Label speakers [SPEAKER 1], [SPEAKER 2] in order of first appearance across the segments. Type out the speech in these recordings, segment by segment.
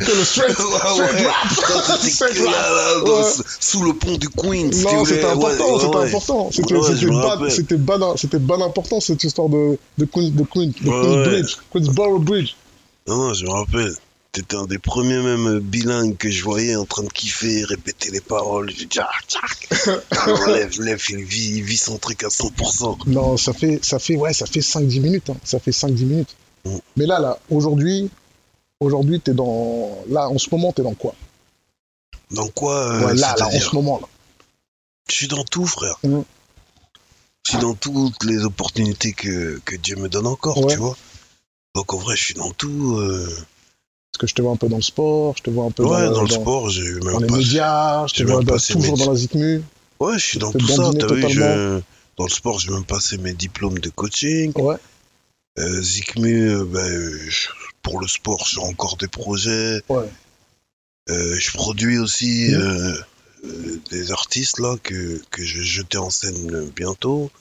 [SPEAKER 1] le straight,
[SPEAKER 2] Ah
[SPEAKER 1] straight rap. Straight
[SPEAKER 2] là, là,
[SPEAKER 1] rap.
[SPEAKER 2] dans-
[SPEAKER 1] Ouais.
[SPEAKER 2] Sous le pont du Queens. si
[SPEAKER 1] Non,
[SPEAKER 2] vous
[SPEAKER 1] c'était
[SPEAKER 2] voulez.
[SPEAKER 1] important,
[SPEAKER 2] Ouais,
[SPEAKER 1] c'était
[SPEAKER 2] ouais.
[SPEAKER 1] important. C'était
[SPEAKER 2] Ouais,
[SPEAKER 1] c'était
[SPEAKER 2] je me
[SPEAKER 1] ban-
[SPEAKER 2] rappelle.
[SPEAKER 1] c'était ban- c'était ban important cette histoire de, de, Queen, de, Queen, de
[SPEAKER 2] Ouais,
[SPEAKER 1] Queen's
[SPEAKER 2] ouais.
[SPEAKER 1] Bridge, Queensborough Bridge.
[SPEAKER 2] Non, non, je me rappelle. T'étais un des premiers même euh, bilingues que je voyais en train de kiffer, répéter les paroles. J'ai dit, ah, tchac. Alors, lève, lève, il vit, il vit son truc à 100%.
[SPEAKER 1] Non, ça fait, ça fait, ouais, ça fait 5-10 minutes. hein. Ça fait 5-10 minutes.
[SPEAKER 2] Mm.
[SPEAKER 1] Mais là, là, aujourd'hui, aujourd'hui, t'es dans. Là, en ce moment, t'es dans quoi
[SPEAKER 2] Dans quoi euh,
[SPEAKER 1] ouais, Là, là, en
[SPEAKER 2] c'est-à-dire
[SPEAKER 1] ce moment, là.
[SPEAKER 2] Je suis dans tout, frère.
[SPEAKER 1] Mm.
[SPEAKER 2] Je suis dans toutes les opportunités que, que Dieu me donne encore,
[SPEAKER 1] Ouais.
[SPEAKER 2] tu vois. Donc en vrai, je suis dans tout. euh,
[SPEAKER 1] Parce que je te vois un peu dans le sport, je te vois un peu
[SPEAKER 2] Ouais,
[SPEAKER 1] la-
[SPEAKER 2] dans, le sport, j'ai eu
[SPEAKER 1] dans
[SPEAKER 2] même
[SPEAKER 1] les
[SPEAKER 2] pas.
[SPEAKER 1] médias, je
[SPEAKER 2] j'ai
[SPEAKER 1] te vois
[SPEAKER 2] même
[SPEAKER 1] dans-
[SPEAKER 2] passé
[SPEAKER 1] toujours
[SPEAKER 2] mes-
[SPEAKER 1] dans la ZICMU.
[SPEAKER 2] Ouais, je suis dans
[SPEAKER 1] te
[SPEAKER 2] tout ça.
[SPEAKER 1] dandiner
[SPEAKER 2] T'as vu,
[SPEAKER 1] totalement.
[SPEAKER 2] je... dans le sport, j'ai même passé mes diplômes de coaching.
[SPEAKER 1] Ouais.
[SPEAKER 2] Euh, Zikmu, euh, ben, euh, je- pour le sport, j'ai encore des projets.
[SPEAKER 1] Ouais.
[SPEAKER 2] Euh, je produis aussi
[SPEAKER 1] Mhm.
[SPEAKER 2] euh, euh, des artistes là que, que je vais jeter en scène euh, bientôt.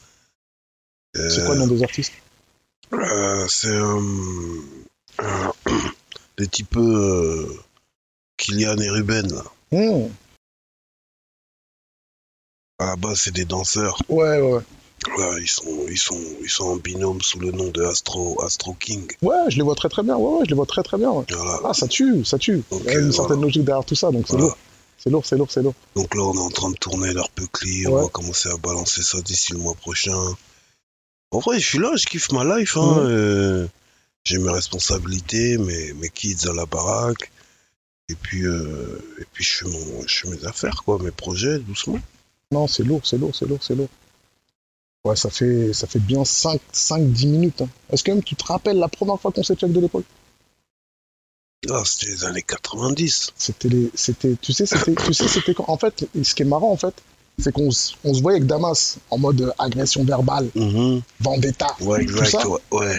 [SPEAKER 1] C'est
[SPEAKER 2] Euh,
[SPEAKER 1] quoi le nom des artistes
[SPEAKER 2] euh, C'est euh, euh, des types euh, Kylian et Ruben. Là.
[SPEAKER 1] Hmm,
[SPEAKER 2] À la base, c'est des danseurs.
[SPEAKER 1] Ouais, ouais.
[SPEAKER 2] Là, ils sont, ils sont, ils sont en binôme sous le nom de Astro, Astro King.
[SPEAKER 1] Ouais, je les vois très très bien. Ouais, ouais, je les vois très très bien. ouais.
[SPEAKER 2] Voilà.
[SPEAKER 1] Ah, ça tue, ça tue.
[SPEAKER 2] Ok,
[SPEAKER 1] Il y a une
[SPEAKER 2] voilà.
[SPEAKER 1] certaine logique derrière tout ça, donc c'est
[SPEAKER 2] Voilà.
[SPEAKER 1] lourd. C'est lourd, c'est lourd, c'est lourd.
[SPEAKER 2] Donc là, on est en train de tourner leur clip. On
[SPEAKER 1] Ouais.
[SPEAKER 2] va commencer à balancer ça d'ici le mois prochain. En vrai, je suis là, je kiffe ma life. Hein.
[SPEAKER 1] Ouais.
[SPEAKER 2] euh, J'ai mes responsabilités, mes, mes kids à la baraque. Et puis, euh, et puis je, fais mon, je fais mes affaires, quoi, mes projets, doucement.
[SPEAKER 1] Non, c'est lourd, c'est lourd, c'est lourd, c'est lourd. Ouais, ça fait, ça fait bien 5-10 minutes. hein. Est-ce que même tu te rappelles la première fois qu'on s'est check de l'époque
[SPEAKER 2] Là, Ah, c'était les années 90.
[SPEAKER 1] C'était les. C'était. Tu sais, c'était. Tu sais, c'était quand. En fait, ce qui est marrant, en fait, c'est qu'on se on se voyait avec Damas en mode euh, agression verbale,
[SPEAKER 2] Mhm.
[SPEAKER 1] vendetta,
[SPEAKER 2] Ouais,
[SPEAKER 1] tout
[SPEAKER 2] exact,
[SPEAKER 1] ça.
[SPEAKER 2] ouais. ouais.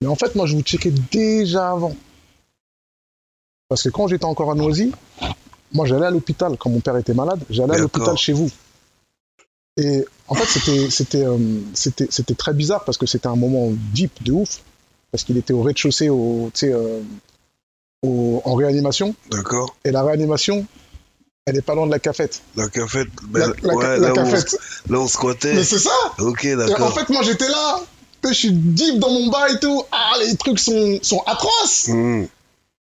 [SPEAKER 1] Mais en fait, moi, je vous checkais déjà avant. Parce que quand j'étais encore à Noisy, moi, j'allais à l'hôpital. Quand mon père était malade, j'allais à
[SPEAKER 2] D'accord.
[SPEAKER 1] l'hôpital chez vous. Et en fait, c'était- c'était euh, c'était- c'était très bizarre parce que c'était un moment deep de ouf. Parce qu'il était au rez-de-chaussée au, tu sais, euh, au- en réanimation.
[SPEAKER 2] D'accord.
[SPEAKER 1] Et la réanimation, elle est pas loin de la cafette.
[SPEAKER 2] La cafette. ben,
[SPEAKER 1] La, la-
[SPEAKER 2] ouais,
[SPEAKER 1] la
[SPEAKER 2] là, où on,
[SPEAKER 1] cafette.
[SPEAKER 2] là, on squattait.
[SPEAKER 1] Mais c'est ça
[SPEAKER 2] Ok,
[SPEAKER 1] Et En
[SPEAKER 2] d'accord.
[SPEAKER 1] fait, moi, j'étais là. Je suis deep dans mon bail et tout. Ah, les trucs sont, sont atroces
[SPEAKER 2] Mhm.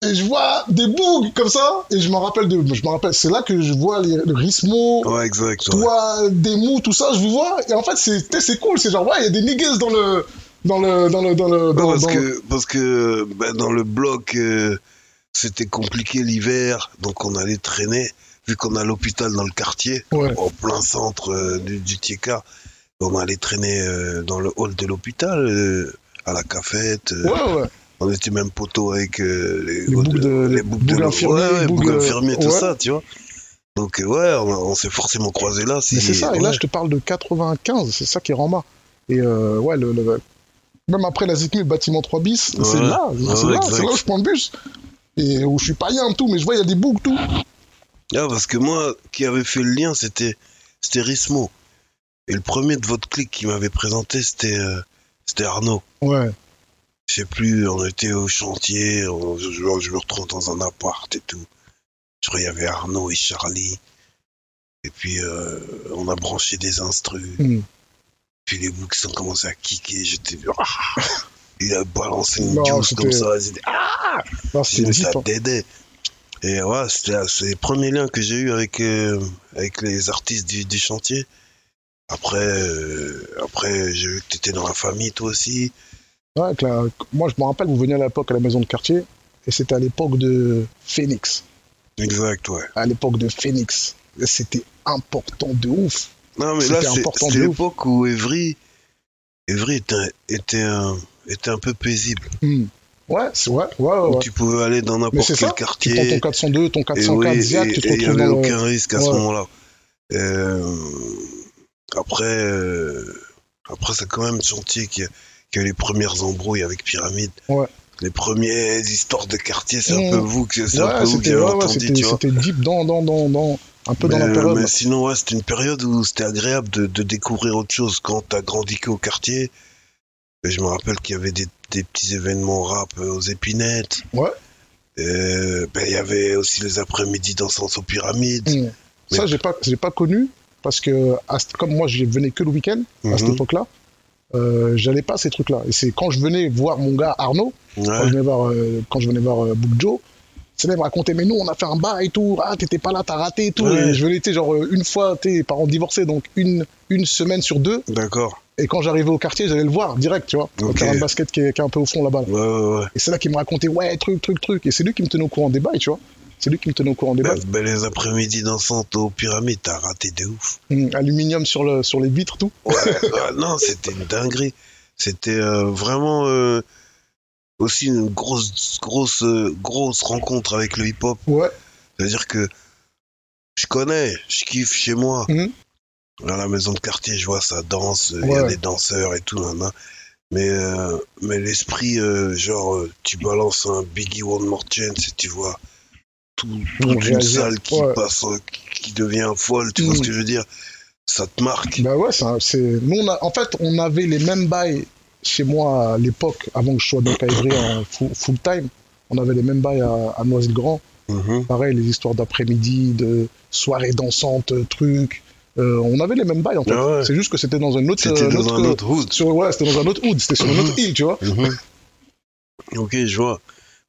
[SPEAKER 1] et je vois des bougs comme ça, et je m'en rappelle de, je m'en rappelle, c'est là que je vois les, le Rismo,
[SPEAKER 2] Ouais, exact. ouais.
[SPEAKER 1] toi, des mous, tout ça, je vous vois, et en fait, c'est, t'sais, c'est cool, c'est genre, ouais, il y a des niggas dans le, dans le, dans le, dans le, dans,
[SPEAKER 2] Non, Bah, parce
[SPEAKER 1] dans-
[SPEAKER 2] que, parce que ben, dans le bloc, euh, c'était compliqué l'hiver, donc on allait traîner, vu qu'on a l'hôpital dans le quartier,
[SPEAKER 1] Ouais.
[SPEAKER 2] en plein centre euh, du, du TK, on allait traîner euh, dans le hall de l'hôpital, euh, à la cafette. euh,
[SPEAKER 1] Ouais, ouais,
[SPEAKER 2] On était même poteau avec euh, les,
[SPEAKER 1] Les boucs de-
[SPEAKER 2] les boucs de
[SPEAKER 1] boucs infirmiers,
[SPEAKER 2] ouais, ouais,
[SPEAKER 1] boucs,
[SPEAKER 2] boucs
[SPEAKER 1] euh,
[SPEAKER 2] infirmiers, tout
[SPEAKER 1] ouais.
[SPEAKER 2] ça, tu vois. Donc, euh, ouais, on, on s'est forcément croisés là. si-
[SPEAKER 1] mais c'est ça, et là,
[SPEAKER 2] ouais.
[SPEAKER 1] je te parle de 95, c'est ça qui est Rama, et euh, ouais, le, le- même après la ZICMU, bâtiment 3 bis,
[SPEAKER 2] Ouais.
[SPEAKER 1] c'est là, c'est
[SPEAKER 2] Ouais,
[SPEAKER 1] là,
[SPEAKER 2] exact.
[SPEAKER 1] c'est là où je prends le bus, et où je suis païen, tout, mais je vois, il y a des bougs, tout,
[SPEAKER 2] Ah, parce que moi, qui avait fait le lien, c'était c'était Rismo. Et le premier de votre clique qui m'avait présenté, c'était euh, c'était Arnaud.
[SPEAKER 1] ouais,
[SPEAKER 2] Je sais plus, on était au chantier, on- je, je- je me retrouve dans un appart et tout. Je crois qu'il y avait Arnaud et Charlie. Et puis, euh, on a branché des instrus.
[SPEAKER 1] Hmm.
[SPEAKER 2] Puis les boucs ont commencé à kicker. J'étais. Ah Il a balancé une
[SPEAKER 1] Non,
[SPEAKER 2] douche comme
[SPEAKER 1] c'était-
[SPEAKER 2] ça. J'étais. Ah
[SPEAKER 1] Là, c'est
[SPEAKER 2] J'ai mis
[SPEAKER 1] deep,
[SPEAKER 2] ça
[SPEAKER 1] hein.
[SPEAKER 2] dédé. Et ouais, c'était c'est les premiers liens que j'ai eu avec, euh, avec les artistes du, du chantier. Après, euh, après j'ai vu que t'étais dans la famille, toi aussi.
[SPEAKER 1] Ouais, avec la- Moi, je me rappelle, vous veniez à l'époque à la maison de quartier, et c'était à l'époque de Phoenix.
[SPEAKER 2] Exact, ouais.
[SPEAKER 1] À l'époque de Phoenix. Et C'était important de ouf.
[SPEAKER 2] Non, mais
[SPEAKER 1] C'était
[SPEAKER 2] là, c'est
[SPEAKER 1] important
[SPEAKER 2] c'était
[SPEAKER 1] de ouf.
[SPEAKER 2] l'époque où Evry, Evry était, était, un, était un peu paisible.
[SPEAKER 1] Hmm. Ouais, c'est ouais, ouais, Ah ouais.
[SPEAKER 2] Où
[SPEAKER 1] ouais.
[SPEAKER 2] tu pouvais aller dans
[SPEAKER 1] Mais
[SPEAKER 2] n'importe
[SPEAKER 1] c'est
[SPEAKER 2] quel
[SPEAKER 1] ça. Tu prends ton
[SPEAKER 2] quartier.
[SPEAKER 1] 402, ton
[SPEAKER 2] Et
[SPEAKER 1] 404
[SPEAKER 2] oui,
[SPEAKER 1] Ziac, tu
[SPEAKER 2] et-
[SPEAKER 1] te
[SPEAKER 2] et il n'y
[SPEAKER 1] retrouves
[SPEAKER 2] avait
[SPEAKER 1] dans le-
[SPEAKER 2] aucun risque à ce
[SPEAKER 1] Ouais.
[SPEAKER 2] moment-là. Euh, après, euh, après c'est quand même Chantier qui a, qui a eu les premières embrouilles avec Pyramide.
[SPEAKER 1] Ouais.
[SPEAKER 2] Les premières histoires de quartier, c'est
[SPEAKER 1] Mmh.
[SPEAKER 2] un peu vous que c'est un
[SPEAKER 1] Ouais,
[SPEAKER 2] peu vous qui
[SPEAKER 1] c'était
[SPEAKER 2] avez
[SPEAKER 1] ouais, ouais,
[SPEAKER 2] entendu,
[SPEAKER 1] c'était-
[SPEAKER 2] tu vois.
[SPEAKER 1] c'était deep dans, dans, dans, dans- un peu dans la
[SPEAKER 2] Mais- euh,
[SPEAKER 1] période.
[SPEAKER 2] mais sinon, ouais, c'était une période où c'était agréable de, de découvrir autre chose quand t'as grandi qu'au quartier. Et je me rappelle qu'il y avait des, des petits événements rap euh, aux épinettes.
[SPEAKER 1] Ouais.
[SPEAKER 2] Euh, ben, il y avait aussi les après-midi dansant aux pyramides.
[SPEAKER 1] Mm. Ça,
[SPEAKER 2] Oui.
[SPEAKER 1] j'ai pas, j'ai pas connu parce que à ce- comme moi, je venais que le week-end à cette
[SPEAKER 2] Mhm.
[SPEAKER 1] époque-là. Euh, j'allais pas à ces trucs-là. Et c'est quand je venais voir mon gars Arnaud, quand
[SPEAKER 2] Ouais.
[SPEAKER 1] je venais voir, euh, quand je venais voir euh, Book Joe, c'est là, il me racontait, mais nous, on a fait un bar et tout, ah, t'étais pas là, t'as raté et tout.
[SPEAKER 2] Ouais.
[SPEAKER 1] Et je venais, tu sais, genre, euh, une fois, tes parents divorcés, donc une, une semaine sur deux.
[SPEAKER 2] D'accord.
[SPEAKER 1] Et quand j'arrivais au quartier, j'allais le voir direct, tu vois, au
[SPEAKER 2] Ok.
[SPEAKER 1] terrain de basket qui est, qui est un peu au fond là-bas. là.
[SPEAKER 2] Ouais, ouais, ouais.
[SPEAKER 1] Et c'est là qu'il me racontait, ouais, truc, truc, truc. Et c'est lui qui me tenait au courant des bails, tu vois. C'est lui qui me tenait au courant des
[SPEAKER 2] Ben,
[SPEAKER 1] bails.
[SPEAKER 2] ben, les après-midi dansantes aux pyramides, t'as raté de ouf.
[SPEAKER 1] Hum, aluminium sur, le, sur les vitres, tout.
[SPEAKER 2] Ouais, ouais, non, c'était une dinguerie. C'était euh, vraiment euh, aussi une grosse, grosse, euh, grosse rencontre avec le hip-hop.
[SPEAKER 1] Ouais.
[SPEAKER 2] C'est-à-dire que je connais, je kiffe chez moi.
[SPEAKER 1] Mhm.
[SPEAKER 2] Dans la maison de quartier, je vois ça danse, il y a
[SPEAKER 1] Ouais.
[SPEAKER 2] des danseurs et tout. Nan, nan. Mais, euh, mais l'esprit, euh, genre, euh, tu balances un Biggie One More Chance et tu vois tout,
[SPEAKER 1] Ils vont
[SPEAKER 2] toute une
[SPEAKER 1] réagir.
[SPEAKER 2] salle qui
[SPEAKER 1] Ouais.
[SPEAKER 2] passe, euh, qui- qui devient folle, tu vois
[SPEAKER 1] Mhm.
[SPEAKER 2] ce que je veux dire Ça te marque.
[SPEAKER 1] Bah ouais, c'est un- c'est. Nous, on a... en fait, on avait les mêmes bails chez moi à l'époque, avant que je sois donc à Évry en full, full time. On avait les mêmes bails à, à Noisy-le-Grand.
[SPEAKER 2] Mhm.
[SPEAKER 1] Pareil, les histoires d'après-midi, de soirées dansantes, trucs. Euh, on avait les mêmes bails en fait.
[SPEAKER 2] Ah ouais.
[SPEAKER 1] C'est juste que c'était dans un autre.
[SPEAKER 2] C'était
[SPEAKER 1] euh,
[SPEAKER 2] dans un autre hood.
[SPEAKER 1] Sur, ouais, c'était dans un autre hood, c'était sur une autre île, tu vois.
[SPEAKER 2] Mhm. Ok, je vois.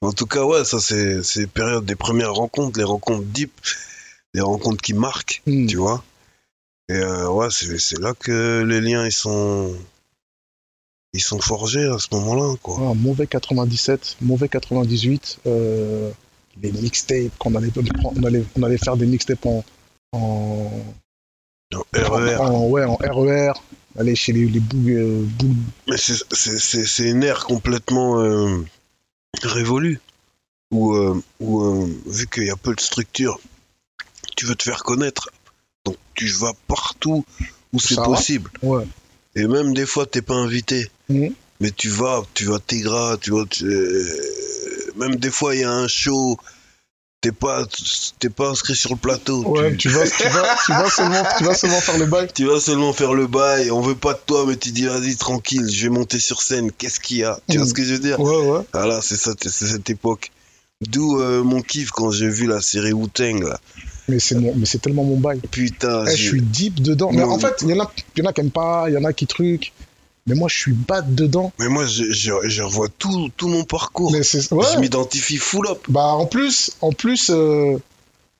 [SPEAKER 2] En tout cas, ouais, ça c'est c'est les périodes des premières rencontres, les rencontres deep, les rencontres qui marquent,
[SPEAKER 1] Hmm.
[SPEAKER 2] tu vois. Et euh, ouais, c'est c'est là que les liens ils sont ils sont forgés à ce moment-là, quoi.
[SPEAKER 1] Ouais, un Ah, mauvais 97, mauvais 98, euh, les mixtapes, qu'on allait, on allait, on allait faire des mixtapes en- en,
[SPEAKER 2] RER.
[SPEAKER 1] En, ouais, en RER, aller chez les, les boules, euh, boules-
[SPEAKER 2] Mais c'est- c'est c'est- c'est une ère complètement euh, révolue où, euh, où, euh, vu qu'il y a peu de structure, tu veux te faire connaître, donc tu vas partout où c'est
[SPEAKER 1] Ça va.
[SPEAKER 2] possible.
[SPEAKER 1] Ouais.
[SPEAKER 2] Et même des fois, t'es pas invité.
[SPEAKER 1] Mhm.
[SPEAKER 2] Mais tu vas, tu vas t'égras, tu vois. tu- euh, Même des fois, il y a un show, t'es pas, t'es pas inscrit sur le plateau.
[SPEAKER 1] Ouais, tu vas, tu, vas, tu, vas seulement, tu vas seulement faire le bail.
[SPEAKER 2] Tu vas seulement faire le bail, on veut pas de toi, mais tu dis vas-y tranquille, je vais monter sur scène, qu'est-ce qu'il y a Tu vois
[SPEAKER 1] Mhm.
[SPEAKER 2] ce que je veux dire
[SPEAKER 1] Ouais, ouais.
[SPEAKER 2] Voilà, c'est ça, c'est cette époque. D'où euh, mon kiff quand j'ai vu la série Wu-Tang là.
[SPEAKER 1] Mais c'est, mon, mais c'est tellement mon bail.
[SPEAKER 2] Putain,
[SPEAKER 1] Eh,
[SPEAKER 2] j'ai-
[SPEAKER 1] je suis deep dedans. Mais
[SPEAKER 2] Non,
[SPEAKER 1] en
[SPEAKER 2] mais-
[SPEAKER 1] fait, il y, en a- il y en a qui aiment pas, il y en a qui truc. Mais moi, je suis bad dedans.
[SPEAKER 2] mais moi je, je- je revois tout, tout mon parcours.
[SPEAKER 1] Mais c'est, ouais.
[SPEAKER 2] Je m'identifie full up.
[SPEAKER 1] Bah, en plus, en plus, euh,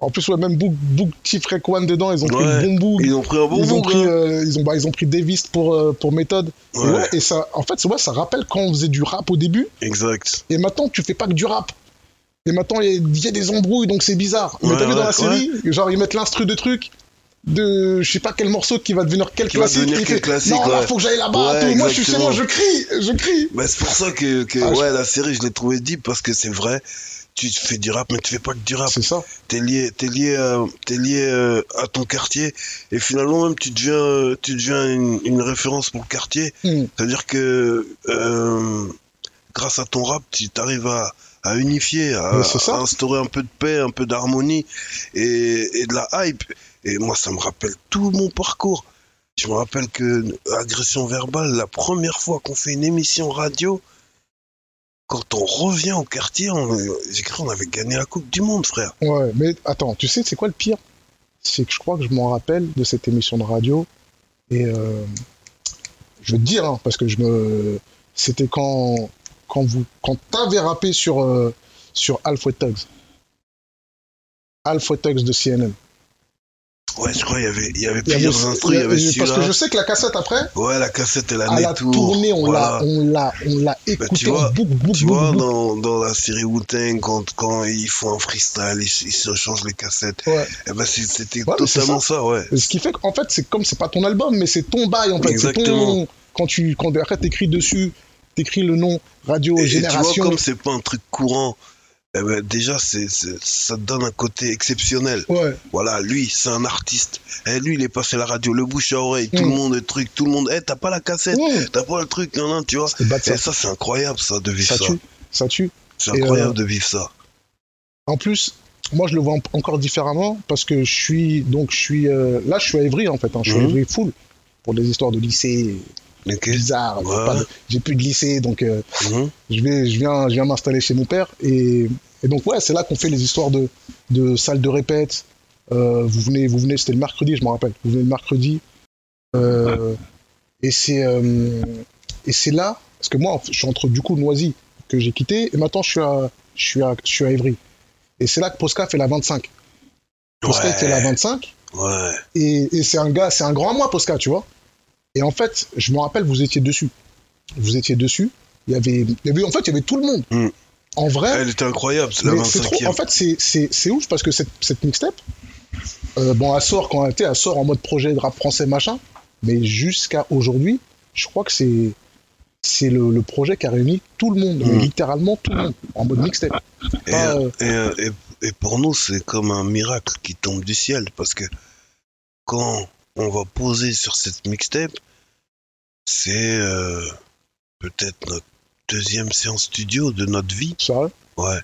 [SPEAKER 1] en plus, ouais, même Book, Book Chief Rec One dedans, ils ont pris
[SPEAKER 2] Ouais.
[SPEAKER 1] le bon bout.
[SPEAKER 2] Ils ont pris un bon
[SPEAKER 1] ils, ont
[SPEAKER 2] bout. hein.
[SPEAKER 1] pris, euh, ils, ont, bah, ils ont pris Davis pour, euh, pour méthode. Et
[SPEAKER 2] Ouais.
[SPEAKER 1] ouais, et ça, en fait, ouais, ça rappelle quand on faisait du rap au début.
[SPEAKER 2] Exact.
[SPEAKER 1] Et maintenant, tu fais pas que du rap. Et maintenant, il y, a- il y a des embrouilles, donc c'est bizarre. Mais
[SPEAKER 2] Ouais,
[SPEAKER 1] t'as vu
[SPEAKER 2] ouais,
[SPEAKER 1] dans la série, genre, ils mettent l'instru de trucs, de je sais pas quel morceau qui va devenir quel
[SPEAKER 2] Qui va
[SPEAKER 1] classique.
[SPEAKER 2] devenir
[SPEAKER 1] et il
[SPEAKER 2] quel
[SPEAKER 1] fait,
[SPEAKER 2] classique,
[SPEAKER 1] Non, là,
[SPEAKER 2] ouais.
[SPEAKER 1] faut que j'aille là-bas.
[SPEAKER 2] Ouais,
[SPEAKER 1] tout. Moi, je suis chez
[SPEAKER 2] exactement.
[SPEAKER 1] moi, je crie, je crie.
[SPEAKER 2] Bah, c'est pour ça que, que
[SPEAKER 1] Ah, je-
[SPEAKER 2] ouais, la série, je l'ai trouvée deep parce que c'est vrai. Tu fais du rap, mais tu fais pas que du rap.
[SPEAKER 1] C'est ça.
[SPEAKER 2] T'es lié, t'es lié, à, t'es lié euh, à ton quartier et finalement même tu deviens, euh, tu deviens une, une référence pour le quartier.
[SPEAKER 1] Hmm.
[SPEAKER 2] C'est-à-dire que euh, grâce à ton rap, tu t'arrives à, à unifier, à,
[SPEAKER 1] Mais c'est ça.
[SPEAKER 2] à instaurer un peu de paix, un peu d'harmonie et, et de la hype. Et moi, ça me rappelle tout mon parcours. Je me rappelle que agression verbale, la première fois qu'on fait une émission radio, quand on revient au quartier, on, j'ai cru on avait gagné la Coupe du Monde, frère.
[SPEAKER 1] Ouais, mais attends, tu sais, c'est quoi le pire C'est que je crois que je m'en rappelle de cette émission de radio. Et euh, je veux te dire, hein, parce que je me. C'était quand, quand, vous, quand t'avais rappé sur, euh, sur Alpha Tugs. Alpha Tugs de CNN.
[SPEAKER 2] Ouais, je crois il y avait, il y avait
[SPEAKER 1] Il y avait-
[SPEAKER 2] plusieurs instrus, il y avait
[SPEAKER 1] euh, parce que
[SPEAKER 2] celui-là.
[SPEAKER 1] je sais que la cassette après,
[SPEAKER 2] Ouais, la cassette, elle a
[SPEAKER 1] à la
[SPEAKER 2] détour.
[SPEAKER 1] tournée, on
[SPEAKER 2] Voilà. Bah,
[SPEAKER 1] l'a, on l'a, on l'a écoutée
[SPEAKER 2] tu vois-
[SPEAKER 1] en boucle, boucle,
[SPEAKER 2] Tu
[SPEAKER 1] boucle,
[SPEAKER 2] vois,
[SPEAKER 1] boucle.
[SPEAKER 2] dans, dans la série Wu-Tang, quand, quand ils font un freestyle, ils, ils se changent les cassettes.
[SPEAKER 1] Ouais.
[SPEAKER 2] Eh ben, c'est- c'était
[SPEAKER 1] Ouais, mais c'est
[SPEAKER 2] totalement ça. ouais.
[SPEAKER 1] Ce qui fait qu'en fait, c'est comme c'est pas ton album, mais c'est ton bail en fait. C'est
[SPEAKER 2] Exactement.
[SPEAKER 1] ton quand tu quand après t'écris dessus, t'écris le nom Radio
[SPEAKER 2] Et, et tu vois,
[SPEAKER 1] Génération.
[SPEAKER 2] comme c'est pas un truc courant, eh ben, déjà, c'est c'est- ça te donne un côté exceptionnel.
[SPEAKER 1] Ouais,
[SPEAKER 2] Voilà, lui, c'est un artiste. Eh, lui, il est passé à la radio, le bouche à oreille, tout
[SPEAKER 1] Mm.
[SPEAKER 2] le monde, le truc, tout le monde. Eh, t'as pas la cassette,
[SPEAKER 1] Mmh.
[SPEAKER 2] t'as pas le truc, non, non, tu vois.
[SPEAKER 1] C'est bad, bah, ça.
[SPEAKER 2] Et ça, c'est incroyable, ça, de vivre
[SPEAKER 1] ça
[SPEAKER 2] ça.
[SPEAKER 1] tue, ça tue.
[SPEAKER 2] C'est
[SPEAKER 1] Et,
[SPEAKER 2] incroyable
[SPEAKER 1] euh,
[SPEAKER 2] de vivre ça.
[SPEAKER 1] En plus, moi je le vois en- encore différemment parce que je suis donc je suis euh, là je suis à Évry en fait, hein, je suis à
[SPEAKER 2] Mhm.
[SPEAKER 1] Évry full pour des histoires de lycée,
[SPEAKER 2] Ok.
[SPEAKER 1] bizarre. j'ai
[SPEAKER 2] Ouais.
[SPEAKER 1] pas de- J'ai plus de lycée, donc euh,
[SPEAKER 2] Mhm.
[SPEAKER 1] je, vais, je viens, je viens m'installer chez mon père. Et, et donc, ouais, c'est là qu'on fait les histoires de, de salles de répète. Euh, vous venez, vous venez c'était le mercredi, je m'en rappelle. Vous venez le mercredi. Euh, Et c'est euh, et c'est là, parce que moi, en fait, je suis entre du coup Noisy, que j'ai quitté, et maintenant je suis à, je suis à, je suis à Évry. Et c'est là que Posca fait la 25. Posca, il fait la
[SPEAKER 2] Ouais.
[SPEAKER 1] 25.
[SPEAKER 2] Ouais.
[SPEAKER 1] Et, et c'est un gars, c'est un grand moi, Posca, tu vois. Et en fait, je me rappelle, vous étiez dessus. Vous étiez dessus. Il y avait, il y avait- en fait, il y avait tout le monde.
[SPEAKER 2] Mm.
[SPEAKER 1] En vrai,
[SPEAKER 2] Elle était incroyable, c'est la
[SPEAKER 1] mais c'est
[SPEAKER 2] 25
[SPEAKER 1] trop. En
[SPEAKER 2] e
[SPEAKER 1] fait, c'est- c'est c'est ouf parce que cette, cette mixtape, euh, bon, elle sort quand elle était, elle sort en mode projet de rap français machin. Mais jusqu'à aujourd'hui, je crois que c'est c'est le, le projet qui a réuni tout le monde, mais
[SPEAKER 2] Mm.
[SPEAKER 1] littéralement tout le monde, en mode mixtape.
[SPEAKER 2] Et,
[SPEAKER 1] Ah,
[SPEAKER 2] euh,
[SPEAKER 1] ouais.
[SPEAKER 2] et, euh, et- et pour nous, c'est comme un miracle qui tombe du ciel parce que quand on va poser sur cette mixtape, c'est euh, peut-être notre deuxième séance studio de notre vie.
[SPEAKER 1] Sérieux
[SPEAKER 2] Ouais,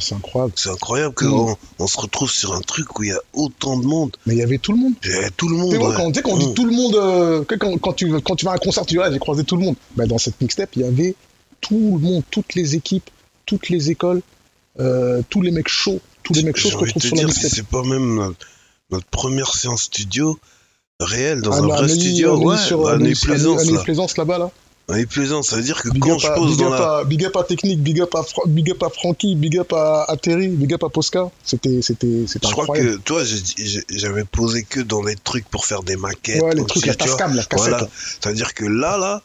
[SPEAKER 1] C'est incroyable.
[SPEAKER 2] c'est incroyable
[SPEAKER 1] Mm.
[SPEAKER 2] qu'on on se retrouve sur un truc où il y a autant de monde.
[SPEAKER 1] Mais il y avait tout le monde.
[SPEAKER 2] Il y a tout le
[SPEAKER 1] Tu
[SPEAKER 2] monde.
[SPEAKER 1] sais, moi,
[SPEAKER 2] ouais.
[SPEAKER 1] quand, tu sais, quand on dit
[SPEAKER 2] Mm.
[SPEAKER 1] tout le monde, euh, que- quand, quand tu, quand tu vas à un concert, tu dis, ah, j'ai croisé tout le monde. Bah, dans cette mixtape, il y avait tout le monde, toutes les équipes, toutes les écoles, euh, tous les mecs chauds, tous les mecs chauds
[SPEAKER 2] J'ai
[SPEAKER 1] qu'on
[SPEAKER 2] envie de
[SPEAKER 1] trouve
[SPEAKER 2] te
[SPEAKER 1] sur la
[SPEAKER 2] dire, si
[SPEAKER 1] mixtape.
[SPEAKER 2] c'est pas même notre, notre première séance studio réelle dans
[SPEAKER 1] Ah,
[SPEAKER 2] un
[SPEAKER 1] non,
[SPEAKER 2] vrai
[SPEAKER 1] Amélie-
[SPEAKER 2] studio,
[SPEAKER 1] Amélie
[SPEAKER 2] ouais,
[SPEAKER 1] sur,
[SPEAKER 2] bah,
[SPEAKER 1] Amélie-
[SPEAKER 2] on est plaisance
[SPEAKER 1] Amélie-
[SPEAKER 2] là.
[SPEAKER 1] Amélie Plaisance, là-bas, là.
[SPEAKER 2] On est plaisant, ça veut dire que
[SPEAKER 1] Big
[SPEAKER 2] quand
[SPEAKER 1] up,
[SPEAKER 2] je
[SPEAKER 1] à,
[SPEAKER 2] pose
[SPEAKER 1] big,
[SPEAKER 2] dans
[SPEAKER 1] up
[SPEAKER 2] la,
[SPEAKER 1] à, big up à Technique, big up à, Fra- big up à Frankie, big up à, à Terry, big up à Posca. C'était, c'était, c'était
[SPEAKER 2] Je crois
[SPEAKER 1] incroyable.
[SPEAKER 2] que, toi, j'ai- j'ai- j'avais posé que dans les trucs pour faire des maquettes.
[SPEAKER 1] Ouais, les
[SPEAKER 2] pour
[SPEAKER 1] trucs,
[SPEAKER 2] tuer,
[SPEAKER 1] la
[SPEAKER 2] tu vois.
[SPEAKER 1] tascam, la cassette.
[SPEAKER 2] Voilà.
[SPEAKER 1] là.
[SPEAKER 2] C'est-à-dire que là, là,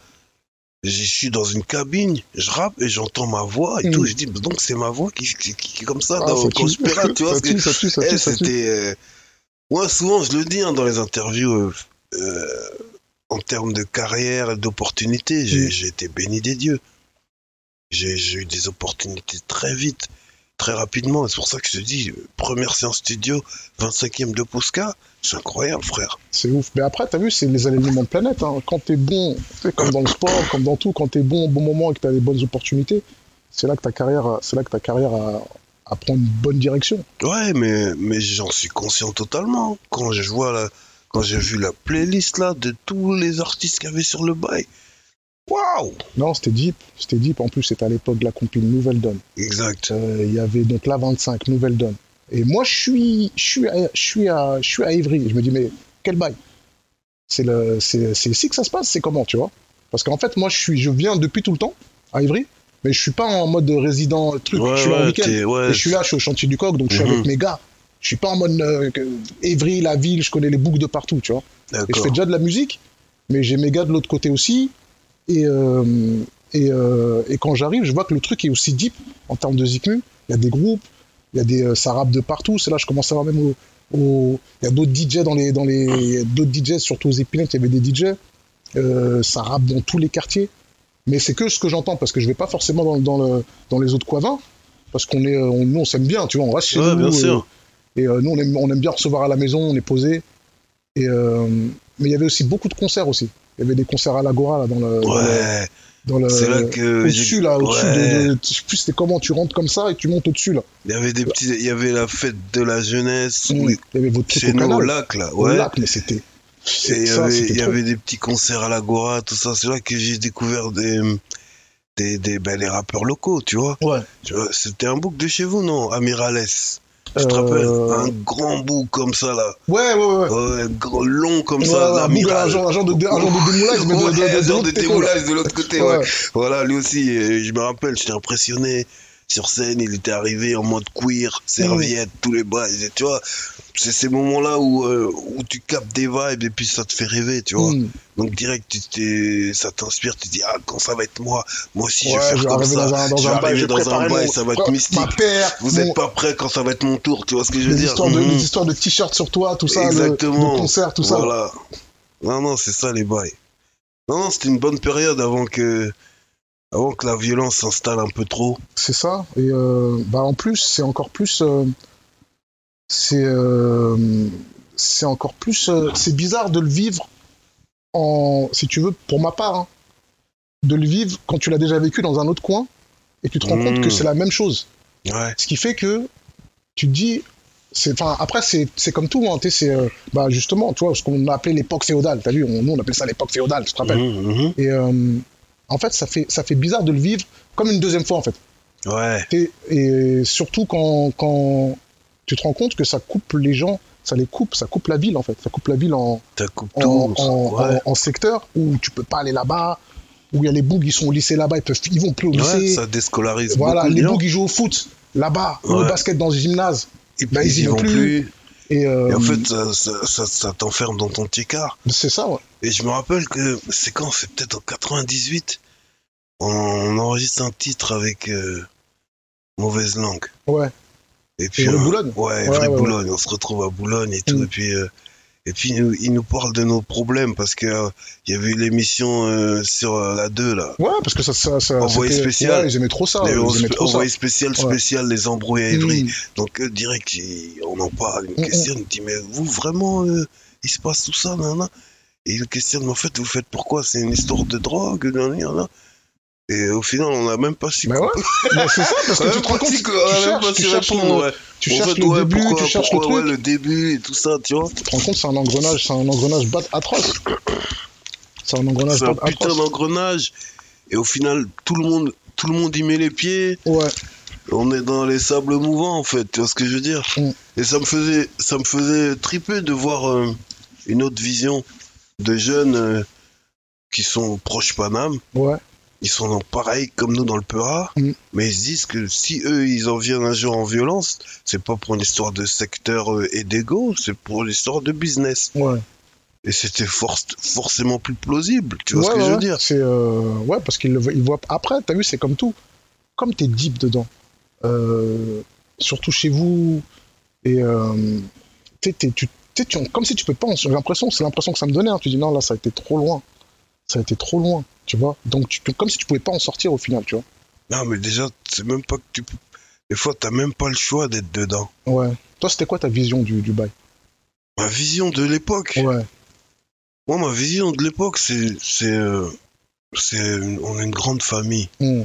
[SPEAKER 2] je suis dans une cabine, je rappe et j'entends ma voix et
[SPEAKER 1] Mm.
[SPEAKER 2] tout. Je dis, donc c'est ma voix qui, qui, qui- qui est comme ça
[SPEAKER 1] Ah,
[SPEAKER 2] dans,
[SPEAKER 1] ça
[SPEAKER 2] quand
[SPEAKER 1] tue.
[SPEAKER 2] je pirate, tu vois.
[SPEAKER 1] Ça
[SPEAKER 2] parce que-
[SPEAKER 1] tue, ça tue, ça
[SPEAKER 2] eh,
[SPEAKER 1] tue, ça tue.
[SPEAKER 2] c'était. euh, Moi, souvent, je le dis hein, dans les interviews, euh, euh, en termes de carrière et d'opportunités, j'ai
[SPEAKER 1] Mm.
[SPEAKER 2] j'ai été béni des dieux. J'ai j'ai eu des opportunités très vite, très rapidement. C'est pour ça que je te dis, euh, première séance studio, 25e de Posca, c'est incroyable, frère.
[SPEAKER 1] C'est ouf. Mais après, t'as vu, c'est les alignements de planète. Hein. Quand t'es bon, tu sais, comme dans le sport, comme dans tout, quand t'es bon au bon moment et que t'as les bonnes opportunités, c'est là que ta carrière, c'est là que ta carrière a, a prend une bonne direction.
[SPEAKER 2] Ouais, mais, mais j'en suis conscient totalement. Quand je vois la, quand j'ai vu la playlist là de tous les artistes qu'il y avait sur le bail, waouh!
[SPEAKER 1] Non, c'était deep, c'était deep. En plus, c'était à l'époque de la compil Nouvelle Donne.
[SPEAKER 2] Exact.
[SPEAKER 1] Euh, Il y avait donc la 25 Nouvelle Donne. Et moi, je suis, je suis, à, je suis à, je suis à Ivry. Je me dis, mais quel bail C'est le, c'est, c'est ici que ça se passe. C'est comment, tu vois Parce qu'en fait, moi, je suis, je viens depuis tout le temps à Ivry, mais je suis pas en mode résident truc. je suis là en week-end.
[SPEAKER 2] t'es- ouais,
[SPEAKER 1] Et je suis là, je suis au chantier du coq, donc je suis
[SPEAKER 2] Mhm.
[SPEAKER 1] avec mes gars. Je suis pas en mode euh, que- Évry, la ville, je connais les boucles de partout, tu vois. Et je
[SPEAKER 2] d'accord.
[SPEAKER 1] fais déjà de la musique, mais j'ai mes gars de l'autre côté aussi. Et, euh, et, euh, et quand j'arrive, je vois que le truc est aussi deep en termes de zikmu. Il y a des groupes, il y a des euh, ça rappe de partout. C'est là que je commence à voir même au, au- il y a d'autres DJ dans les dans les d'autres DJ surtout aux épinettes. Il y avait des DJ. Euh, ça rappe dans tous les quartiers. Mais c'est que ce que j'entends parce que je vais pas forcément dans, dans le dans les autres coins parce qu'on est euh, on, nous on s'aime bien, tu vois. On reste chez
[SPEAKER 2] Ouais,
[SPEAKER 1] nous.
[SPEAKER 2] bien
[SPEAKER 1] euh,
[SPEAKER 2] sûr.
[SPEAKER 1] et euh, nous, on aime, on aime bien recevoir à la maison, on est posé. Et, euh, mais il y avait aussi beaucoup de concerts aussi. Il y avait des concerts à l'Agora, là, dans le. dans le-
[SPEAKER 2] Ouais.
[SPEAKER 1] Dans le,
[SPEAKER 2] C'est là que
[SPEAKER 1] euh, Au-dessus, là, au-dessus
[SPEAKER 2] Ouais.
[SPEAKER 1] de, de- Je sais plus, c'était comment, tu rentres comme ça et tu montes au-dessus, là.
[SPEAKER 2] il y avait des petits, il y avait la fête de la jeunesse
[SPEAKER 1] Il y avait votre truc
[SPEAKER 2] chez
[SPEAKER 1] au
[SPEAKER 2] nous au
[SPEAKER 1] canal.
[SPEAKER 2] lac là,
[SPEAKER 1] Au
[SPEAKER 2] ouais.
[SPEAKER 1] lac, mais c'était.
[SPEAKER 2] Et il y
[SPEAKER 1] ça,
[SPEAKER 2] avait,
[SPEAKER 1] c'était
[SPEAKER 2] il y
[SPEAKER 1] trop.
[SPEAKER 2] avait des petits concerts à l'agora, tout ça. C'est là que j'ai découvert des, des, des, ben, les rappeurs locaux, tu vois.
[SPEAKER 1] Ouais.
[SPEAKER 2] Tu vois, C'était un bouc de chez vous, non, Amirales. Tu te
[SPEAKER 1] Euh,
[SPEAKER 2] rappelles Un grand bouc comme ça là,
[SPEAKER 1] Ouais, ouais, ouais. ouais.
[SPEAKER 2] ouais, grand, long comme
[SPEAKER 1] Ouais,
[SPEAKER 2] ça,
[SPEAKER 1] ouais, un bouc,
[SPEAKER 2] l'amiral.
[SPEAKER 1] un genre, un genre de, dé- un genre de démoulage, mais de, de, de,
[SPEAKER 2] Ouais,
[SPEAKER 1] de, l'autre
[SPEAKER 2] genre de
[SPEAKER 1] côté, là.
[SPEAKER 2] démoulage de l'autre côté, ouais.
[SPEAKER 1] Ouais.
[SPEAKER 2] Voilà, lui aussi, euh, je me rappelle, j'étais impressionné. Sur scène, il était arrivé en mode queer, serviette, tous les bras. et Tu vois, c'est ces moments-là où, euh, où tu captes des vibes et puis ça te fait rêver, tu vois.
[SPEAKER 1] Mm.
[SPEAKER 2] Donc direct, tu t'es- ça t'inspire, tu te dis, ah, quand ça va être moi, moi aussi, je
[SPEAKER 1] Ouais,
[SPEAKER 2] vais faire
[SPEAKER 1] je vais
[SPEAKER 2] comme
[SPEAKER 1] arriver
[SPEAKER 2] ça.
[SPEAKER 1] dans un, dans
[SPEAKER 2] je vais
[SPEAKER 1] un bail,
[SPEAKER 2] arriver
[SPEAKER 1] je
[SPEAKER 2] dans un
[SPEAKER 1] préparerai
[SPEAKER 2] bail,
[SPEAKER 1] mon-
[SPEAKER 2] ça va être
[SPEAKER 1] ma
[SPEAKER 2] mystique.
[SPEAKER 1] paire,
[SPEAKER 2] Vous
[SPEAKER 1] mon-
[SPEAKER 2] n'êtes pas prêt quand ça va être mon tour, tu vois ce que je veux
[SPEAKER 1] les
[SPEAKER 2] dire
[SPEAKER 1] histoires de,
[SPEAKER 2] Mhm.
[SPEAKER 1] les histoires de t-shirts sur toi, tout ça, le,
[SPEAKER 2] Exactement.
[SPEAKER 1] le concert, tout ça.
[SPEAKER 2] Voilà. Non, non, c'est ça les bails. Non, non, c'était une bonne période avant que, avant que la violence s'installe un peu trop.
[SPEAKER 1] C'est ça. Et euh, bah en plus, c'est encore plus. euh, c'est euh, c'est encore plus. euh, c'est bizarre de le vivre en, si tu veux, pour ma part, hein, de le vivre quand tu l'as déjà vécu dans un autre coin et tu te rends compte
[SPEAKER 2] Mmh.
[SPEAKER 1] que c'est la même chose.
[SPEAKER 2] Ouais.
[SPEAKER 1] Ce qui fait que tu te dis, c'est- enfin, après, c'est c'est comme tout, hein, tu sais, c'est euh, bah, justement, tu vois, ce qu'on appelait l'époque féodale. T'as vu, on, nous, on appelait ça l'époque féodale, tu te rappelles.
[SPEAKER 2] Mhm, mhm.
[SPEAKER 1] Et euh, en fait, ça fait, ça fait bizarre de le vivre comme une deuxième fois, en fait.
[SPEAKER 2] Ouais,
[SPEAKER 1] Et, et surtout quand, quand tu te rends compte que ça coupe les gens, ça les coupe, ça coupe la ville, en fait. Ça coupe la ville en,
[SPEAKER 2] ça coupe
[SPEAKER 1] en,
[SPEAKER 2] tout.
[SPEAKER 1] en-
[SPEAKER 2] ouais.
[SPEAKER 1] en- en secteur où tu peux pas aller là-bas, où il y a les bougs, ils sont au lycée là-bas, ils, peuvent, ils vont plus au
[SPEAKER 2] Ouais,
[SPEAKER 1] lycée.
[SPEAKER 2] ça déscolarise
[SPEAKER 1] voilà,
[SPEAKER 2] beaucoup de
[SPEAKER 1] les
[SPEAKER 2] gens.
[SPEAKER 1] bougs, ils jouent au foot là-bas, ou au
[SPEAKER 2] Ouais.
[SPEAKER 1] basket dans le gymnase.
[SPEAKER 2] Et
[SPEAKER 1] bah,
[SPEAKER 2] puis,
[SPEAKER 1] ils y vont plus. Et, euh,
[SPEAKER 2] Et en fait, ça, ça- ça- ça t'enferme dans ton petit quart.
[SPEAKER 1] c'est ça, ouais.
[SPEAKER 2] Et je me rappelle que c'est quand C'est peut-être en 98. On, on enregistre un titre avec euh, Mauvaise Langue.
[SPEAKER 1] Ouais.
[SPEAKER 2] Et puis,
[SPEAKER 1] Et
[SPEAKER 2] euh,
[SPEAKER 1] Boulogne.
[SPEAKER 2] Ouais,
[SPEAKER 1] Ouais,
[SPEAKER 2] vrai
[SPEAKER 1] ouais,
[SPEAKER 2] Boulogne. On se retrouve à Boulogne et tout.
[SPEAKER 1] Mm.
[SPEAKER 2] Et puis, euh, et puis ils, nous, ils nous parlent de nos problèmes parce que euh, il y avait eu l'émission euh, sur euh, la 2 là.
[SPEAKER 1] Ouais, parce que ça. ça, ça
[SPEAKER 2] Envoyé
[SPEAKER 1] c'était-
[SPEAKER 2] spécial.
[SPEAKER 1] Ouais, ils aimaient trop ça.
[SPEAKER 2] les
[SPEAKER 1] ils aimaient trop ça.
[SPEAKER 2] envoyés spécial,
[SPEAKER 1] Ouais.
[SPEAKER 2] spécial, les embrouilles à Ivry.
[SPEAKER 1] Mm.
[SPEAKER 2] Donc, euh, direct, il- on en parle, il
[SPEAKER 1] Mm,
[SPEAKER 2] me questionne, il me dit, mais vous, vraiment, euh, il se passe tout ça, nanana Et il me questionne, mais en fait, vous faites pourquoi C'est une histoire de drogue, nanana, nanana Et au final, on n'a même pas su...
[SPEAKER 1] Mais Bah ouais, mais c'est ça, parce
[SPEAKER 2] On a
[SPEAKER 1] que tu
[SPEAKER 2] même
[SPEAKER 1] te
[SPEAKER 2] pas
[SPEAKER 1] rends compte,
[SPEAKER 2] su-
[SPEAKER 1] tu
[SPEAKER 2] on a même
[SPEAKER 1] cherches,
[SPEAKER 2] pas
[SPEAKER 1] tu
[SPEAKER 2] su
[SPEAKER 1] cherches
[SPEAKER 2] répondre,
[SPEAKER 1] le-
[SPEAKER 2] ouais.
[SPEAKER 1] tu
[SPEAKER 2] En
[SPEAKER 1] cherches
[SPEAKER 2] fait,
[SPEAKER 1] le
[SPEAKER 2] ouais,
[SPEAKER 1] début,
[SPEAKER 2] pourquoi-
[SPEAKER 1] tu cherches le
[SPEAKER 2] pourquoi, ouais,
[SPEAKER 1] truc.
[SPEAKER 2] le début et tout ça, tu vois.
[SPEAKER 1] Tu te rends compte, c'est un engrenage, c'est un engrenage bat atroce. C'est un engrenage
[SPEAKER 2] C'est un
[SPEAKER 1] bat
[SPEAKER 2] putain
[SPEAKER 1] atroce.
[SPEAKER 2] d'engrenage. Et au final, tout le monde... Tout le monde y met les pieds,
[SPEAKER 1] Ouais,
[SPEAKER 2] on est dans les sables mouvants en fait, tu vois ce que je veux dire
[SPEAKER 1] Mm.
[SPEAKER 2] Et ça me faisait ça me faisait triper de voir euh, une autre vision de jeunes euh, qui sont proches Paname,
[SPEAKER 1] ouais,
[SPEAKER 2] ils sont dans- pareil comme nous dans le Peura,
[SPEAKER 1] Mm.
[SPEAKER 2] mais ils se disent que si eux ils en viennent un jour en violence, c'est pas pour une histoire de secteur euh, et d'ego, c'est pour une histoire de business.
[SPEAKER 1] ouais.
[SPEAKER 2] Et c'était for- forcément plus plausible, tu vois
[SPEAKER 1] ouais,
[SPEAKER 2] ce que
[SPEAKER 1] ouais,
[SPEAKER 2] je veux
[SPEAKER 1] ouais.
[SPEAKER 2] dire
[SPEAKER 1] C'est, euh, ouais, parce qu'il le voit- il voit. Après, t'as vu, c'est comme tout. Comme t'es deep dedans, euh, surtout chez vous, et euh, t'es- t'es- tu, t'es- tu- comme si tu peux pas. en- J'ai l'impression, c'est l'impression que ça me donnait. hein. Tu dis non, là, ça a été trop loin. Ça a été trop loin, tu vois. Donc, tu, comme si tu pouvais pas en sortir au final, tu vois.
[SPEAKER 2] Non mais déjà, c'est même pas que tu peux... Des fois, t'as même pas le choix d'être dedans.
[SPEAKER 1] Ouais. Toi, c'était quoi ta vision du, du bail
[SPEAKER 2] Ma vision de l'époque,
[SPEAKER 1] Ouais,
[SPEAKER 2] Moi, ma vision de l'époque, c'est. c'est, euh, c'est- on est une grande famille.
[SPEAKER 1] Mm.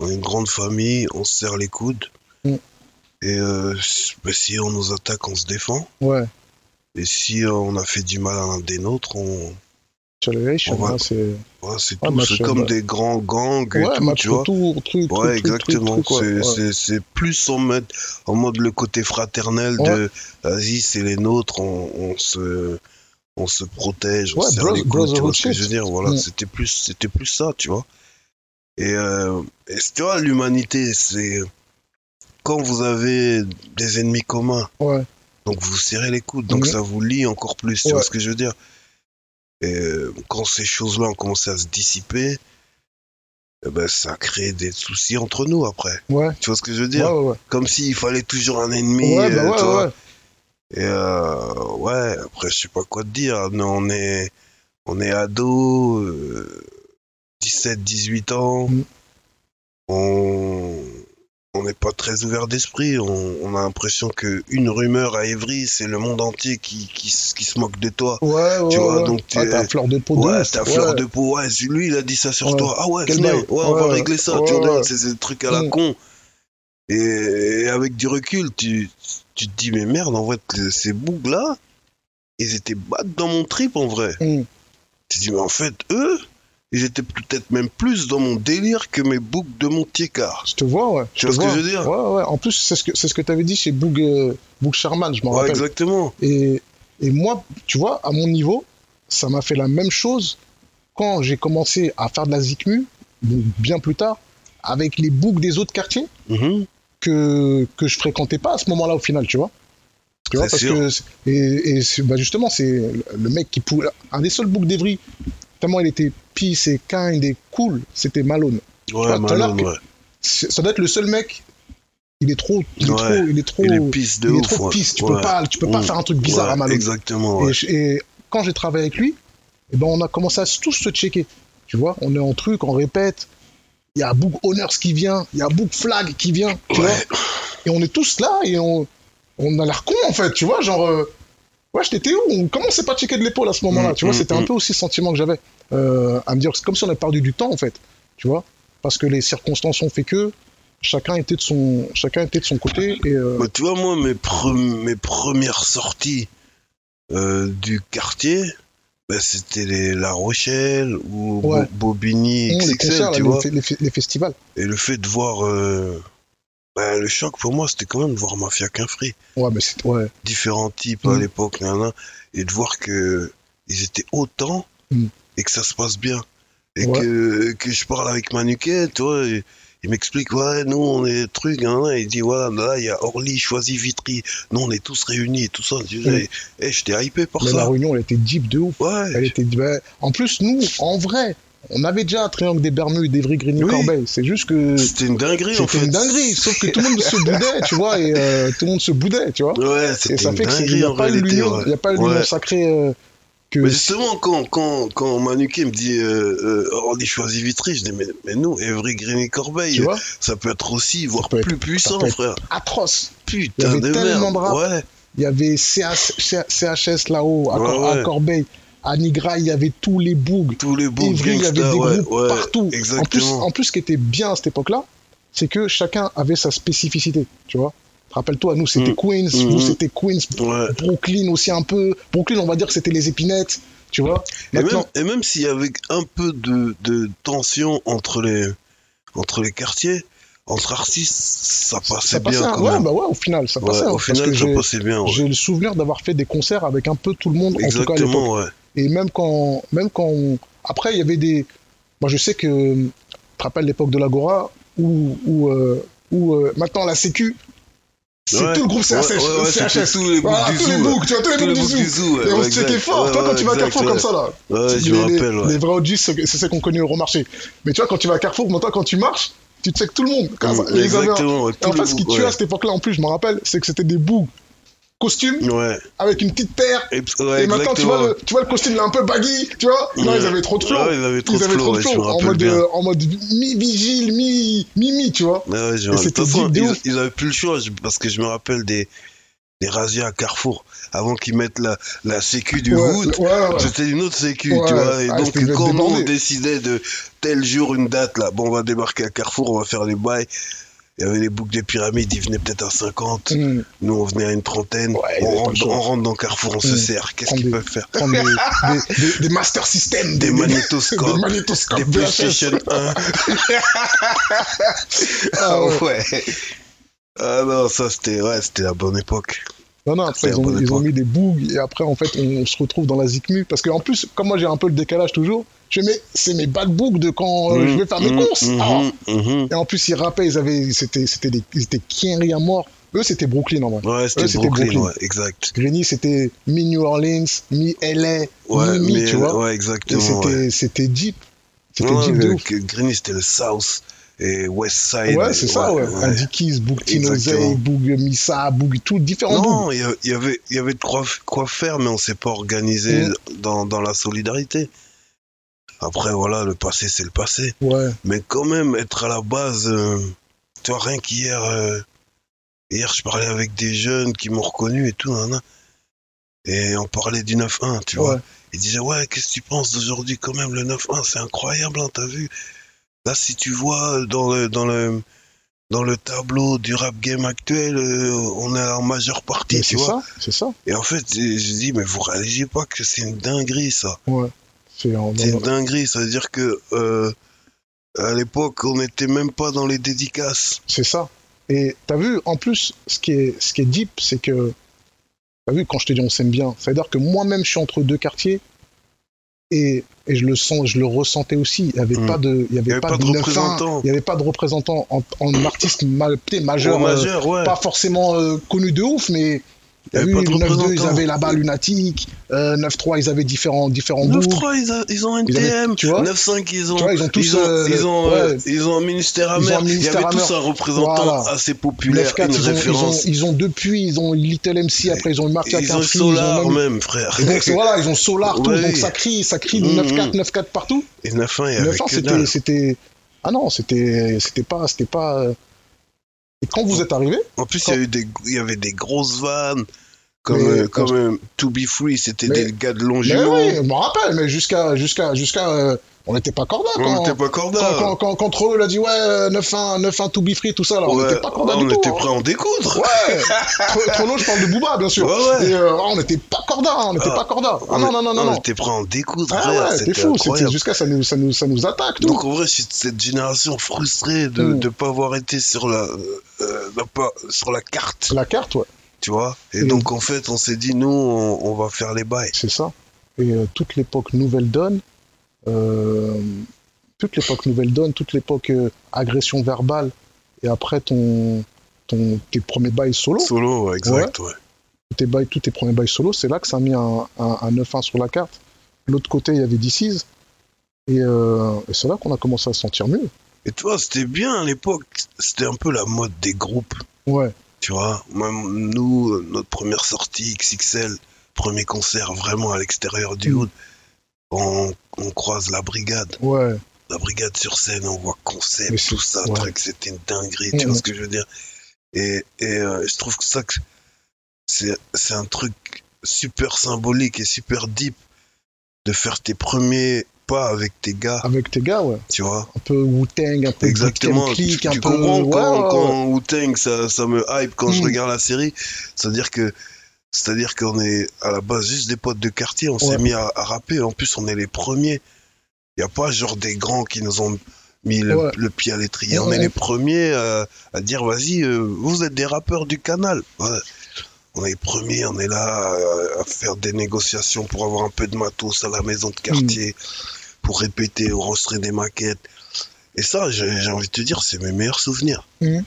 [SPEAKER 2] On est une grande famille, on se serre les coudes.
[SPEAKER 1] Mm.
[SPEAKER 2] Et euh, si- bah, si on nous attaque, on se défend.
[SPEAKER 1] ouais.
[SPEAKER 2] Et si euh, on a fait du mal à l'un des nôtres, on.
[SPEAKER 1] Challenge,
[SPEAKER 2] On va-
[SPEAKER 1] hein, c'est. Ouais,
[SPEAKER 2] voilà, c'est
[SPEAKER 1] Ouais,
[SPEAKER 2] tout.
[SPEAKER 1] match,
[SPEAKER 2] C'est
[SPEAKER 1] euh,
[SPEAKER 2] comme
[SPEAKER 1] bah-
[SPEAKER 2] des grands gangs et tout,
[SPEAKER 1] match
[SPEAKER 2] tu vois.
[SPEAKER 1] retour, truc, truc,
[SPEAKER 2] Ouais,
[SPEAKER 1] truc,
[SPEAKER 2] exactement.
[SPEAKER 1] truc, truc, ouais,
[SPEAKER 2] C'est-
[SPEAKER 1] ouais.
[SPEAKER 2] c'est- c'est plus en mode, en mode le côté fraternel de vas-y, c'est les nôtres, on, on se, on se protège, on
[SPEAKER 1] Ouais,
[SPEAKER 2] se serre
[SPEAKER 1] bro-
[SPEAKER 2] les coudes, tu vois
[SPEAKER 1] brotherhood
[SPEAKER 2] ce que je
[SPEAKER 1] shit.
[SPEAKER 2] veux dire. Voilà,
[SPEAKER 1] Mm.
[SPEAKER 2] c'était plus, c'était plus ça, tu vois. Et, euh, et tu vois, l'humanité, c'est quand vous avez des ennemis communs,
[SPEAKER 1] Ouais.
[SPEAKER 2] donc vous serrez les coudes, donc
[SPEAKER 1] Mhm.
[SPEAKER 2] ça vous lie encore plus, tu
[SPEAKER 1] Ouais.
[SPEAKER 2] vois ce que je veux dire. Et euh, quand ces choses-là ont commencé à se dissiper, eh ben, ça crée des soucis entre nous après.
[SPEAKER 1] Ouais.
[SPEAKER 2] Tu vois ce que je veux
[SPEAKER 1] Ouais,
[SPEAKER 2] dire
[SPEAKER 1] ouais, ouais.
[SPEAKER 2] Comme s'il fallait toujours un ennemi.
[SPEAKER 1] Ouais, bah
[SPEAKER 2] euh, tu
[SPEAKER 1] ouais,
[SPEAKER 2] vois.
[SPEAKER 1] ouais.
[SPEAKER 2] Et euh, ouais, après, je sais pas quoi te dire. Nous, on est, on est ados, euh, 17, 18 ans.
[SPEAKER 1] Mhm.
[SPEAKER 2] On. On n'est pas très ouvert d'esprit. On, on a l'impression que une rumeur à Évry, c'est le monde entier qui, qui, s- qui se moque de toi.
[SPEAKER 1] Ouais, ouais.
[SPEAKER 2] Tu vois,
[SPEAKER 1] ouais.
[SPEAKER 2] donc
[SPEAKER 1] Ah,
[SPEAKER 2] t'es-
[SPEAKER 1] t'as fleur de peau de
[SPEAKER 2] Ouais,
[SPEAKER 1] ouf,
[SPEAKER 2] ta
[SPEAKER 1] ouais.
[SPEAKER 2] fleur de peau. Ouais, c'est lui, il a dit ça sur
[SPEAKER 1] Ouais.
[SPEAKER 2] toi. Ah ouais,
[SPEAKER 1] Quel
[SPEAKER 2] venez,
[SPEAKER 1] bail.
[SPEAKER 2] ouais, on va
[SPEAKER 1] Ouais,
[SPEAKER 2] régler ça.
[SPEAKER 1] ouais,
[SPEAKER 2] tu
[SPEAKER 1] ouais.
[SPEAKER 2] regardes, c'est des trucs à la
[SPEAKER 1] Mm.
[SPEAKER 2] con. Et, et avec du recul, tu, tu te dis, mais merde, en fait, le- ces bougs-là, ils étaient bad dans mon trip, en vrai.
[SPEAKER 1] Mm.
[SPEAKER 2] Tu te dis, mais en fait, eux, ils étaient peut-être même plus dans mon délire que mes bougs de mon ticard.
[SPEAKER 1] Je te vois, ouais.
[SPEAKER 2] Tu
[SPEAKER 1] te
[SPEAKER 2] vois ce que
[SPEAKER 1] vois.
[SPEAKER 2] je veux dire
[SPEAKER 1] Ouais, ouais. En plus, c'est ce que c'est ce que t'avais dit chez Boog euh, Boog Sherman, je m'en
[SPEAKER 2] Ouais,
[SPEAKER 1] rappelle.
[SPEAKER 2] exactement.
[SPEAKER 1] Et et moi, tu vois, à mon niveau, ça m'a fait la même chose quand j'ai commencé à faire de la zikmu, donc bien plus tard, avec les bougs des autres quartiers
[SPEAKER 2] Mhm.
[SPEAKER 1] que que je fréquentais pas à ce moment-là au final, tu vois. Tu vois,
[SPEAKER 2] C'est
[SPEAKER 1] parce
[SPEAKER 2] sûr.
[SPEAKER 1] que c'est- et, et c'est- bah justement, c'est le- le mec qui pou... un des seuls boucs d'Evry, tellement il était peace et kind et cool, c'était Malone.
[SPEAKER 2] Ouais,
[SPEAKER 1] vois,
[SPEAKER 2] Malone,
[SPEAKER 1] t'as
[SPEAKER 2] ouais.
[SPEAKER 1] c'est- ça doit être le seul mec. Il est trop, il est
[SPEAKER 2] Ouais.
[SPEAKER 1] trop, il est trop,
[SPEAKER 2] Il est pisse de
[SPEAKER 1] il est
[SPEAKER 2] ouf.
[SPEAKER 1] trop
[SPEAKER 2] ouais.
[SPEAKER 1] pisse. Tu
[SPEAKER 2] Ouais.
[SPEAKER 1] peux pas, tu peux pas
[SPEAKER 2] Mm.
[SPEAKER 1] faire un truc bizarre
[SPEAKER 2] Ouais,
[SPEAKER 1] à Malone.
[SPEAKER 2] Exactement, ouais.
[SPEAKER 1] Et, je- et quand j'ai travaillé avec lui, eh ben on a commencé à s- tous se checker. Tu vois, on est en truc, on répète. Il y a Book Honors qui vient, il y a Book Flag qui vient. Tu vois,
[SPEAKER 2] Ouais.
[SPEAKER 1] et on est tous là et on, on a l'air con en fait. Tu vois, genre, euh, ouais, t'étais où Comment on s'est pas checké de l'épaule à ce moment-là
[SPEAKER 2] Mm,
[SPEAKER 1] Tu vois,
[SPEAKER 2] mm,
[SPEAKER 1] c'était un
[SPEAKER 2] mm.
[SPEAKER 1] peu aussi le sentiment que j'avais euh, à me dire, c'est comme si on avait perdu du temps en fait. Tu vois, parce que les circonstances ont fait que chacun était de son, chacun était de son côté. Et, euh,
[SPEAKER 2] Bah, tu vois, moi, mes, pre- mes premières sorties euh, du quartier, bah, c'était les La Rochelle ou Bo-
[SPEAKER 1] Ouais.
[SPEAKER 2] Bobigny
[SPEAKER 1] bon, les
[SPEAKER 2] XXL,
[SPEAKER 1] concerts, là,
[SPEAKER 2] tu
[SPEAKER 1] les,
[SPEAKER 2] vois.
[SPEAKER 1] fe- les fe- les festivals.
[SPEAKER 2] Et le fait de voir. euh, bah, le choc pour moi, c'était quand même de voir Mafia Quinfree.
[SPEAKER 1] Ouais, mais c'est ouais.
[SPEAKER 2] Différents types hein, à
[SPEAKER 1] Mm.
[SPEAKER 2] l'époque, nanana, et de voir que ils étaient autant
[SPEAKER 1] Mm.
[SPEAKER 2] et que ça se passe bien. Et
[SPEAKER 1] Ouais.
[SPEAKER 2] que, que je parle avec Manuquet, tu vois, et il m'explique, ouais, nous, on est truc, nanana, il dit, voilà, là, il y a Orly, Choisy, Vitry, nous, on est tous réunis, et tout ça. Je disais, Eh, j'étais hypé par
[SPEAKER 1] Mm. Mais la
[SPEAKER 2] ça.
[SPEAKER 1] réunion, elle était deep de ouf.
[SPEAKER 2] Ouais,
[SPEAKER 1] Elle était, ben, en plus, nous, en vrai, on avait déjà un triangle des Bermudes, d'Evry, Grigny,
[SPEAKER 2] Oui.
[SPEAKER 1] Corbeil. C'est juste que
[SPEAKER 2] c'était une dinguerie, en
[SPEAKER 1] c'était
[SPEAKER 2] fait.
[SPEAKER 1] une dinguerie. Sauf que tout le monde se boudait, tu vois, et euh, tout le monde se boudait, tu vois.
[SPEAKER 2] Ouais,
[SPEAKER 1] Et
[SPEAKER 2] c'était
[SPEAKER 1] ça
[SPEAKER 2] une
[SPEAKER 1] fait qu'il n'y
[SPEAKER 2] dinguerie,
[SPEAKER 1] a,
[SPEAKER 2] en
[SPEAKER 1] pas eu
[SPEAKER 2] réalité.
[SPEAKER 1] l'union-
[SPEAKER 2] ouais.
[SPEAKER 1] il y a pas eu l'union
[SPEAKER 2] Ouais.
[SPEAKER 1] sacrée euh, que.
[SPEAKER 2] Mais justement, quand, quand, quand Manuquet me dit euh, euh, Orly choisit Vitry, je dis mais, mais nous, Evry Grigny
[SPEAKER 1] tu
[SPEAKER 2] Corbeil,
[SPEAKER 1] vois,
[SPEAKER 2] ça peut être aussi, voire
[SPEAKER 1] peut être-
[SPEAKER 2] plus puissant,
[SPEAKER 1] peut être-
[SPEAKER 2] frère.
[SPEAKER 1] atroce. Il y
[SPEAKER 2] Putain
[SPEAKER 1] avait
[SPEAKER 2] de
[SPEAKER 1] tellement
[SPEAKER 2] merde.
[SPEAKER 1] de rap.
[SPEAKER 2] Ouais,
[SPEAKER 1] Il y avait CH, CHS là-haut, à,
[SPEAKER 2] Ouais,
[SPEAKER 1] Cor- à
[SPEAKER 2] ouais.
[SPEAKER 1] Corbeil, à Nigra, il y avait tous les bougs.
[SPEAKER 2] tous les bons
[SPEAKER 1] Evry, il y
[SPEAKER 2] gangsters,
[SPEAKER 1] avait des
[SPEAKER 2] ouais,
[SPEAKER 1] groupes
[SPEAKER 2] ouais,
[SPEAKER 1] partout. En plus,
[SPEAKER 2] Exactement.
[SPEAKER 1] en plus, ce qui était bien à cette époque-là, c'est que chacun avait sa spécificité, tu vois. Rappelle-toi, nous c'était
[SPEAKER 2] Mm.
[SPEAKER 1] Queens,
[SPEAKER 2] Mhm.
[SPEAKER 1] nous c'était Queens,
[SPEAKER 2] Ouais.
[SPEAKER 1] Brooklyn aussi un peu. Brooklyn, on va dire que c'était les épinettes, tu vois.
[SPEAKER 2] Et même,
[SPEAKER 1] Maintenant,
[SPEAKER 2] et même s'il y avait un peu de, de tension entre les, entre les quartiers, entre artistes, ça passait
[SPEAKER 1] ça passait.
[SPEAKER 2] bien
[SPEAKER 1] hein.
[SPEAKER 2] quand
[SPEAKER 1] ouais,
[SPEAKER 2] même.
[SPEAKER 1] bah ouais, au final, ça
[SPEAKER 2] Ouais,
[SPEAKER 1] passait. hein,
[SPEAKER 2] au
[SPEAKER 1] parce
[SPEAKER 2] final,
[SPEAKER 1] que
[SPEAKER 2] ça
[SPEAKER 1] j'ai-
[SPEAKER 2] passait bien. ouais.
[SPEAKER 1] j'ai le souvenir d'avoir fait des concerts avec un peu tout le monde, en tout cas à l'époque.
[SPEAKER 2] Exactement, ouais.
[SPEAKER 1] Et même quand, même quand on- Après, il y avait des. Moi, je sais que. Tu te rappelles l'époque de l'Agora où, où, euh, où, euh, maintenant la Sécu, c'est
[SPEAKER 2] Ouais.
[SPEAKER 1] tout le groupe
[SPEAKER 2] Ouais,
[SPEAKER 1] CHS.
[SPEAKER 2] ouais, ouais, c'était
[SPEAKER 1] CHS.
[SPEAKER 2] tous les boucs
[SPEAKER 1] Voilà,
[SPEAKER 2] du
[SPEAKER 1] Ah, tous les
[SPEAKER 2] zoo, ouais.
[SPEAKER 1] boucs, tu vois, tous les
[SPEAKER 2] Tous
[SPEAKER 1] boucs
[SPEAKER 2] les
[SPEAKER 1] du
[SPEAKER 2] boucs
[SPEAKER 1] zoo.
[SPEAKER 2] du zoo, ouais,
[SPEAKER 1] Et on
[SPEAKER 2] ouais,
[SPEAKER 1] se checkait
[SPEAKER 2] exact.
[SPEAKER 1] fort.
[SPEAKER 2] Ouais,
[SPEAKER 1] Toi, quand
[SPEAKER 2] ouais,
[SPEAKER 1] tu vas à
[SPEAKER 2] exact,
[SPEAKER 1] Carrefour
[SPEAKER 2] ouais.
[SPEAKER 1] comme ça, là.
[SPEAKER 2] Ouais, je
[SPEAKER 1] les,
[SPEAKER 2] me rappelle, ouais.
[SPEAKER 1] les vrais OG, c'est c'est ceux qu'on connaît au remarché. Mais tu vois, quand tu vas à Carrefour, maintenant, quand tu marches, tu checkes tout le monde. Quand
[SPEAKER 2] Mm,
[SPEAKER 1] ça- les avait-
[SPEAKER 2] Exactement, ouais,
[SPEAKER 1] Et en
[SPEAKER 2] tous
[SPEAKER 1] fait,
[SPEAKER 2] les
[SPEAKER 1] ce qui
[SPEAKER 2] boucs,
[SPEAKER 1] tue à
[SPEAKER 2] ouais.
[SPEAKER 1] cette époque-là, en plus, je me rappelle, c'est que c'était des boucs costumes
[SPEAKER 2] Ouais.
[SPEAKER 1] avec une petite paire.
[SPEAKER 2] Et, ouais,
[SPEAKER 1] et maintenant, tu vois,
[SPEAKER 2] exactement.
[SPEAKER 1] le, tu vois le costume, il est un peu baggy, tu vois. Non, ils avaient trop de flow.
[SPEAKER 2] Ouais, ils avaient trop
[SPEAKER 1] ils
[SPEAKER 2] de
[SPEAKER 1] avaient
[SPEAKER 2] flow,
[SPEAKER 1] trop de
[SPEAKER 2] ouais, je
[SPEAKER 1] flow,
[SPEAKER 2] me
[SPEAKER 1] en
[SPEAKER 2] rappelle
[SPEAKER 1] mode,
[SPEAKER 2] bien.
[SPEAKER 1] euh, en mode mi-vigile, mi- mi-mi, tu vois.
[SPEAKER 2] Ouais, ouais, je me
[SPEAKER 1] et
[SPEAKER 2] rappelle. De
[SPEAKER 1] c'était
[SPEAKER 2] toute façon,
[SPEAKER 1] deep de
[SPEAKER 2] ils,
[SPEAKER 1] ouf.
[SPEAKER 2] ils avaient plus le choix, je- parce que je me rappelle des, des razzias à Carrefour, avant qu'ils mettent la, la sécu du
[SPEAKER 1] ouais,
[SPEAKER 2] hood.
[SPEAKER 1] ouais, ouais.
[SPEAKER 2] C'était une autre sécu,
[SPEAKER 1] Ouais,
[SPEAKER 2] tu vois. Et
[SPEAKER 1] ah,
[SPEAKER 2] donc,
[SPEAKER 1] c'était une
[SPEAKER 2] quand on
[SPEAKER 1] débandée.
[SPEAKER 2] décidait de tel jour, une date, là, bon, on va débarquer à Carrefour, on va faire les bails. Il y avait les boucs des pyramides, ils venaient peut-être à 50.
[SPEAKER 1] Mm.
[SPEAKER 2] Nous, on venait à une trentaine.
[SPEAKER 1] Ouais, ils
[SPEAKER 2] on,
[SPEAKER 1] avaient pas le
[SPEAKER 2] rentre,
[SPEAKER 1] choix.
[SPEAKER 2] on rentre dans Carrefour, on se
[SPEAKER 1] Mm.
[SPEAKER 2] sert. Qu'est-ce
[SPEAKER 1] Prendre
[SPEAKER 2] qu'ils
[SPEAKER 1] des-
[SPEAKER 2] peuvent faire
[SPEAKER 1] Prendre des, des, des, des Master System,
[SPEAKER 2] Des
[SPEAKER 1] des
[SPEAKER 2] magnétoscopes,
[SPEAKER 1] magnétoscopes
[SPEAKER 2] des
[SPEAKER 1] VHS.
[SPEAKER 2] PlayStation 1.
[SPEAKER 1] Ah ouais.
[SPEAKER 2] ouais. Ah non, ça, c'était ouais, c'était la bonne époque.
[SPEAKER 1] Non, non, après, ils
[SPEAKER 2] C'était la
[SPEAKER 1] ont,
[SPEAKER 2] bonne
[SPEAKER 1] ils ont
[SPEAKER 2] époque.
[SPEAKER 1] mis des bougs, et après, en fait, on, on se retrouve dans la zikmu. Parce qu'en plus, comme moi, j'ai un peu le décalage toujours, je mets, c'est mes bad bougs de quand euh, je vais faire mes
[SPEAKER 2] Mhm,
[SPEAKER 1] courses.
[SPEAKER 2] mhm,
[SPEAKER 1] Ah.
[SPEAKER 2] mhm.
[SPEAKER 1] Et en plus, ils rappaient, ils avaient, c'était, c'était des, ils étaient Kenry à mort. Eux, c'était Brooklyn, en vrai.
[SPEAKER 2] Ouais, c'était
[SPEAKER 1] Ouais, c'était
[SPEAKER 2] Brooklyn,
[SPEAKER 1] Brooklyn.
[SPEAKER 2] ouais, exact.
[SPEAKER 1] Greeny, c'était mi-New Orleans, mi-LA,
[SPEAKER 2] Ouais,
[SPEAKER 1] mi-Mi,
[SPEAKER 2] mais-
[SPEAKER 1] tu vois.
[SPEAKER 2] ouais,
[SPEAKER 1] Et
[SPEAKER 2] exactement. ouais.
[SPEAKER 1] c'était c'était deep. C'était
[SPEAKER 2] Non,
[SPEAKER 1] deep de
[SPEAKER 2] mais
[SPEAKER 1] ouf.
[SPEAKER 2] que Greeny, c'était le South et West Side.
[SPEAKER 1] Ouais, c'est ça, ouais.
[SPEAKER 2] ouais.
[SPEAKER 1] Andy Keys, Boog Tinozei,
[SPEAKER 2] Exactement.
[SPEAKER 1] Boog Missa, Boog, tout différents bougs.
[SPEAKER 2] Non, il y, a- il y avait, il y avait de quoi, quoi faire, mais on s'est pas organisé
[SPEAKER 1] Mhm.
[SPEAKER 2] dans, dans la solidarité. Après, voilà, le passé, c'est le passé.
[SPEAKER 1] Ouais,
[SPEAKER 2] Mais quand même, être à la base, euh, tu vois, rien qu'hier, euh, hier, je parlais avec des jeunes qui m'ont reconnu et tout, nanana. et on parlait du 9-1, tu vois.
[SPEAKER 1] Ouais.
[SPEAKER 2] Ils disaient, ouais, qu'est-ce que tu penses d'aujourd'hui quand même, le 9-1, c'est incroyable, hein, t'as vu Là, si tu vois euh, dans le, dans le, dans le tableau du rap game actuel, euh, on est en majeure partie,
[SPEAKER 1] mais
[SPEAKER 2] tu
[SPEAKER 1] c'est ça,
[SPEAKER 2] vois.
[SPEAKER 1] c'est ça.
[SPEAKER 2] Et en fait, j'ai j'ai dit, mais vous réalisez pas que c'est une dinguerie, ça.
[SPEAKER 1] C'est en-
[SPEAKER 2] C'est une dinguerie, ça veut dire que euh, à l'époque, on n'était même pas dans les dédicaces.
[SPEAKER 1] C'est ça. Et t'as vu, en plus, ce qui est, ce qui est deep, c'est que. T'as vu, quand je te dis on s'aime bien, ça veut dire que moi-même, je suis entre deux quartiers. Et, et je le sens, je le ressentais aussi. Il n'y avait,
[SPEAKER 2] Mm.
[SPEAKER 1] pas de, il y
[SPEAKER 2] Il n'y
[SPEAKER 1] avait pas de 9-1,
[SPEAKER 2] représentant.
[SPEAKER 1] Il n'y avait pas de représentant en, en artiste mal, peut-être majeur,
[SPEAKER 2] Au
[SPEAKER 1] euh,
[SPEAKER 2] majeur, ouais.
[SPEAKER 1] pas forcément euh, connu de ouf, mais.
[SPEAKER 2] Il
[SPEAKER 1] t'as
[SPEAKER 2] y avait
[SPEAKER 1] vu,
[SPEAKER 2] pas de
[SPEAKER 1] le 9-2, ils
[SPEAKER 2] représentant.
[SPEAKER 1] avaient là-bas Lunatic, euh, 9-3, ils avaient différents, différents bouts.
[SPEAKER 2] 9-3, ils, a- ils ont
[SPEAKER 1] Ils avaient-
[SPEAKER 2] NTM.
[SPEAKER 1] tu vois
[SPEAKER 2] 9-5, ils ont.
[SPEAKER 1] Tu vois, ils ont tous,
[SPEAKER 2] Ils ont,
[SPEAKER 1] euh,
[SPEAKER 2] ils ont,
[SPEAKER 1] ouais.
[SPEAKER 2] euh, ils ont un ministère
[SPEAKER 1] Ils ont
[SPEAKER 2] amer.
[SPEAKER 1] un
[SPEAKER 2] Il y
[SPEAKER 1] ministère
[SPEAKER 2] avait tous
[SPEAKER 1] amer.
[SPEAKER 2] un représentant
[SPEAKER 1] Voilà.
[SPEAKER 2] assez populaire,
[SPEAKER 1] 9-4,
[SPEAKER 2] une
[SPEAKER 1] ils ont, ils, ont,
[SPEAKER 2] référence.
[SPEAKER 1] ils ont depuis, ils ont Little MC, après ils ont eu
[SPEAKER 2] Et
[SPEAKER 1] Mafia
[SPEAKER 2] Ils ont
[SPEAKER 1] Café, ils ont
[SPEAKER 2] Solar
[SPEAKER 1] même-
[SPEAKER 2] même, frère.
[SPEAKER 1] Et donc, c'est- voilà, ils ont Solar, tout,
[SPEAKER 2] Ouais.
[SPEAKER 1] donc ça crie, ça crie
[SPEAKER 2] Mhm.
[SPEAKER 1] 9-4, 9-4 partout.
[SPEAKER 2] Et 9-1, il y avait
[SPEAKER 1] 9 ans,
[SPEAKER 2] que
[SPEAKER 1] c'était,
[SPEAKER 2] dalle.
[SPEAKER 1] c'était. Ah non, c'était, c'était pas, c'était pas. euh, Et quand vous êtes arrivé,
[SPEAKER 2] En plus, il y, a eu des, il y avait des grosses vannes. Comme,
[SPEAKER 1] Mais-
[SPEAKER 2] euh, comme euh, To Be Free, c'était
[SPEAKER 1] Mais-
[SPEAKER 2] des gars de long
[SPEAKER 1] Mais oui,
[SPEAKER 2] jumeau.
[SPEAKER 1] je me rappelle, mais jusqu'à. jusqu'à, jusqu'à euh, on n'était pas corda
[SPEAKER 2] On
[SPEAKER 1] quand.
[SPEAKER 2] n'était pas
[SPEAKER 1] Quand, quand,
[SPEAKER 2] corda.
[SPEAKER 1] quand, quand Trollo l'a dit, ouais, euh, 9-1, 9-1 to be free, tout ça, là, on
[SPEAKER 2] Ouais, Ah,
[SPEAKER 1] n'était pas corda
[SPEAKER 2] on
[SPEAKER 1] du tout.
[SPEAKER 2] était
[SPEAKER 1] hein.
[SPEAKER 2] prêts à en découdre.
[SPEAKER 1] Ouais, Tro- Trollo, je parle de Booba, bien sûr.
[SPEAKER 2] Ouais, ouais.
[SPEAKER 1] Et, euh, ah, on n'était pas corda, hein, on n'était
[SPEAKER 2] Ah,
[SPEAKER 1] pas corda. Ah non, non, non, non,
[SPEAKER 2] On
[SPEAKER 1] non.
[SPEAKER 2] était prêts à en découdre,
[SPEAKER 1] Ah
[SPEAKER 2] frère.
[SPEAKER 1] ouais, c'est
[SPEAKER 2] c'était
[SPEAKER 1] fou, c'était
[SPEAKER 2] incroyable.
[SPEAKER 1] jusqu'à ça nous, ça, nous, ça nous attaque, tout.
[SPEAKER 2] Donc en vrai, je suis de cette génération frustrée de ne
[SPEAKER 1] Mm.
[SPEAKER 2] pas avoir été sur la, euh, euh, la pa- sur la carte,
[SPEAKER 1] la carte, ouais,
[SPEAKER 2] tu vois. Et
[SPEAKER 1] Mm.
[SPEAKER 2] donc en fait, on s'est dit, nous, on, on va faire les bails.
[SPEAKER 1] c'est ça. Et euh, toute l'époque nouvelle donne, euh, toute l'époque nouvelle donne, toute l'époque euh, agression verbale, et après ton, ton, tes premiers bails solo,
[SPEAKER 2] Solo, ouais, exact, ouais.
[SPEAKER 1] tous tes, bails, tous tes premiers bails solo, c'est là que ça a mis un, un, un 9-1 sur la carte. L'autre côté, il y avait DC's. Et, euh, et c'est là qu'on a commencé à se sentir mieux.
[SPEAKER 2] Et tu vois, c'était bien à l'époque. C'était un peu la mode des groupes,
[SPEAKER 1] Ouais,
[SPEAKER 2] tu vois. Même nous, euh, notre première sortie XXL, premier concert vraiment à l'extérieur du
[SPEAKER 1] Mm.
[SPEAKER 2] hood, on, on croise la brigade.
[SPEAKER 1] ouais.
[SPEAKER 2] la brigade sur scène, on voit concept,
[SPEAKER 1] Mais c'est-
[SPEAKER 2] tout ça,
[SPEAKER 1] ouais.
[SPEAKER 2] truc, c'était une dinguerie,
[SPEAKER 1] Ouais,
[SPEAKER 2] tu vois
[SPEAKER 1] ouais.
[SPEAKER 2] ce que je veux dire Et, et euh, je trouve que ça, que c'est c'est un truc super symbolique et super deep de faire tes premiers pas avec tes gars,
[SPEAKER 1] Avec tes gars, ouais.
[SPEAKER 2] tu vois
[SPEAKER 1] Un peu Wu-Tang, un peu
[SPEAKER 2] Exactement,
[SPEAKER 1] Wu-Tang
[SPEAKER 2] tu,
[SPEAKER 1] Click, un
[SPEAKER 2] tu
[SPEAKER 1] peu...
[SPEAKER 2] comprends
[SPEAKER 1] ouais,
[SPEAKER 2] quand,
[SPEAKER 1] ouais, ouais.
[SPEAKER 2] quand Wu-Tang, ça, ça me hype quand je
[SPEAKER 1] Mm.
[SPEAKER 2] regarde la série, c'est-à-dire que c'est-à-dire qu'on est à la base juste des potes de quartier, on
[SPEAKER 1] Ouais.
[SPEAKER 2] s'est mis à, à rapper, en plus on est les premiers. Il n'y a pas genre des grands qui nous ont mis le,
[SPEAKER 1] Ouais.
[SPEAKER 2] le pied à l'étrier, on
[SPEAKER 1] Ouais.
[SPEAKER 2] est les premiers euh, à dire vas-y, euh, vous êtes des rappeurs du canal. Ouais. On est les premiers, on est là euh, à faire des négociations pour avoir un peu de matos à la maison de quartier,
[SPEAKER 1] Hmm.
[SPEAKER 2] pour répéter, enregistrer des maquettes. Et ça, j'ai j'ai envie de te dire, c'est mes meilleurs souvenirs.
[SPEAKER 1] Mhm.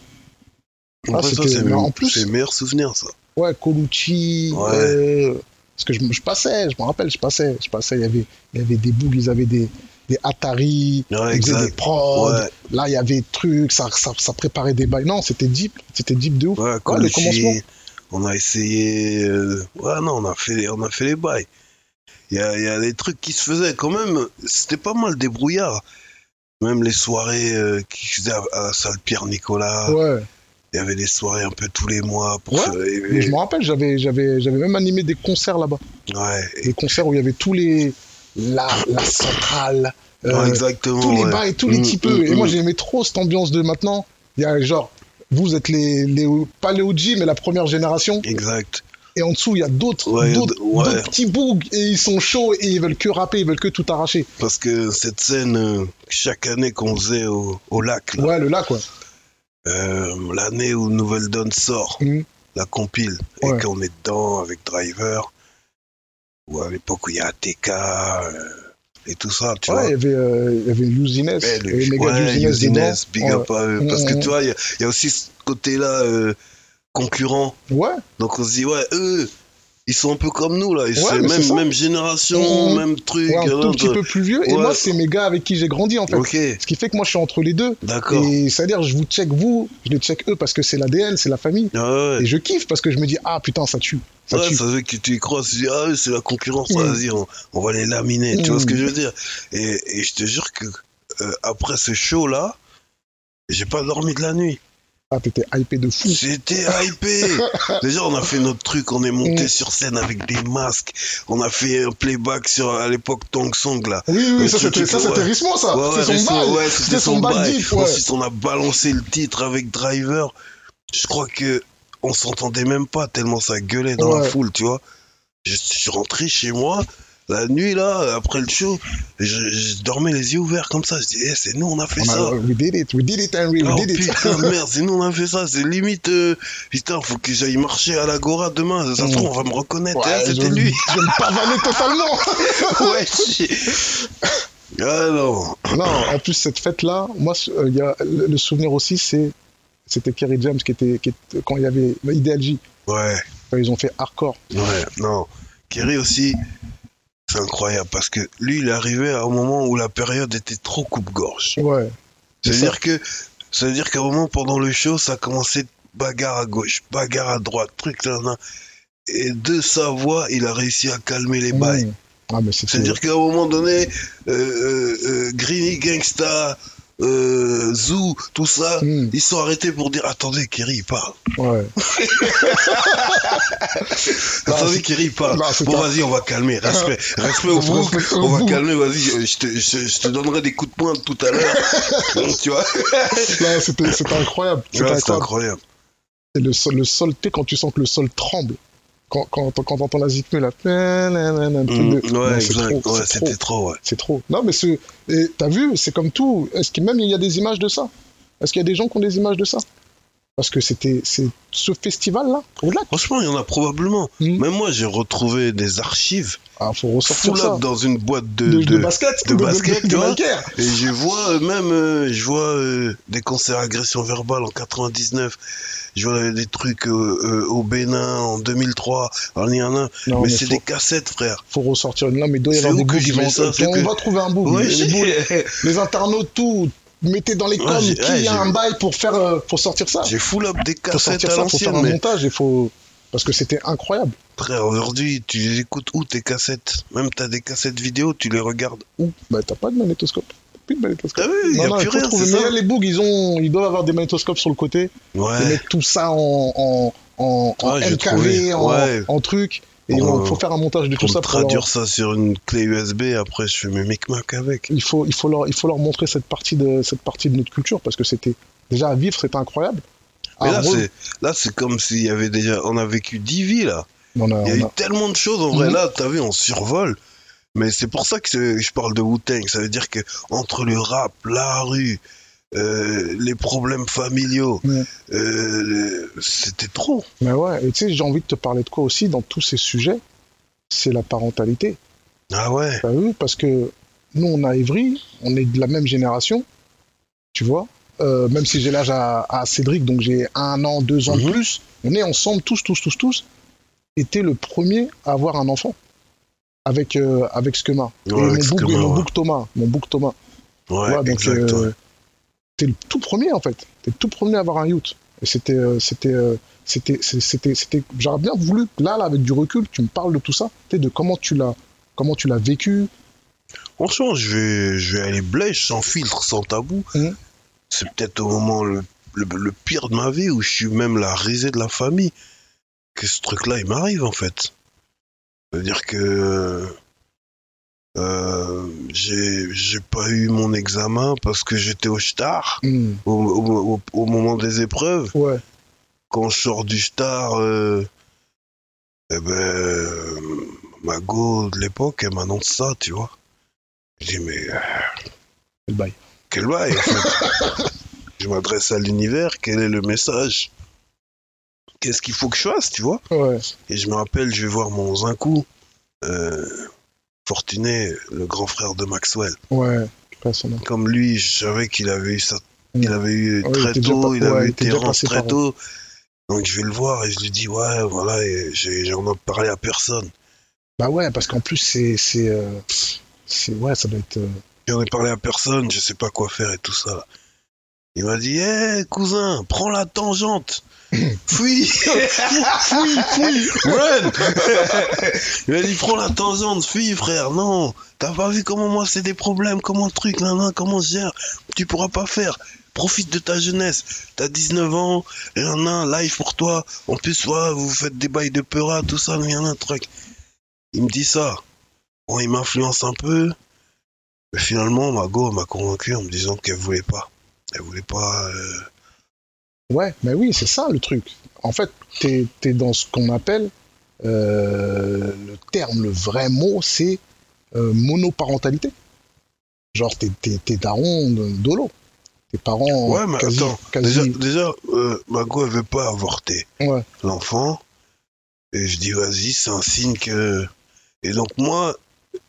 [SPEAKER 2] En
[SPEAKER 1] Ah,
[SPEAKER 2] fait, ça,
[SPEAKER 1] c'était-
[SPEAKER 2] c'est
[SPEAKER 1] mais
[SPEAKER 2] mes-
[SPEAKER 1] en plus-
[SPEAKER 2] c'est mes meilleurs souvenirs, ça.
[SPEAKER 1] Ouais, Colucci.
[SPEAKER 2] Ouais.
[SPEAKER 1] euh, parce que je, je passais, je me rappelle, je passais. Je passais, il y avait, il y avait des bougs, ils avaient des, des Atari,
[SPEAKER 2] Ouais,
[SPEAKER 1] ils faisaient des
[SPEAKER 2] exact.
[SPEAKER 1] prods.
[SPEAKER 2] Ouais,
[SPEAKER 1] Là, il y avait des trucs, ça, ça, ça préparait des bails. Non, c'était deep, c'était deep de ouf.
[SPEAKER 2] ouais,
[SPEAKER 1] Ouais, le commencement.
[SPEAKER 2] Colucci, on a essayé. euh, Ouais, non, on a fait, les- on a fait les bails. Il y a, il y a des trucs qui se faisaient quand même. C'était pas mal débrouillard. Même les soirées euh, qui se faisaient à, à la salle Pierre-Nicolas. Il
[SPEAKER 1] Ouais.
[SPEAKER 2] y avait des soirées un peu tous les mois. Pour
[SPEAKER 1] Ouais,
[SPEAKER 2] faire- et-
[SPEAKER 1] Mais je me rappelle, j'avais, j'avais, j'avais même animé des concerts là-bas.
[SPEAKER 2] ouais, et-
[SPEAKER 1] Des concerts où il y avait tous les. La, la centrale, euh,
[SPEAKER 2] ouais, exactement.
[SPEAKER 1] tous les
[SPEAKER 2] ouais.
[SPEAKER 1] bars et tous les
[SPEAKER 2] Mm,
[SPEAKER 1] types.
[SPEAKER 2] mm,
[SPEAKER 1] et moi,
[SPEAKER 2] mm.
[SPEAKER 1] j'aimais trop cette ambiance de maintenant. Il y a genre, vous êtes les, les. Pas les OG, mais la première génération.
[SPEAKER 2] Exact.
[SPEAKER 1] Et en dessous, il y a d'autres
[SPEAKER 2] Ouais,
[SPEAKER 1] d'autres-
[SPEAKER 2] d- ouais.
[SPEAKER 1] d'autres petits bougs. Et ils sont chauds et ils veulent que rapper, ils veulent que tout arracher.
[SPEAKER 2] Parce que cette scène, euh, chaque année qu'on faisait au, au lac, là,
[SPEAKER 1] Ouais, le là, quoi.
[SPEAKER 2] euh, l'année où Nouvelle Donne sort,
[SPEAKER 1] Mhm.
[SPEAKER 2] la compile,
[SPEAKER 1] Ouais.
[SPEAKER 2] et qu'on est dedans avec Driver, ou à l'époque où il y a ATK, euh, et tout ça, tu
[SPEAKER 1] Ouais, il
[SPEAKER 2] vois.
[SPEAKER 1] y avait, euh, il y avait Youzines.
[SPEAKER 2] Eh,
[SPEAKER 1] et les
[SPEAKER 2] le-
[SPEAKER 1] méga
[SPEAKER 2] ouais,
[SPEAKER 1] Youzines
[SPEAKER 2] Younes,
[SPEAKER 1] dedans.
[SPEAKER 2] big
[SPEAKER 1] Ouais.
[SPEAKER 2] up à eux. Parce que
[SPEAKER 1] Mhm.
[SPEAKER 2] tu vois, il y, a- il y a aussi ce côté-là euh, concurrent.
[SPEAKER 1] Ouais,
[SPEAKER 2] Donc on se dit, ouais, eux, ils sont un peu comme nous, là. Ils
[SPEAKER 1] Ouais,
[SPEAKER 2] sont
[SPEAKER 1] mais c'est
[SPEAKER 2] même,
[SPEAKER 1] ça.
[SPEAKER 2] même génération,
[SPEAKER 1] Mhm.
[SPEAKER 2] même truc.
[SPEAKER 1] ouais, un
[SPEAKER 2] hein,
[SPEAKER 1] tout petit
[SPEAKER 2] toi.
[SPEAKER 1] peu plus vieux. Et
[SPEAKER 2] Ouais.
[SPEAKER 1] moi, c'est mes gars avec qui j'ai grandi, en fait.
[SPEAKER 2] Ok,
[SPEAKER 1] Ce qui fait que moi, je suis entre les deux.
[SPEAKER 2] d'accord.
[SPEAKER 1] Et c'est-à-dire, je vous check vous, je les check eux parce que c'est l'ADN, c'est la famille.
[SPEAKER 2] Ouais, Ah ouais.
[SPEAKER 1] Et je kiffe parce que je me dis, ah putain, ça tue. Ça
[SPEAKER 2] Ouais,
[SPEAKER 1] tue.
[SPEAKER 2] ça veut que tu y crois, tu dis, ah oui, c'est la concurrence,
[SPEAKER 1] Mm.
[SPEAKER 2] vas-y, on, on va les laminer, tu vois
[SPEAKER 1] Mm.
[SPEAKER 2] ce que je veux dire et, et je te jure que euh, après ce show-là, j'ai pas dormi de la nuit.
[SPEAKER 1] Ah, t'étais hypé de fou.
[SPEAKER 2] J'étais hypé. Déjà, on a fait notre truc, on est monté
[SPEAKER 1] Mm.
[SPEAKER 2] sur scène avec des masques, on a fait un playback sur, à l'époque, Tong Song, là.
[SPEAKER 1] Oui, oui,
[SPEAKER 2] Le
[SPEAKER 1] ça,
[SPEAKER 2] truc,
[SPEAKER 1] c'était ça,
[SPEAKER 2] ouais.
[SPEAKER 1] c'était Rismo, ça.
[SPEAKER 2] Ouais, ouais,
[SPEAKER 1] c'était Ah, son
[SPEAKER 2] Risso,
[SPEAKER 1] bail.
[SPEAKER 2] ouais,
[SPEAKER 1] C'était son bail deep, ouais.
[SPEAKER 2] Ensuite, on a balancé le titre avec Driver. Je crois que on s'entendait même pas tellement ça gueulait dans la
[SPEAKER 1] Ouais.
[SPEAKER 2] foule, tu vois. Je suis rentré chez moi la nuit là après le show, je, je dormais les yeux ouverts comme ça. Je dis, Eh, c'est nous on a fait
[SPEAKER 1] On a-
[SPEAKER 2] ça.
[SPEAKER 1] Ah, we did it, we did it, Henry, we
[SPEAKER 2] Oh
[SPEAKER 1] did it.
[SPEAKER 2] putain, merde, c'est nous on a fait ça. C'est limite, euh, putain, faut que j'aille marcher à l'agora demain. Ça se trouve, on va me reconnaître.
[SPEAKER 1] Hmm. Ouais,
[SPEAKER 2] Eh,
[SPEAKER 1] je-
[SPEAKER 2] C'était lui.
[SPEAKER 1] Je me pavanais totalement.
[SPEAKER 2] ouais, j'ai- Ah non.
[SPEAKER 1] Non, en plus, cette fête-là, moi, euh, il y a, le le souvenir aussi, c'est c'était Kerry James qui était, qui était- quand il y avait Ideal J,
[SPEAKER 2] Ouais.
[SPEAKER 1] quand ils ont fait hardcore.
[SPEAKER 2] Ouais, non. Kerry aussi, c'est incroyable parce que lui, il est arrivé à un moment où la période était trop coupe-gorge.
[SPEAKER 1] Ouais. C'est
[SPEAKER 2] C'est-à-dire que, c'est-à-dire qu'à un moment pendant le show, ça commençait bagarre à gauche, bagarre à droite, truc là, là. Et de sa voix, il a réussi à calmer les bails.
[SPEAKER 1] Mm. Mmh. Ah, mais c'était.
[SPEAKER 2] C'est-à-dire qu'à un moment donné, euh, euh, euh, Greeny Gangsta, euh, Zou, tout ça,
[SPEAKER 1] Hmm.
[SPEAKER 2] ils sont arrêtés pour dire attendez, Kerry il parle.
[SPEAKER 1] Ouais. Non,
[SPEAKER 2] attendez,
[SPEAKER 1] c'est-
[SPEAKER 2] Kerry il parle.
[SPEAKER 1] non, c'est
[SPEAKER 2] bon,
[SPEAKER 1] pas- Ah.
[SPEAKER 2] vas-y, on va calmer. Respect, respect au
[SPEAKER 1] Parce que
[SPEAKER 2] bout.
[SPEAKER 1] respect au
[SPEAKER 2] On va
[SPEAKER 1] bout.
[SPEAKER 2] calmer. Vas-y, je- je te, je- je te donnerai des coups de poing tout à l'heure. Bon, tu vois,
[SPEAKER 1] Là, c'était c'était incroyable.
[SPEAKER 2] Ouais,
[SPEAKER 1] C'était
[SPEAKER 2] c'est
[SPEAKER 1] incroyable.
[SPEAKER 2] incroyable.
[SPEAKER 1] C'est le sol, le sol, tu sais, quand tu sens que le sol tremble. Quand, quand, quand t'entends la zikme, là. nanana, le truc
[SPEAKER 2] Hmm,
[SPEAKER 1] de-
[SPEAKER 2] ouais,
[SPEAKER 1] Non, c'est
[SPEAKER 2] exact.
[SPEAKER 1] trop,
[SPEAKER 2] Ouais,
[SPEAKER 1] c'est trop.
[SPEAKER 2] c'était trop. Ouais.
[SPEAKER 1] C'est trop. Non, mais c'est- et t'as vu, c'est comme tout. Est-ce que même il y a des images de ça Est-ce qu'il y a des gens qui ont des images de ça Parce que c'était c'est ce festival-là, au lac.
[SPEAKER 2] Franchement, il y en a probablement.
[SPEAKER 1] Hmm.
[SPEAKER 2] Même moi, j'ai retrouvé des archives
[SPEAKER 1] Ah, faut ressortir
[SPEAKER 2] full
[SPEAKER 1] ça.
[SPEAKER 2] up dans une boîte de,
[SPEAKER 1] De,
[SPEAKER 2] de-
[SPEAKER 1] de basket,
[SPEAKER 2] de basket,
[SPEAKER 1] de,
[SPEAKER 2] tu vois.
[SPEAKER 1] bancaire.
[SPEAKER 2] Et je vois euh, même, euh, je vois euh, des concerts agression verbale en 99. Je vois euh, des trucs euh, euh, au Bénin en 2003, en Irlande.
[SPEAKER 1] Non,
[SPEAKER 2] mais
[SPEAKER 1] mais
[SPEAKER 2] c'est
[SPEAKER 1] faut,
[SPEAKER 2] des cassettes, frère.
[SPEAKER 1] faut ressortir. Là, mais il doit y
[SPEAKER 2] C'est
[SPEAKER 1] avoir
[SPEAKER 2] où
[SPEAKER 1] des
[SPEAKER 2] que
[SPEAKER 1] bouts
[SPEAKER 2] je
[SPEAKER 1] qui
[SPEAKER 2] mets
[SPEAKER 1] vont-
[SPEAKER 2] ça, c'est
[SPEAKER 1] On
[SPEAKER 2] que-
[SPEAKER 1] va trouver un bout.
[SPEAKER 2] Ouais,
[SPEAKER 1] Les- les, bouts,
[SPEAKER 2] j'ai-
[SPEAKER 1] les internautes, tout. Mettez dans les
[SPEAKER 2] Ouais,
[SPEAKER 1] coms
[SPEAKER 2] j'ai-
[SPEAKER 1] qu'il
[SPEAKER 2] ouais,
[SPEAKER 1] y a
[SPEAKER 2] j'ai-
[SPEAKER 1] un bail pour faire, euh, pour sortir ça.
[SPEAKER 2] j'ai full up des
[SPEAKER 1] Pour
[SPEAKER 2] cassettes
[SPEAKER 1] sortir
[SPEAKER 2] à
[SPEAKER 1] ça, faut faire
[SPEAKER 2] l'ancienne.
[SPEAKER 1] un
[SPEAKER 2] Mais
[SPEAKER 1] montage. Il faut parce que c'était incroyable.
[SPEAKER 2] frère, aujourd'hui, tu les écoutes où tes cassettes Même t'as des cassettes vidéo, tu les regardes où
[SPEAKER 1] Bah, t'as pas de magnétoscope. Plus de magnétoscope.
[SPEAKER 2] T'as vu Il n'y
[SPEAKER 1] Non,
[SPEAKER 2] a
[SPEAKER 1] non, il
[SPEAKER 2] plus
[SPEAKER 1] faut
[SPEAKER 2] rien,
[SPEAKER 1] trouver.
[SPEAKER 2] c'est
[SPEAKER 1] Mais
[SPEAKER 2] ça
[SPEAKER 1] là, les bougs, ils, ont... ils doivent avoir des magnétoscopes sur le côté et
[SPEAKER 2] Ouais.
[SPEAKER 1] mettre tout ça en, en, en, en
[SPEAKER 2] Ouais, j'ai trouvé.
[SPEAKER 1] MKV, en,
[SPEAKER 2] Ouais.
[SPEAKER 1] en truc. Et il
[SPEAKER 2] Pour,
[SPEAKER 1] faut faire un montage de tout
[SPEAKER 2] Pour
[SPEAKER 1] ça. pour leur-
[SPEAKER 2] traduire ça sur une clé USB, après je fais mes micmacs avec.
[SPEAKER 1] Il, faut, il, faut leur, il faut leur montrer cette partie de, cette partie de notre culture parce que c'était déjà à vivre, c'était incroyable. Ah,
[SPEAKER 2] Mais
[SPEAKER 1] À
[SPEAKER 2] là,
[SPEAKER 1] re-
[SPEAKER 2] c'est là, c'est comme s'il y avait déjà, on a vécu 10 vies là.
[SPEAKER 1] on a-
[SPEAKER 2] Il y a
[SPEAKER 1] on
[SPEAKER 2] eu
[SPEAKER 1] a-
[SPEAKER 2] tellement de choses en vrai
[SPEAKER 1] Mhm.
[SPEAKER 2] là, t'as vu, on survole. Mais c'est pour ça que c'est- je parle de Wu-Tang. Ça veut dire que entre le rap, la rue, euh, les problèmes familiaux,
[SPEAKER 1] Ouais.
[SPEAKER 2] euh, le- c'était trop.
[SPEAKER 1] Mais ouais, et tu sais, j'ai envie de te parler de quoi aussi dans tous ces sujets C'est la parentalité.
[SPEAKER 2] Ah ouais.
[SPEAKER 1] T'as vu Parce que nous, on a Evry, on est de la même génération, tu vois. Euh, même si j'ai l'âge à, à Cédric, donc j'ai un an, deux ans de
[SPEAKER 2] Mhm.
[SPEAKER 1] plus, on est ensemble tous, tous, tous, tous. Et t'es le premier à avoir un enfant avec, euh, avec Skema. et
[SPEAKER 2] Ouais, avec
[SPEAKER 1] mon, bouc,
[SPEAKER 2] Skema,
[SPEAKER 1] et mon
[SPEAKER 2] ouais.
[SPEAKER 1] bouc Thomas. Mon bouc Thomas.
[SPEAKER 2] Ouais,
[SPEAKER 1] Voilà, donc,
[SPEAKER 2] exact.
[SPEAKER 1] euh,
[SPEAKER 2] ouais.
[SPEAKER 1] t'es le tout premier, en fait. T'es le tout premier à avoir un youth. Et c'était. euh, c'était euh, c'était, c'est- c'était, c'était, j'aurais bien voulu, là, là, avec du recul, tu me parles de tout ça, tu sais, de comment tu l'as, comment tu l'as vécu,
[SPEAKER 2] Franchement, je vais, je vais aller blèche sans filtre, sans tabou.
[SPEAKER 1] Mhm.
[SPEAKER 2] C'est peut-être au moment le, le, le pire de ma vie où je suis même la risée de la famille que ce truc-là, il m'arrive en fait. C'est-à-dire que euh, j'ai j'ai pas eu mon examen parce que j'étais au star
[SPEAKER 1] Hmm,
[SPEAKER 2] au, au- au- au moment des épreuves.
[SPEAKER 1] ouais,
[SPEAKER 2] Quand je sors du star, euh, eh ben, euh, ma go de l'époque, elle m'annonce ça, tu vois. Je dis, mais
[SPEAKER 1] c'est le bail.
[SPEAKER 2] Quel bail, en fait Je m'adresse à l'univers, quel est le message Qu'est-ce qu'il faut que je fasse, tu vois
[SPEAKER 1] Ouais.
[SPEAKER 2] Et je me rappelle, je vais voir mon Zinkou, euh, Fortuné, le grand frère de Maxwell.
[SPEAKER 1] Ouais, pas son nom.
[SPEAKER 2] Comme lui, je savais qu'il avait eu ça,
[SPEAKER 1] Mm.
[SPEAKER 2] qu'il avait eu
[SPEAKER 1] Ouais, il
[SPEAKER 2] très
[SPEAKER 1] était déjà
[SPEAKER 2] tôt,
[SPEAKER 1] pas-
[SPEAKER 2] il
[SPEAKER 1] ouais, il
[SPEAKER 2] avait eu
[SPEAKER 1] était déjà
[SPEAKER 2] Terence
[SPEAKER 1] passé
[SPEAKER 2] très
[SPEAKER 1] par là.
[SPEAKER 2] tôt. Donc je vais le voir et je lui dis, ouais, voilà, et j'ai- j'en ai parlé à personne.
[SPEAKER 1] Bah ouais, parce qu'en plus, c'est. c'est, euh, c'est- ouais, ça doit être. euh,
[SPEAKER 2] J'en ai parlé à personne, je sais pas quoi faire et tout ça. Il m'a dit, hé cousin, prends la tangente, fuis, Ah
[SPEAKER 1] Fouille, fouille
[SPEAKER 2] run. Il m'a dit, prends la tangente, fuis frère, non, t'as pas vu comment moi c'est des problèmes, comment le truc, nan, nan, comment je gère, tu pourras pas faire. Profite de ta jeunesse, t'as 19 ans, rien un live pour toi, en plus, ouais, vous faites des bails de peura, tout ça, rien un truc. Il me dit ça, bon, il m'influence un peu, mais finalement, ma go m'a convaincu en me disant qu'elle voulait pas. Elle voulait pas. euh,
[SPEAKER 1] Ouais, mais oui, c'est ça le truc. En fait, t'es es dans ce qu'on appelle. euh, le terme, le vrai mot, c'est euh, monoparentalité. Genre, t'es t'es- t'es daron de- dolo. Tes parents.
[SPEAKER 2] Ouais, mais
[SPEAKER 1] quasi-
[SPEAKER 2] attends.
[SPEAKER 1] quasi-
[SPEAKER 2] Déjà, déjà euh, ma go, elle veut pas avorter
[SPEAKER 1] Ouais.
[SPEAKER 2] l'enfant. Et je dis, vas-y, c'est un signe que. Et donc, moi,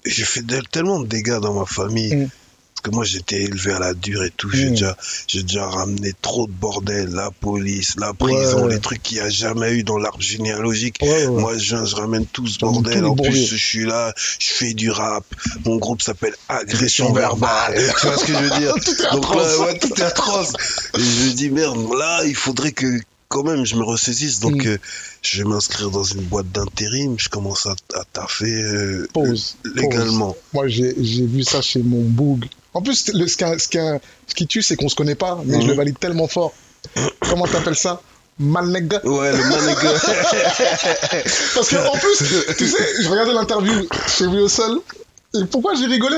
[SPEAKER 2] j'ai fait de- tellement de dégâts dans ma famille.
[SPEAKER 1] Mm.
[SPEAKER 2] Parce que moi, j'étais élevé à la dure et tout. J'ai
[SPEAKER 1] Mm.
[SPEAKER 2] déjà, j'ai déjà ramené trop de bordel. La police, la prison,
[SPEAKER 1] Ouais.
[SPEAKER 2] les trucs qu'il n'y a jamais eu dans l'arbre généalogique.
[SPEAKER 1] Ouais, ouais, ouais.
[SPEAKER 2] Moi, je, viens, je ramène tout ce
[SPEAKER 1] Je ramène tous
[SPEAKER 2] bordel.
[SPEAKER 1] les
[SPEAKER 2] En plus,
[SPEAKER 1] bourbiers.
[SPEAKER 2] je suis là, je fais du rap. Mon groupe s'appelle Agression
[SPEAKER 1] Agression
[SPEAKER 2] Verbale. tu vois ce que je veux dire
[SPEAKER 1] Tout est
[SPEAKER 2] Donc
[SPEAKER 1] atroce.
[SPEAKER 2] là, ouais, tout est atroce. Et je me dis, merde, là, il faudrait que quand même je me ressaisisse. Donc,
[SPEAKER 1] Mm.
[SPEAKER 2] euh, je vais m'inscrire dans une boîte d'intérim. Je commence à, à taffer euh,
[SPEAKER 1] Pause.
[SPEAKER 2] légalement.
[SPEAKER 1] Moi, j'ai j'ai vu ça chez mon boug En plus, le, ce, qu'un- ce qu'un- ce qui tue, c'est qu'on se connaît pas, mais
[SPEAKER 2] Mhm.
[SPEAKER 1] je le valide tellement fort. Comment t'appelles ça Malnega
[SPEAKER 2] Ouais, le manéga.
[SPEAKER 1] Parce que en plus, tu sais, je regardais l'interview chez Rio Sol. Et pourquoi j'ai rigolé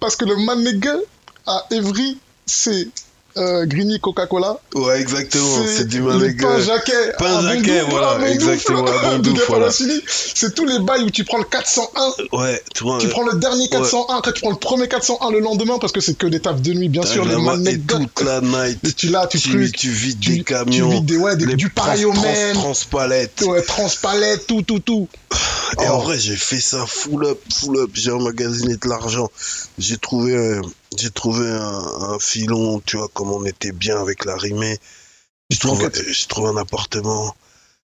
[SPEAKER 1] Parce que le Manega à Evry, c'est euh, Grigny Coca-Cola.
[SPEAKER 2] Ouais, exactement, c'est du
[SPEAKER 1] les
[SPEAKER 2] manéga.
[SPEAKER 1] pains jaquet.
[SPEAKER 2] Pain
[SPEAKER 1] à
[SPEAKER 2] jaquet,
[SPEAKER 1] Bondoufle,
[SPEAKER 2] voilà,
[SPEAKER 1] à Bondoufle,
[SPEAKER 2] exactement, à
[SPEAKER 1] du
[SPEAKER 2] Bondoufle,
[SPEAKER 1] Gap
[SPEAKER 2] voilà.
[SPEAKER 1] Alassini. C'est tous les bails où tu prends le 401,
[SPEAKER 2] Ouais, tu vois,
[SPEAKER 1] tu prends le dernier 401, après tu prends le premier 401 le lendemain parce que c'est que des tafs de nuit, bien
[SPEAKER 2] t'as
[SPEAKER 1] sûr, les
[SPEAKER 2] vraiment été
[SPEAKER 1] Manega.
[SPEAKER 2] toute la night.
[SPEAKER 1] Et tu l'as, tu
[SPEAKER 2] Tu,
[SPEAKER 1] trucs,
[SPEAKER 2] tu vides
[SPEAKER 1] tu,
[SPEAKER 2] des
[SPEAKER 1] tu
[SPEAKER 2] camions.
[SPEAKER 1] vis des, ouais, des-
[SPEAKER 2] les
[SPEAKER 1] du pareil au
[SPEAKER 2] trans- trans-
[SPEAKER 1] même,
[SPEAKER 2] transpalettes.
[SPEAKER 1] ouais, transpalette, tout, tout, tout.
[SPEAKER 2] Et en
[SPEAKER 1] Oh.
[SPEAKER 2] vrai, j'ai fait ça full up, full up. J'ai emmagasiné de l'argent. J'ai trouvé, euh, j'ai trouvé un, un filon, tu vois, comme on était bien avec la rimée. J'ai trouvé,
[SPEAKER 1] Blanquette.
[SPEAKER 2] j'ai trouvé un appartement.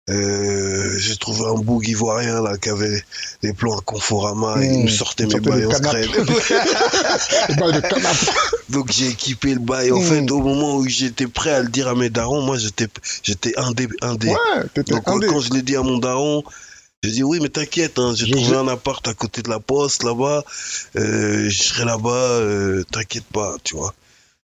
[SPEAKER 2] Euh, j'ai trouvé un boug ivoirien là qui avait les plans à Conforama et il
[SPEAKER 1] Mmh.
[SPEAKER 2] me sortait mes
[SPEAKER 1] Sortait des
[SPEAKER 2] bails en
[SPEAKER 1] canapes.
[SPEAKER 2] scred.
[SPEAKER 1] Et bah, le canapé.
[SPEAKER 2] Donc j'ai équipé le bail. En
[SPEAKER 1] Mmh.
[SPEAKER 2] fait, au moment où j'étais prêt à le dire à mes darons, moi j'étais j'étais un des, un des.
[SPEAKER 1] Ouais, t'étais
[SPEAKER 2] Donc
[SPEAKER 1] indé.
[SPEAKER 2] quand je l'ai dit à mon daron, j'ai dit oui mais t'inquiète, hein, j'ai
[SPEAKER 1] Je-
[SPEAKER 2] trouvé
[SPEAKER 1] je-
[SPEAKER 2] un appart à côté de la poste là-bas, euh, je serai là-bas, euh, t'inquiète pas, tu vois.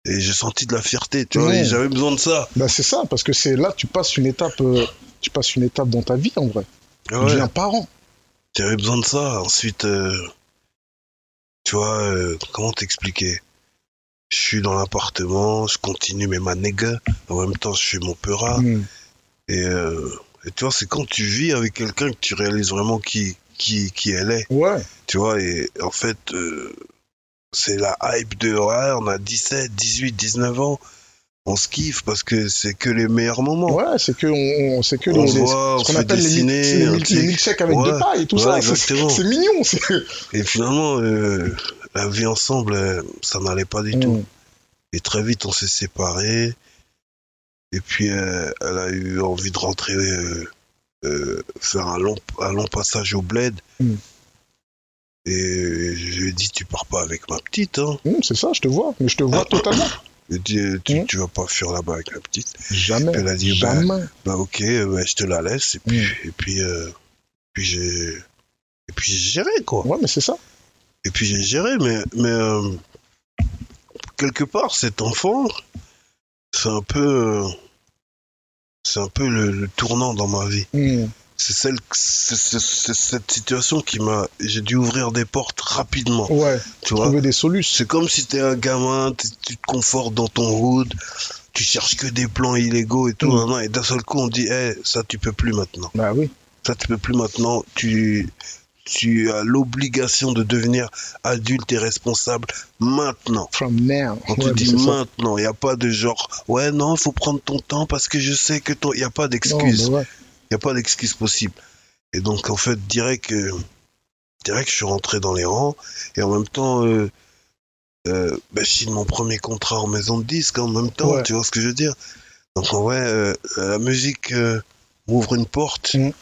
[SPEAKER 2] Et j'ai senti de la fierté, tu vois,
[SPEAKER 1] Ouais.
[SPEAKER 2] et j'avais besoin de ça.
[SPEAKER 1] Bah, c'est ça, parce que c'est là tu passes une étape, euh, tu passes une étape dans ta vie en vrai. Tu deviens parent.
[SPEAKER 2] J'avais besoin de ça. Ensuite, euh, tu vois, euh, comment t'expliquer Je suis dans l'appartement, je continue mes manégas, en même temps je fais mon peura.
[SPEAKER 1] Mm.
[SPEAKER 2] Et, euh, et tu vois, c'est quand tu vis avec quelqu'un que tu réalises vraiment qui, qui, qui elle est.
[SPEAKER 1] Ouais.
[SPEAKER 2] Tu vois, et en fait, euh, c'est la hype de ouais, on a 17, 18, 19 ans, on se kiffe parce que c'est que les meilleurs moments.
[SPEAKER 1] Ouais, c'est que on, on- c'est que
[SPEAKER 2] On
[SPEAKER 1] les-
[SPEAKER 2] se
[SPEAKER 1] les-
[SPEAKER 2] voit, on
[SPEAKER 1] ce
[SPEAKER 2] se
[SPEAKER 1] qu'on
[SPEAKER 2] fait
[SPEAKER 1] appelle les, mil-
[SPEAKER 2] dessiner,
[SPEAKER 1] c'est les, mil-
[SPEAKER 2] un
[SPEAKER 1] les
[SPEAKER 2] truc.
[SPEAKER 1] milkshakes avec
[SPEAKER 2] Ouais.
[SPEAKER 1] deux pailles et tout
[SPEAKER 2] Ouais,
[SPEAKER 1] ça. C'est
[SPEAKER 2] exactement.
[SPEAKER 1] c'est mignon. c'est-
[SPEAKER 2] Et finalement, euh, la vie ensemble, euh, ça n'allait pas du tout.
[SPEAKER 1] Mm.
[SPEAKER 2] Et très vite, on s'est séparés. Et puis, euh, elle a eu envie de rentrer, euh, euh, faire un long, un long passage au bled.
[SPEAKER 1] Mm.
[SPEAKER 2] Et je lui ai dit, tu pars pas avec ma petite, hein.
[SPEAKER 1] Mm, c'est ça, je te vois. Mais je te vois totalement.
[SPEAKER 2] Je lui ai dit, euh, tu,
[SPEAKER 1] Mm.
[SPEAKER 2] tu vas pas fuir là-bas avec ma petite.
[SPEAKER 1] Jamais.
[SPEAKER 2] Elle a dit, bah,
[SPEAKER 1] Jamais.
[SPEAKER 2] bah ok, euh, bah, je te la laisse. Et puis,
[SPEAKER 1] Mm.
[SPEAKER 2] et puis, euh, puis j'ai, et puis j'ai géré quoi.
[SPEAKER 1] Ouais, mais c'est ça.
[SPEAKER 2] Et puis j'ai géré, mais, mais euh, quelque part cet enfant, c'est un peu, euh, c'est un peu le, le tournant dans ma vie.
[SPEAKER 1] Mm.
[SPEAKER 2] C'est celle, c'est- c'est- c'est cette situation qui m'a, j'ai dû ouvrir des portes rapidement.
[SPEAKER 1] Ouais.
[SPEAKER 2] Tu vois,
[SPEAKER 1] Trouver des solutions.
[SPEAKER 2] c'est comme si t'es un gamin, t- tu te confortes dans ton hood, tu cherches que des plans illégaux et tout,
[SPEAKER 1] Mm.
[SPEAKER 2] nanana, et d'un seul coup on dit, Eh, ça tu peux plus maintenant.
[SPEAKER 1] Bah oui.
[SPEAKER 2] Ça tu peux plus maintenant. Tu, tu as l'obligation de devenir adulte et responsable maintenant.
[SPEAKER 1] From now.
[SPEAKER 2] On
[SPEAKER 1] Ouais,
[SPEAKER 2] te dit
[SPEAKER 1] mais c'est ça.
[SPEAKER 2] maintenant. Il n'y a pas de genre, ouais, non, faut prendre ton temps parce que je sais que ton. Il n'y a pas
[SPEAKER 1] Non,
[SPEAKER 2] d'excuse.
[SPEAKER 1] mais ouais.
[SPEAKER 2] Il n'y a pas d'excuse possible. Et donc, en fait, direct, que direct, je suis rentré dans les rangs. Et en même temps, euh, euh, bah, je signe mon premier contrat en maison de disque en même temps.
[SPEAKER 1] Ouais.
[SPEAKER 2] Tu vois ce que je veux dire Donc, en vrai, euh, euh, la musique euh, m'ouvre une porte.
[SPEAKER 1] Mhm.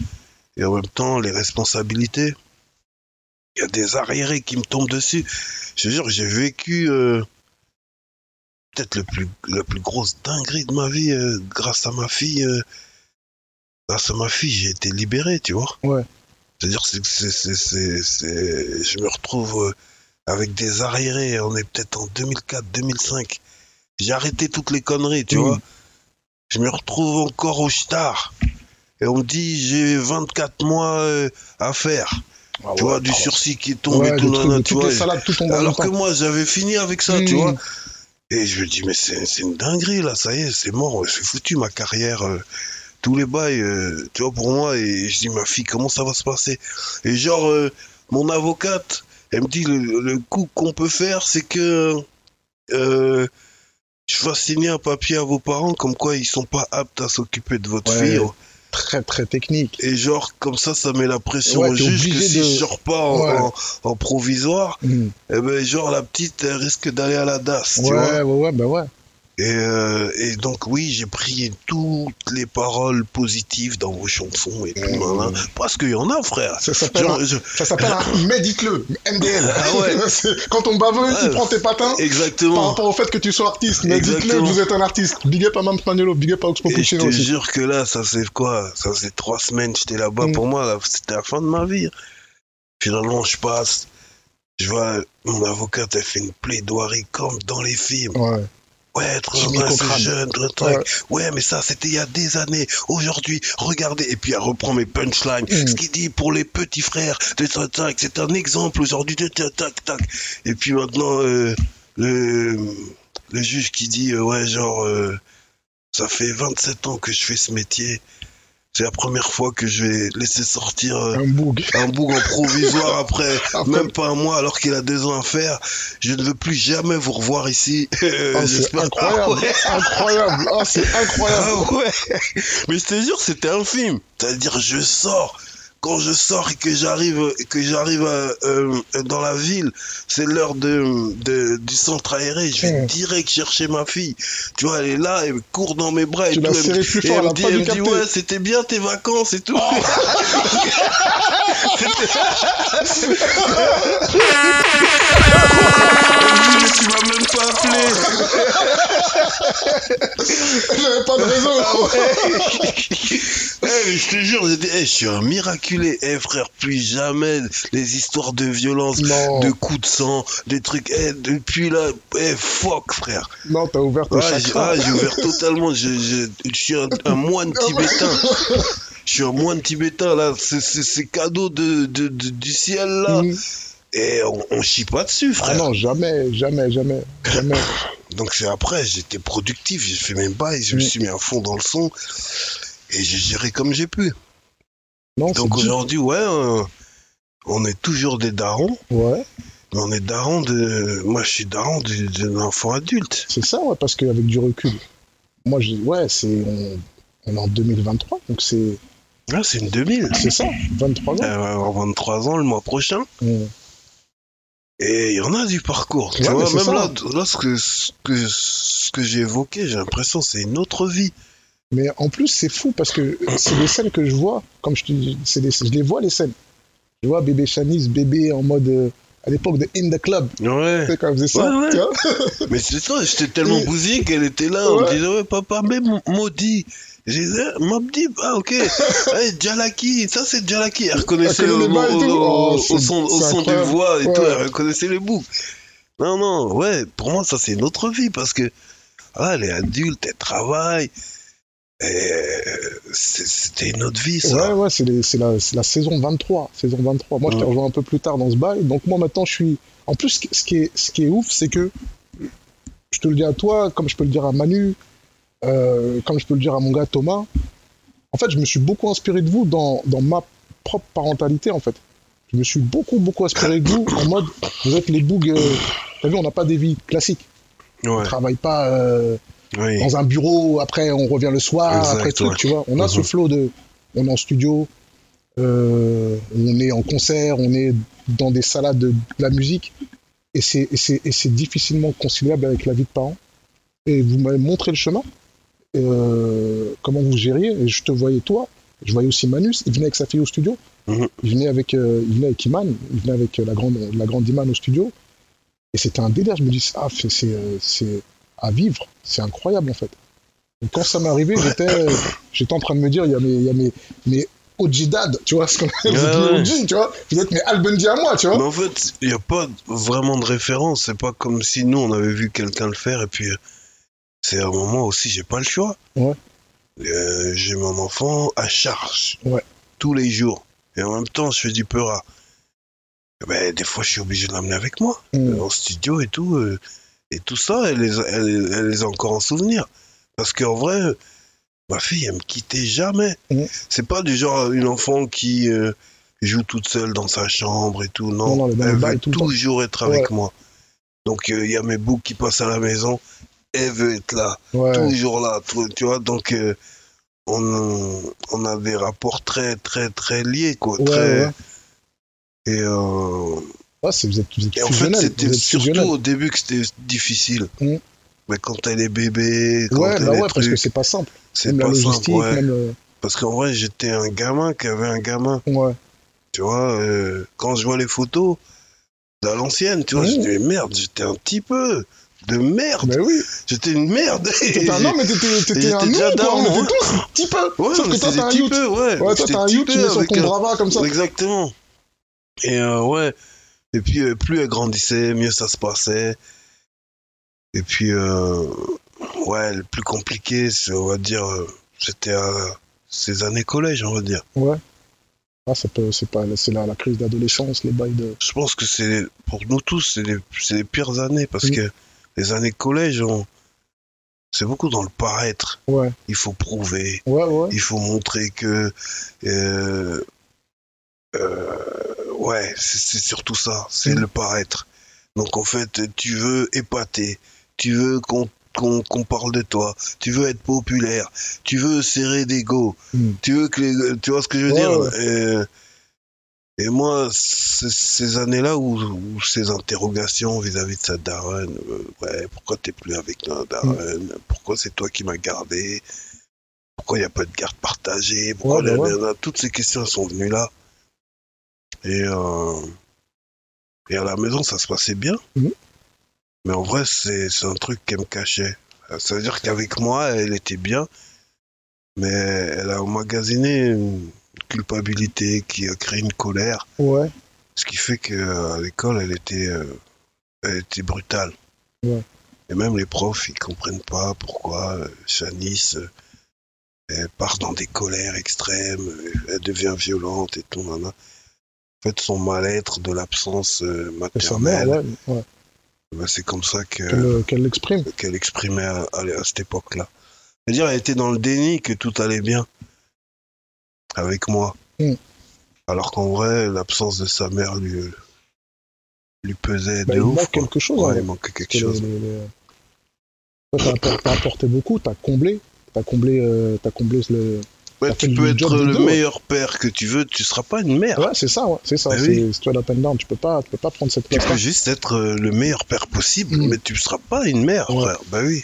[SPEAKER 2] Et en même temps, les responsabilités. Il y a des arriérés qui me tombent dessus. Je te jure, j'ai vécu euh, peut-être le plus, la plus grosse dinguerie de ma vie euh, grâce à ma fille. euh, grâce à ma fille, j'ai été libéré, tu vois.
[SPEAKER 1] Ouais.
[SPEAKER 2] C'est-à-dire que c'est- c'est- c'est- c'est- c'est- je me retrouve euh, avec des arriérés. On est peut-être en 2004, 2005. J'ai arrêté toutes les conneries, tu
[SPEAKER 1] Mm.
[SPEAKER 2] vois. Je me retrouve encore au star. Et on me dit, j'ai 24 mois euh, à faire.
[SPEAKER 1] Ah
[SPEAKER 2] tu
[SPEAKER 1] ouais,
[SPEAKER 2] vois, du
[SPEAKER 1] oh.
[SPEAKER 2] sursis qui tombe
[SPEAKER 1] Ouais,
[SPEAKER 2] et
[SPEAKER 1] des
[SPEAKER 2] tout,
[SPEAKER 1] trucs, de
[SPEAKER 2] nanana, tu
[SPEAKER 1] toutes
[SPEAKER 2] vois.
[SPEAKER 1] les salades, tout tombe en même
[SPEAKER 2] Alors que
[SPEAKER 1] temps.
[SPEAKER 2] moi, j'avais fini avec ça, tu
[SPEAKER 1] Mm.
[SPEAKER 2] vois. Et je me dis, mais c'est c'est une dinguerie, là, ça y est, c'est mort, c'est foutu ma carrière. euh, tous les bails, euh, tu vois, pour moi. Et je dis, ma fille, comment ça va se passer Et genre, euh, mon avocate, elle me dit, le, le coup qu'on peut faire, c'est que euh, je fasse signer un papier à vos parents, comme quoi ils sont pas aptes à s'occuper de votre
[SPEAKER 1] Ouais.
[SPEAKER 2] fille.
[SPEAKER 1] Très, très technique.
[SPEAKER 2] Et genre, comme ça, ça met la pression
[SPEAKER 1] Ouais,
[SPEAKER 2] au
[SPEAKER 1] t'es
[SPEAKER 2] juge que
[SPEAKER 1] obligé
[SPEAKER 2] si
[SPEAKER 1] de-
[SPEAKER 2] je sors pas en,
[SPEAKER 1] Ouais.
[SPEAKER 2] en- en provisoire,
[SPEAKER 1] Mm.
[SPEAKER 2] eh ben, genre, la petite, elle risque d'aller à la DAS, tu vois.
[SPEAKER 1] Ouais, ouais, ouais, bah ouais.
[SPEAKER 2] Et, euh, et donc oui, j'ai prié toutes les paroles positives dans vos chansons et tout,
[SPEAKER 1] Mmh.
[SPEAKER 2] nanana. parce qu'il y en a, frère.
[SPEAKER 1] Ça s'appelle
[SPEAKER 2] Genre,
[SPEAKER 1] un-
[SPEAKER 2] je-
[SPEAKER 1] ça s'appelle un mais dites-le, MDL.
[SPEAKER 2] Ah ouais.
[SPEAKER 1] C'est- Quand on baveux,
[SPEAKER 2] Ouais.
[SPEAKER 1] tu prends tes patins par
[SPEAKER 2] exactement.
[SPEAKER 1] rapport au fait que tu sois artiste. Mais dites-le,
[SPEAKER 2] Exactement.
[SPEAKER 1] vous êtes un artiste. Big up à Mam Spagnolo, big up à Oxpo
[SPEAKER 2] Et je
[SPEAKER 1] Puccino
[SPEAKER 2] te
[SPEAKER 1] aussi.
[SPEAKER 2] jure que là, ça c'est quoi Ça c'est trois semaines, j'étais là-bas.
[SPEAKER 1] Mmh.
[SPEAKER 2] Pour moi, là, c'était la fin de ma vie. Finalement, je passe. Je vois, mon avocate, elle fait une plaidoirie comme dans les films.
[SPEAKER 1] Ouais.
[SPEAKER 2] Ouais,
[SPEAKER 1] Jimmy
[SPEAKER 2] 80, c'est
[SPEAKER 1] Cochran.
[SPEAKER 2] jeune, le truc. Ouais, mais ça, c'était il y a des années. Aujourd'hui, regardez. Et puis, elle reprend mes punchlines.
[SPEAKER 1] Mm.
[SPEAKER 2] Ce qu'il dit pour les petits frères de tac, tac, c'est un exemple aujourd'hui de tac, tac, tac. Et puis maintenant, euh, le, le juge qui dit, euh, ouais, genre, euh, ça fait 27 ans que je fais ce métier. C'est la première fois que je vais laisser sortir euh,
[SPEAKER 1] Un boug.
[SPEAKER 2] un boug en provisoire après,
[SPEAKER 1] Après-
[SPEAKER 2] même pas un mois alors qu'il a deux ans à faire. Je ne veux plus jamais vous revoir ici. Euh,
[SPEAKER 1] Ah, c'est
[SPEAKER 2] j'espère-
[SPEAKER 1] incroyable.
[SPEAKER 2] Ah ouais.
[SPEAKER 1] Incroyable. Ah, c'est incroyable.
[SPEAKER 2] Ah ouais. Mais je te jure, c'était un film. C'est-à-dire, je sors. Quand je sors et que j'arrive, que j'arrive euh, euh, dans la ville, c'est l'heure de, de- du centre aéré. Je vais
[SPEAKER 1] Mm.
[SPEAKER 2] direct chercher ma fille. Tu vois, elle est là, elle court dans mes bras et
[SPEAKER 1] Tu
[SPEAKER 2] tout.
[SPEAKER 1] l'as
[SPEAKER 2] Elle me-
[SPEAKER 1] serré plus
[SPEAKER 2] et
[SPEAKER 1] fort, elle
[SPEAKER 2] elle me
[SPEAKER 1] a
[SPEAKER 2] dit,
[SPEAKER 1] pas
[SPEAKER 2] elle
[SPEAKER 1] dû
[SPEAKER 2] me dit,
[SPEAKER 1] capter. Oh.
[SPEAKER 2] ouais, c'était bien tes vacances et tout. Mais tu m'as même pas appelé.
[SPEAKER 1] J'avais pas de
[SPEAKER 2] Ah
[SPEAKER 1] raison.
[SPEAKER 2] Eh, mais je te jure, j'étais- eh, je suis un miraculé. Eh, frère, plus jamais les histoires de violence,
[SPEAKER 1] Non.
[SPEAKER 2] de coups de sang, des trucs. Eh, depuis là, eh, fuck, frère.
[SPEAKER 1] Non, t'as ouvert ton
[SPEAKER 2] Ah, j'ai
[SPEAKER 1] chakra.
[SPEAKER 2] ah, j'ai ouvert totalement. Je, je- je suis un, un moine tibétain. Je suis un moine tibétain, là. C'est- C'est c'est cadeau de, de- de- du ciel, là.
[SPEAKER 1] Mm.
[SPEAKER 2] Et on, on chie pas dessus,
[SPEAKER 1] Ah
[SPEAKER 2] frère.
[SPEAKER 1] non, jamais, jamais, jamais, jamais.
[SPEAKER 2] Donc c'est après, j'étais productif, j'ai fait mes bails, je me
[SPEAKER 1] Mm.
[SPEAKER 2] suis mis à fond dans le son et j'ai géré comme j'ai pu.
[SPEAKER 1] Non, c'est
[SPEAKER 2] Donc
[SPEAKER 1] dit.
[SPEAKER 2] aujourd'hui, ouais, euh, on est toujours des darons,
[SPEAKER 1] Ouais,
[SPEAKER 2] mais on est darons de. Moi, je suis daron du- d'un enfant adulte.
[SPEAKER 1] c'est ça, ouais, parce qu'avec du recul, moi, je, ouais, c'est, on, on est en 2023, donc c'est,
[SPEAKER 2] Ah, c'est une 2000.
[SPEAKER 1] c'est ça, 23 ans. Mmh.
[SPEAKER 2] Elle va avoir 23 ans le mois prochain.
[SPEAKER 1] On-
[SPEAKER 2] Et il y en a du parcours. Tu
[SPEAKER 1] Ouais,
[SPEAKER 2] vois,
[SPEAKER 1] mais c'est
[SPEAKER 2] même
[SPEAKER 1] ça.
[SPEAKER 2] là, là, ce que, ce que, ce que j'ai évoqué, j'ai l'impression que c'est une autre vie.
[SPEAKER 1] Mais en plus, c'est fou parce que c'est des scènes que je vois, comme je te dis, c'est des- je les vois les scènes. Je vois bébé Shanice, bébé en mode, euh, à l'époque de In the Club,
[SPEAKER 2] Ouais.
[SPEAKER 1] tu sais, quand elle faisait ça,
[SPEAKER 2] Ouais, ouais.
[SPEAKER 1] tu vois.
[SPEAKER 2] Mais c'est ça, j'étais tellement
[SPEAKER 1] Et-
[SPEAKER 2] bousillé qu'elle était là. On me
[SPEAKER 1] Ouais.
[SPEAKER 2] disait, ouais, papa, mais m- maudit. J'ai dit, Ah, maudit, ah, ok. hey, Djalaki, ça c'est Djalaki. Elle reconnaissait
[SPEAKER 1] Elle
[SPEAKER 2] au,
[SPEAKER 1] connaît les bails et
[SPEAKER 2] au-
[SPEAKER 1] tout.
[SPEAKER 2] au-
[SPEAKER 1] Oh,
[SPEAKER 2] au
[SPEAKER 1] c'est-
[SPEAKER 2] son, au
[SPEAKER 1] c'est
[SPEAKER 2] son des
[SPEAKER 1] incroyable.
[SPEAKER 2] voix et
[SPEAKER 1] Ouais.
[SPEAKER 2] tout, elle reconnaissait les boucles. Non, non, ouais, pour moi, ça c'est une autre vie parce que, ah, elle est adulte, elle travaille. Et, euh, c'est- C'était une autre vie, ça.
[SPEAKER 1] Ouais, ouais, c'est les- c'est la, c'est la saison 23. Saison 23. Moi, je te
[SPEAKER 2] Ouais.
[SPEAKER 1] rejoins un peu plus tard dans ce bail. Donc, moi, maintenant, je suis. En plus, ce qui- ce qui est, ce qui est ouf, c'est que je te le dis à toi, comme je peux le dire à Manu, euh, comme je peux le dire à mon gars Thomas. En fait, je me suis beaucoup inspiré de vous dans, dans ma propre parentalité, en fait. Je me suis beaucoup, beaucoup inspiré de vous en mode, vous êtes les bougs. euh, T'as vu, on n'a pas des vies classiques. On
[SPEAKER 2] Ouais,
[SPEAKER 1] travaille pas. euh,
[SPEAKER 2] oui.
[SPEAKER 1] dans un bureau, après on revient le soir,
[SPEAKER 2] Exact,
[SPEAKER 1] après truc,
[SPEAKER 2] ouais.
[SPEAKER 1] tu vois. On a ce
[SPEAKER 2] Mhm.
[SPEAKER 1] flot de. On est en studio, euh, on est en concert, on est dans des salades de, de la musique, et c'est- et c'est et c'est difficilement conciliable avec la vie de parents. Et vous m'avez montré le chemin, euh, comment vous gériez, et je te voyais toi, je voyais aussi Manus, il venait avec sa fille au studio,
[SPEAKER 2] Mhm.
[SPEAKER 1] il, venait avec, euh, il venait avec Iman, il venait avec euh, la grande, la grande Iman au studio, et c'était un délire, je me dis, ah, c'est- c'est. euh, c'est- à vivre. C'est incroyable en fait. Et quand ça m'est arrivé, j'étais, euh, j'étais en train de me dire, il y a mes, il y a mes, mes OG dad, tu vois, ce qu'on appelle
[SPEAKER 2] Ouais,
[SPEAKER 1] les
[SPEAKER 2] ouais.
[SPEAKER 1] OG, tu vois, vous êtes mes Al Bundy à moi, tu vois.
[SPEAKER 2] Mais en fait, il n'y a pas vraiment de référence. C'est pas comme si nous, on avait vu quelqu'un le faire. Et puis, euh, c'est un moment aussi, j'ai pas le choix.
[SPEAKER 1] Ouais.
[SPEAKER 2] Euh, j'ai mon enfant à charge.
[SPEAKER 1] Ouais.
[SPEAKER 2] Tous les jours. Et en même temps, je fais du peur Ben, des fois, je suis obligé de l'amener avec moi.
[SPEAKER 1] Mm.
[SPEAKER 2] En studio et tout. euh, et tout ça, elle les, a- elle, elle les a encore en souvenir. Parce qu'en vrai, euh, ma fille, elle me quittait jamais.
[SPEAKER 1] Mm.
[SPEAKER 2] C'est pas du genre une enfant qui euh, joue toute seule dans sa chambre et tout.
[SPEAKER 1] Non,
[SPEAKER 2] Non,
[SPEAKER 1] non, elle est dans le
[SPEAKER 2] elle
[SPEAKER 1] bail
[SPEAKER 2] veut
[SPEAKER 1] tout le temps.
[SPEAKER 2] toujours être avec moi. Donc euh, il y a mes boucs qui passent à la maison. Elle veut être là,
[SPEAKER 1] Ouais,
[SPEAKER 2] toujours là. tout- tu vois, donc euh, on, on a des rapports très, très, très liés. Quoi,
[SPEAKER 1] ouais,
[SPEAKER 2] très,
[SPEAKER 1] ouais.
[SPEAKER 2] Et, euh,
[SPEAKER 1] Ouais, c'est- vous êtes, vous êtes
[SPEAKER 2] et en fait,
[SPEAKER 1] fusionnel,
[SPEAKER 2] c'était
[SPEAKER 1] vous êtes
[SPEAKER 2] surtout
[SPEAKER 1] fusionnel.
[SPEAKER 2] au début que c'était difficile.
[SPEAKER 1] Mm.
[SPEAKER 2] Mais quand elle est bébé, quand
[SPEAKER 1] Ouais,
[SPEAKER 2] elle
[SPEAKER 1] bah ouais,
[SPEAKER 2] est
[SPEAKER 1] parce que
[SPEAKER 2] truc,
[SPEAKER 1] c'est pas simple.
[SPEAKER 2] c'est
[SPEAKER 1] Même la
[SPEAKER 2] pas
[SPEAKER 1] logistique,
[SPEAKER 2] simple. ouais.
[SPEAKER 1] même. euh,
[SPEAKER 2] Parce qu'en vrai, j'étais un gamin qui avait un gamin.
[SPEAKER 1] ouais.
[SPEAKER 2] Tu vois, euh, quand je vois les photos d'à l'ancienne, tu vois,
[SPEAKER 1] Mm.
[SPEAKER 2] je dis mais merde, j'étais un petit peu de merde.
[SPEAKER 1] Ben oui,
[SPEAKER 2] J'étais une merde.
[SPEAKER 1] t'étais un homme, mais t'étais t'étais
[SPEAKER 2] j'étais
[SPEAKER 1] un
[SPEAKER 2] déjà
[SPEAKER 1] homme, quoi.
[SPEAKER 2] daron,
[SPEAKER 1] On
[SPEAKER 2] ouais.
[SPEAKER 1] était tous un petit peu.
[SPEAKER 2] Ouais,
[SPEAKER 1] Sauf
[SPEAKER 2] mais
[SPEAKER 1] que toi,
[SPEAKER 2] c'était
[SPEAKER 1] t'as un
[SPEAKER 2] des euh,
[SPEAKER 1] youth.
[SPEAKER 2] petits peu, ouais.
[SPEAKER 1] Ouais, toi,
[SPEAKER 2] J'étais
[SPEAKER 1] t'as un youth, tu
[SPEAKER 2] petit
[SPEAKER 1] mets
[SPEAKER 2] peu
[SPEAKER 1] sur
[SPEAKER 2] avec
[SPEAKER 1] ton
[SPEAKER 2] un-
[SPEAKER 1] brava comme ça.
[SPEAKER 2] Exactement. Et euh, ouais. Et puis, euh, plus elle grandissait, mieux ça se passait. Et puis, euh, ouais, le plus compliqué, c'est, on va dire, euh, c'était à ces années collège, on va dire.
[SPEAKER 1] Ouais. Ah, ça peut- c'est pas, c'est la, la crise d'adolescence, les bails de.
[SPEAKER 2] Je pense que c'est, pour nous tous, c'est les, c'est les pires années parce
[SPEAKER 1] Oui.
[SPEAKER 2] que les années collège, on- c'est beaucoup dans le paraître.
[SPEAKER 1] Ouais.
[SPEAKER 2] Il faut prouver.
[SPEAKER 1] Ouais, ouais.
[SPEAKER 2] Il faut montrer que. euh, euh, ouais, c'est c'est surtout ça, c'est
[SPEAKER 1] Mm.
[SPEAKER 2] le paraître. Donc en fait, tu veux épater, tu veux qu'on qu'on qu'on parle de toi, tu veux être populaire, tu veux serrer des go,
[SPEAKER 1] Mm.
[SPEAKER 2] tu veux que. les- tu vois ce que je veux
[SPEAKER 1] Ouais,
[SPEAKER 2] dire
[SPEAKER 1] ouais.
[SPEAKER 2] Euh, Et moi, c'est- ces années-là où, où ces interrogations vis-à-vis de sa daronne, euh, ouais, pourquoi t'es plus avec
[SPEAKER 1] Mm.
[SPEAKER 2] la daronne, pourquoi c'est toi qui m'as gardé, pourquoi il n'y a pas de garde partagée, pourquoi
[SPEAKER 1] Ouais, bah ouais.
[SPEAKER 2] nanana, toutes ces questions sont venues là. Et, euh, et à la maison, ça se passait bien.
[SPEAKER 1] Mhm.
[SPEAKER 2] Mais en vrai, c'est c'est un truc qu'elle me cachait. Euh, Ça veut dire qu'avec moi, elle était bien, mais elle a emmagasiné une culpabilité qui a créé une colère,
[SPEAKER 1] Ouais.
[SPEAKER 2] ce qui fait qu'à l'école, elle était, euh, elle était brutale.
[SPEAKER 1] Ouais.
[SPEAKER 2] Et même les profs, ils comprennent pas pourquoi euh, Shanice, euh, elle part dans des colères extrêmes, euh, elle devient violente et tout. Nana. En fait, son mal-être de l'absence euh,
[SPEAKER 1] C'est sa
[SPEAKER 2] maternelle,
[SPEAKER 1] mère, ouais. ouais.
[SPEAKER 2] ben, c'est comme ça que
[SPEAKER 1] Qu'elle euh, qu'elle l'exprime.
[SPEAKER 2] qu'elle exprimait à, à- à cette époque-là. C'est-à-dire, elle était dans le déni que tout allait bien avec moi.
[SPEAKER 1] Mm.
[SPEAKER 2] Alors qu'en vrai, l'absence de sa mère lui, lui pesait
[SPEAKER 1] Bah,
[SPEAKER 2] de
[SPEAKER 1] il
[SPEAKER 2] ouf.
[SPEAKER 1] manque
[SPEAKER 2] quoi.
[SPEAKER 1] quelque chose.
[SPEAKER 2] Ouais,
[SPEAKER 1] hein,
[SPEAKER 2] il manquait
[SPEAKER 1] parce
[SPEAKER 2] quelque
[SPEAKER 1] que
[SPEAKER 2] chose.
[SPEAKER 1] les- les- les- Toi, t'as appor- t'as apporté beaucoup, t'as comblé. T'as comblé, euh, t'as comblé le.
[SPEAKER 2] Ouais,
[SPEAKER 1] ça fait
[SPEAKER 2] tu peux
[SPEAKER 1] le
[SPEAKER 2] être
[SPEAKER 1] job des
[SPEAKER 2] le
[SPEAKER 1] deux, ouais.
[SPEAKER 2] meilleur père que tu veux, tu seras pas une mère.
[SPEAKER 1] Ouais, c'est ça, ouais, c'est ça.
[SPEAKER 2] Bah
[SPEAKER 1] c'est c'est straight up and down. Tu peux pas, tu peux pas prendre cette
[SPEAKER 2] Tu
[SPEAKER 1] place.
[SPEAKER 2] peux juste être euh, le meilleur père possible,
[SPEAKER 1] Mm.
[SPEAKER 2] mais tu seras pas une mère,
[SPEAKER 1] Ouais.
[SPEAKER 2] frère. Bah oui.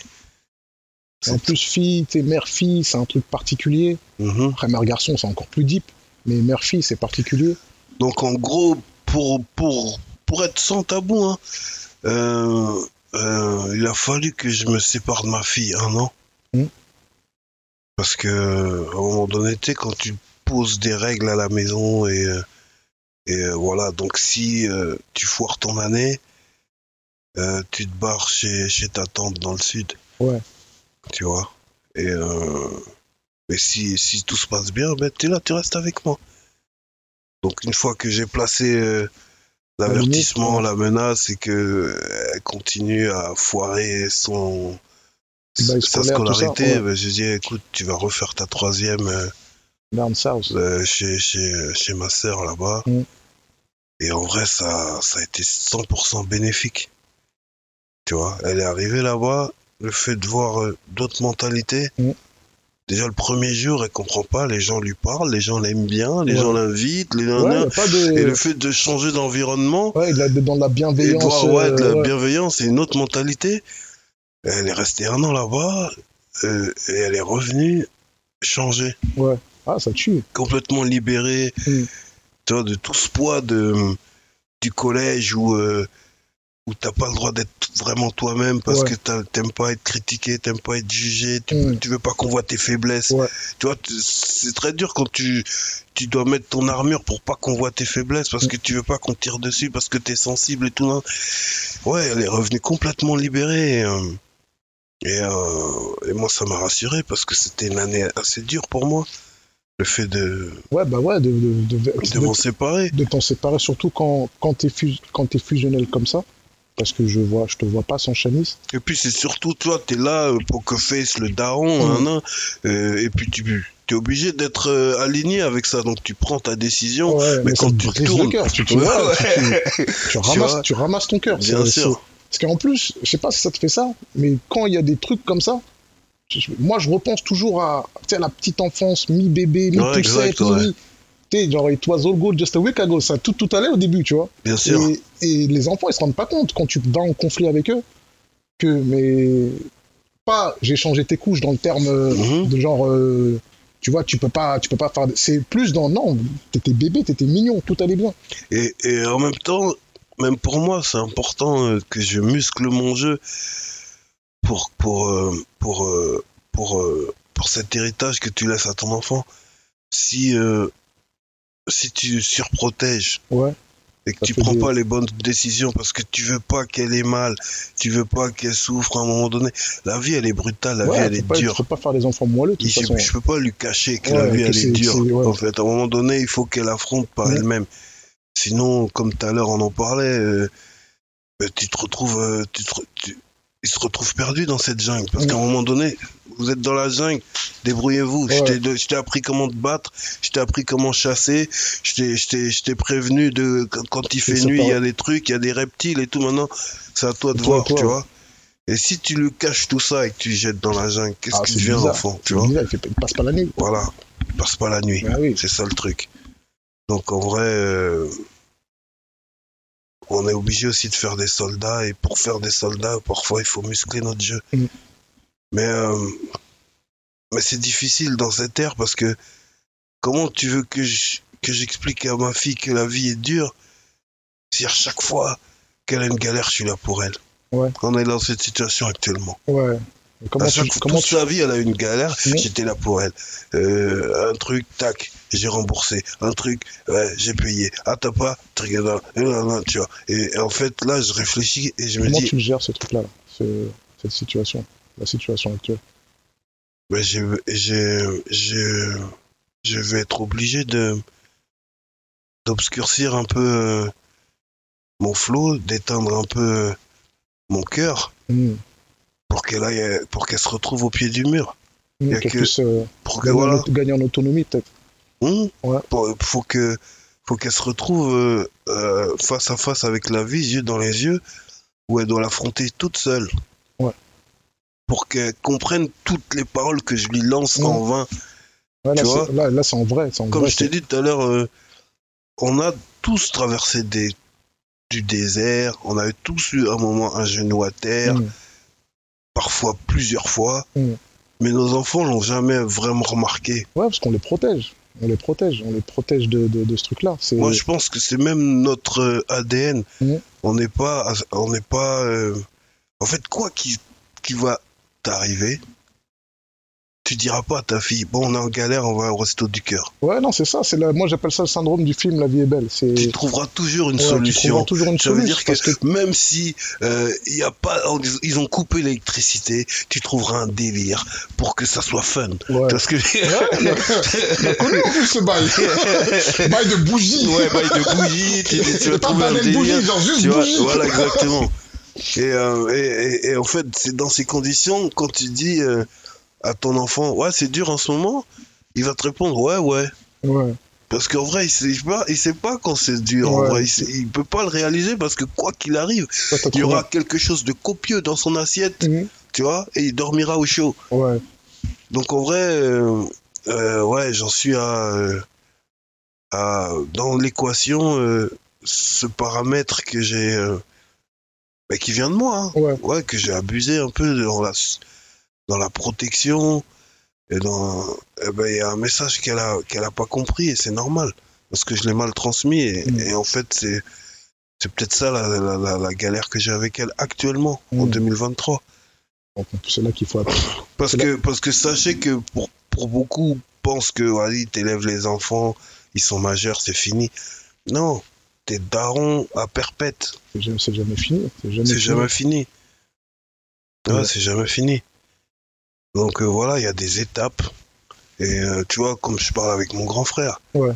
[SPEAKER 1] En plus, fille, t'es mère-fille, c'est un truc particulier.
[SPEAKER 2] Mhm.
[SPEAKER 1] Après, mère-garçon, c'est encore plus deep. Mais mère-fille, c'est particulier.
[SPEAKER 2] Donc en gros, pour, pour, pour être sans tabou, hein, euh, euh, il a fallu que je me sépare de ma fille un an.
[SPEAKER 1] Mm.
[SPEAKER 2] Parce que à un moment donné, tu sais, quand tu poses des règles à la maison et, euh, et euh, voilà, donc si euh, tu foires ton année, euh, tu te barres chez, chez ta tante dans le sud.
[SPEAKER 1] Ouais.
[SPEAKER 2] Tu vois Et euh, mais si, si tout se passe bien, ben, tu es là, tu restes avec moi. Donc une fois que j'ai placé euh, l'avertissement, la menace et que euh, elle continue à foirer son
[SPEAKER 1] Bail scolaire,
[SPEAKER 2] sa
[SPEAKER 1] tout ça,
[SPEAKER 2] scolarité,
[SPEAKER 1] ouais.
[SPEAKER 2] ben, j'ai dit écoute, tu vas refaire ta troisième euh,
[SPEAKER 1] Down south.
[SPEAKER 2] euh, chez, chez, chez ma sœur là-bas.
[SPEAKER 1] Mm.
[SPEAKER 2] Et en vrai, ça, ça a été 100% bénéfique. Tu vois, elle est arrivée là-bas, le fait de voir euh, d'autres mentalités.
[SPEAKER 1] Mm.
[SPEAKER 2] Déjà, le premier jour, elle comprend pas, les gens lui parlent, les gens l'aiment bien, les
[SPEAKER 1] Ouais.
[SPEAKER 2] gens l'invitent, les
[SPEAKER 1] Ouais, y
[SPEAKER 2] nanas.
[SPEAKER 1] a pas de.
[SPEAKER 2] Et le fait de changer d'environnement,
[SPEAKER 1] Ouais, il a de- dans la
[SPEAKER 2] et de
[SPEAKER 1] bienveillance.
[SPEAKER 2] voir ouais, de la
[SPEAKER 1] euh, ouais.
[SPEAKER 2] bienveillance, c'est une autre mentalité. Elle est restée un an là-bas, euh, et elle est revenue changée
[SPEAKER 1] Ah, ça tue.
[SPEAKER 2] complètement libéré
[SPEAKER 1] Mm.
[SPEAKER 2] tu vois, de tout ce poids de, du collège où, euh, où t'as pas le droit d'être vraiment toi-même parce
[SPEAKER 1] Ouais.
[SPEAKER 2] que t'as- t'aimes pas être critiqué, t'aimes pas être jugé, tu,
[SPEAKER 1] Mm.
[SPEAKER 2] tu veux pas qu'on voit tes faiblesses.
[SPEAKER 1] Ouais.
[SPEAKER 2] Tu vois, tu- c'est très dur quand tu, tu dois mettre ton armure pour pas qu'on voit tes faiblesses parce que tu veux pas qu'on tire dessus parce que t'es sensible et tout. hein. Ouais, elle est revenue complètement libérée. euh, Et, euh, et moi, ça m'a rassuré parce que c'était une année assez dure pour moi. Le fait de,
[SPEAKER 1] Ouais, bah ouais, de, de, de, de-
[SPEAKER 2] de m'en séparer.
[SPEAKER 1] de t'en séparer, surtout quand, quand t'es fus- quand t'es fusionnel comme ça. Parce que je vois, je te vois pas sans chanis.
[SPEAKER 2] Et puis c'est surtout toi, t'es là euh, pour que face le daron,
[SPEAKER 1] Mm.
[SPEAKER 2] hein, hein, euh, et puis tu es obligé d'être euh, aligné avec ça, donc tu prends ta décision.
[SPEAKER 1] Ouais,
[SPEAKER 2] Oh, mais
[SPEAKER 1] ça
[SPEAKER 2] quand
[SPEAKER 1] te
[SPEAKER 2] tu
[SPEAKER 1] brise le
[SPEAKER 2] tournes-
[SPEAKER 1] cœur, tu, tu,
[SPEAKER 2] Ouais,
[SPEAKER 1] vois, tu- tu-
[SPEAKER 2] ouais.
[SPEAKER 1] tu ramasses,
[SPEAKER 2] vois
[SPEAKER 1] tu ramasses ton cœur.
[SPEAKER 2] Bien
[SPEAKER 1] C'est-
[SPEAKER 2] sûr.
[SPEAKER 1] c'est- Parce qu'en plus, je sais pas si ça te fait ça, mais quand il y a des trucs comme ça, je- moi je repense toujours à, tu sais, à la petite enfance, mi-bébé,
[SPEAKER 2] Ouais,
[SPEAKER 1] mi-poussette,
[SPEAKER 2] exact, ouais.
[SPEAKER 1] mi Tu sais, genre, it was all good just a week ago. Ça, tout, tout allait au début, tu vois.
[SPEAKER 2] Bien sûr.
[SPEAKER 1] Et, et les enfants, ils se rendent pas compte quand tu vas en conflit avec eux que, mais pas j'ai changé tes couches dans le terme euh,
[SPEAKER 2] Mhm.
[SPEAKER 1] de genre, euh, tu vois, tu peux pas, tu peux pas faire. C'est plus dans non, t'étais bébé, t'étais mignon, tout allait bien.
[SPEAKER 2] Et, et en même temps, même pour moi, c'est important euh, que je muscle mon jeu pour pour euh, pour euh, pour euh, pour cet héritage que tu laisses à ton enfant. Si euh, si tu surprotèges
[SPEAKER 1] Ouais.
[SPEAKER 2] et que
[SPEAKER 1] Ça
[SPEAKER 2] tu
[SPEAKER 1] fait
[SPEAKER 2] prends
[SPEAKER 1] des-
[SPEAKER 2] pas les bonnes décisions parce que tu veux pas qu'elle ait mal, tu veux pas qu'elle souffre à un moment donné. La vie, elle est brutale, la
[SPEAKER 1] Ouais,
[SPEAKER 2] vie, elle
[SPEAKER 1] faut
[SPEAKER 2] est
[SPEAKER 1] pas,
[SPEAKER 2] dure.
[SPEAKER 1] faut pas faire des enfants moelleux, de
[SPEAKER 2] Il-
[SPEAKER 1] toute façon.
[SPEAKER 2] je peux pas lui cacher que
[SPEAKER 1] Ouais,
[SPEAKER 2] la vie,
[SPEAKER 1] que
[SPEAKER 2] elle est,
[SPEAKER 1] c'est-
[SPEAKER 2] dure.
[SPEAKER 1] c'est- ouais.
[SPEAKER 2] En fait, à un moment donné, il faut qu'elle affronte par
[SPEAKER 1] Ouais.
[SPEAKER 2] elle-même. Sinon, comme tout à l'heure, on en parlait, euh, euh, tu te retrouves, euh, tu te re- tu- il se retrouve perdu dans cette jungle. Parce
[SPEAKER 1] Ouais.
[SPEAKER 2] qu'à un moment donné, vous êtes dans la jungle, débrouillez-vous. Je
[SPEAKER 1] Ouais.
[SPEAKER 2] t'ai de- Je t'ai appris comment te battre, je t'ai appris comment chasser, je t'ai- je t'ai- je t'ai prévenu de quand, quand il fait
[SPEAKER 1] c'est
[SPEAKER 2] nuit,
[SPEAKER 1] pas-
[SPEAKER 2] il y a des trucs, il y a des reptiles et tout. Maintenant, c'est à toi de
[SPEAKER 1] C'est toi,
[SPEAKER 2] voir,
[SPEAKER 1] toi,
[SPEAKER 2] tu
[SPEAKER 1] ouais.
[SPEAKER 2] vois. Et si tu lui caches tout ça et que tu le jettes dans la jungle, qu'est-ce
[SPEAKER 1] Ah,
[SPEAKER 2] que
[SPEAKER 1] c'est
[SPEAKER 2] devient
[SPEAKER 1] bizarre.
[SPEAKER 2] l'enfant, tu
[SPEAKER 1] Il
[SPEAKER 2] vois
[SPEAKER 1] disait, il fait- il passe pas la nuit.
[SPEAKER 2] voilà, il passe pas la nuit.
[SPEAKER 1] Ah oui.
[SPEAKER 2] C'est ça le truc. Donc en vrai, euh, on est obligé aussi de faire des soldats et pour faire des soldats, parfois il faut muscler notre jeu.
[SPEAKER 1] Mm.
[SPEAKER 2] Mais euh, mais c'est difficile dans cette ère parce que comment tu veux que je- que j'explique à ma fille que la vie est dure si à chaque fois qu'elle a une galère, je suis là pour elle.
[SPEAKER 1] Ouais.
[SPEAKER 2] On est dans cette situation actuellement.
[SPEAKER 1] Ouais. Mais Comment
[SPEAKER 2] À
[SPEAKER 1] tu,
[SPEAKER 2] chaque fois,
[SPEAKER 1] comment
[SPEAKER 2] toute
[SPEAKER 1] tu...
[SPEAKER 2] sa vie, elle a eu une galère.
[SPEAKER 1] Oui.
[SPEAKER 2] J'étais là pour elle. Euh, un truc, tac, j'ai remboursé. Un truc, ouais, j'ai payé. Ah, t'as pas Truc, non, non, non, tu vois. Et, et en fait, là, je réfléchis et je me
[SPEAKER 1] Comment
[SPEAKER 2] dis,
[SPEAKER 1] tu gères ce truc-là, là, ce- cette situation, la situation actuelle
[SPEAKER 2] mais j'ai- j'ai- j'ai- ben, je vais être obligé de d'obscurcir un peu euh, mon flot, d'éteindre un peu euh, mon cœur
[SPEAKER 1] Hmm.
[SPEAKER 2] pour qu'elle aille- pour qu'elle se retrouve au pied du mur.
[SPEAKER 1] Hmm,
[SPEAKER 2] y a
[SPEAKER 1] Pour
[SPEAKER 2] que-
[SPEAKER 1] plus euh,
[SPEAKER 2] Pour que
[SPEAKER 1] gagner, en
[SPEAKER 2] voilà.
[SPEAKER 1] aut- gagner en autonomie, peut-être.
[SPEAKER 2] Hum,
[SPEAKER 1] Ouais.
[SPEAKER 2] pour- faut que faut qu'elle se retrouve euh, euh, face à face avec la vie, yeux dans les yeux, où elle doit l'affronter toute seule.
[SPEAKER 1] Ouais.
[SPEAKER 2] Pour qu'elle comprenne toutes les paroles que je lui lance
[SPEAKER 1] Ouais.
[SPEAKER 2] en vain.
[SPEAKER 1] Ouais, là,
[SPEAKER 2] Tu
[SPEAKER 1] c'est-
[SPEAKER 2] vois
[SPEAKER 1] là, là, c'est en vrai. c'est En
[SPEAKER 2] Comme
[SPEAKER 1] vrai,
[SPEAKER 2] je t'ai
[SPEAKER 1] c'est-
[SPEAKER 2] dit tout à l'heure, euh, on a tous traversé des, du désert, on a tous eu un moment un genou à terre,
[SPEAKER 1] Hmm.
[SPEAKER 2] parfois plusieurs fois,
[SPEAKER 1] Mm.
[SPEAKER 2] mais nos enfants l'ont jamais vraiment remarqué.
[SPEAKER 1] Ouais, parce qu'on les protège. On les protège. On les protège de, de, de ce truc-là. C'est...
[SPEAKER 2] Moi, je pense que c'est même notre euh, ADN.
[SPEAKER 1] Mhm.
[SPEAKER 2] On n'est pas, on n'est pas. euh, En fait, quoi qui, qui va t'arriver, tu diras pas à ta fille. Bon, on est en galère, on va au resto du cœur.
[SPEAKER 1] Ouais, non, c'est ça. C'est la... Moi, j'appelle ça le syndrome du film La vie est belle. C'est...
[SPEAKER 2] Tu trouveras toujours une
[SPEAKER 1] Ouais, tu trouveras
[SPEAKER 2] solution.
[SPEAKER 1] toujours une
[SPEAKER 2] Ça veut
[SPEAKER 1] solution.
[SPEAKER 2] dire que,
[SPEAKER 1] parce que
[SPEAKER 2] même si euh, y a pas, ils ont coupé l'électricité, tu trouveras un délire pour que ça soit fun.
[SPEAKER 1] Ouais.
[SPEAKER 2] Parce que
[SPEAKER 1] On connaît en plus ce bail. bail de bougie.
[SPEAKER 2] ouais, bah, bail de bougie, tu, tu vas
[SPEAKER 1] pas
[SPEAKER 2] trouver un
[SPEAKER 1] bail de
[SPEAKER 2] délire.
[SPEAKER 1] bougie, Ah, genre juste
[SPEAKER 2] Tu vois,
[SPEAKER 1] bougie.
[SPEAKER 2] voilà, exactement. Et, euh, et, et- et en fait, c'est dans ces conditions, quand tu dis euh, à ton enfant, ouais, c'est dur en ce moment, il va te répondre, ouais, ouais.
[SPEAKER 1] Ouais,
[SPEAKER 2] Parce qu'en vrai, il sait pas, il sait pas quand c'est dur.
[SPEAKER 1] Ouais.
[SPEAKER 2] En vrai, il, sait- il peut pas le réaliser parce que quoi qu'il arrive,
[SPEAKER 1] toi, t'as
[SPEAKER 2] il y
[SPEAKER 1] trouvé.
[SPEAKER 2] aura quelque chose de copieux dans son assiette,
[SPEAKER 1] Mhm.
[SPEAKER 2] tu vois, et il dormira au chaud.
[SPEAKER 1] Ouais,
[SPEAKER 2] Donc en vrai, euh, euh, ouais, j'en suis à, euh, à- dans l'équation euh, ce paramètre que j'ai, euh, bah, qui vient de moi, hein.
[SPEAKER 1] Ouais.
[SPEAKER 2] que j'ai abusé un peu dans la dans la protection et dans, eh ben, il y a un message qu'elle a qu'elle a pas compris et c'est normal parce que je l'ai mal transmis et,
[SPEAKER 1] Mm.
[SPEAKER 2] et en fait c'est c'est peut-être ça la, la, la, la galère que j'ai avec elle actuellement en
[SPEAKER 1] Mm.
[SPEAKER 2] 2023.
[SPEAKER 1] donc c'est là qu'il faut apprendre.
[SPEAKER 2] Parce
[SPEAKER 1] C'est la-
[SPEAKER 2] que, parce que sachez que pour, pour beaucoup pensent que vas-y, t'élèves les enfants, ils sont majeurs, c'est fini. Non, t'es daron à perpète,
[SPEAKER 1] C'est jamais, c'est jamais fini. C'est jamais
[SPEAKER 2] c'est
[SPEAKER 1] fini.
[SPEAKER 2] jamais fini. Tu vois,
[SPEAKER 1] Ouais.
[SPEAKER 2] c'est jamais fini. Donc euh, voilà, il y a des étapes. Et euh, tu vois, comme je parle avec mon grand frère.
[SPEAKER 1] Ouais.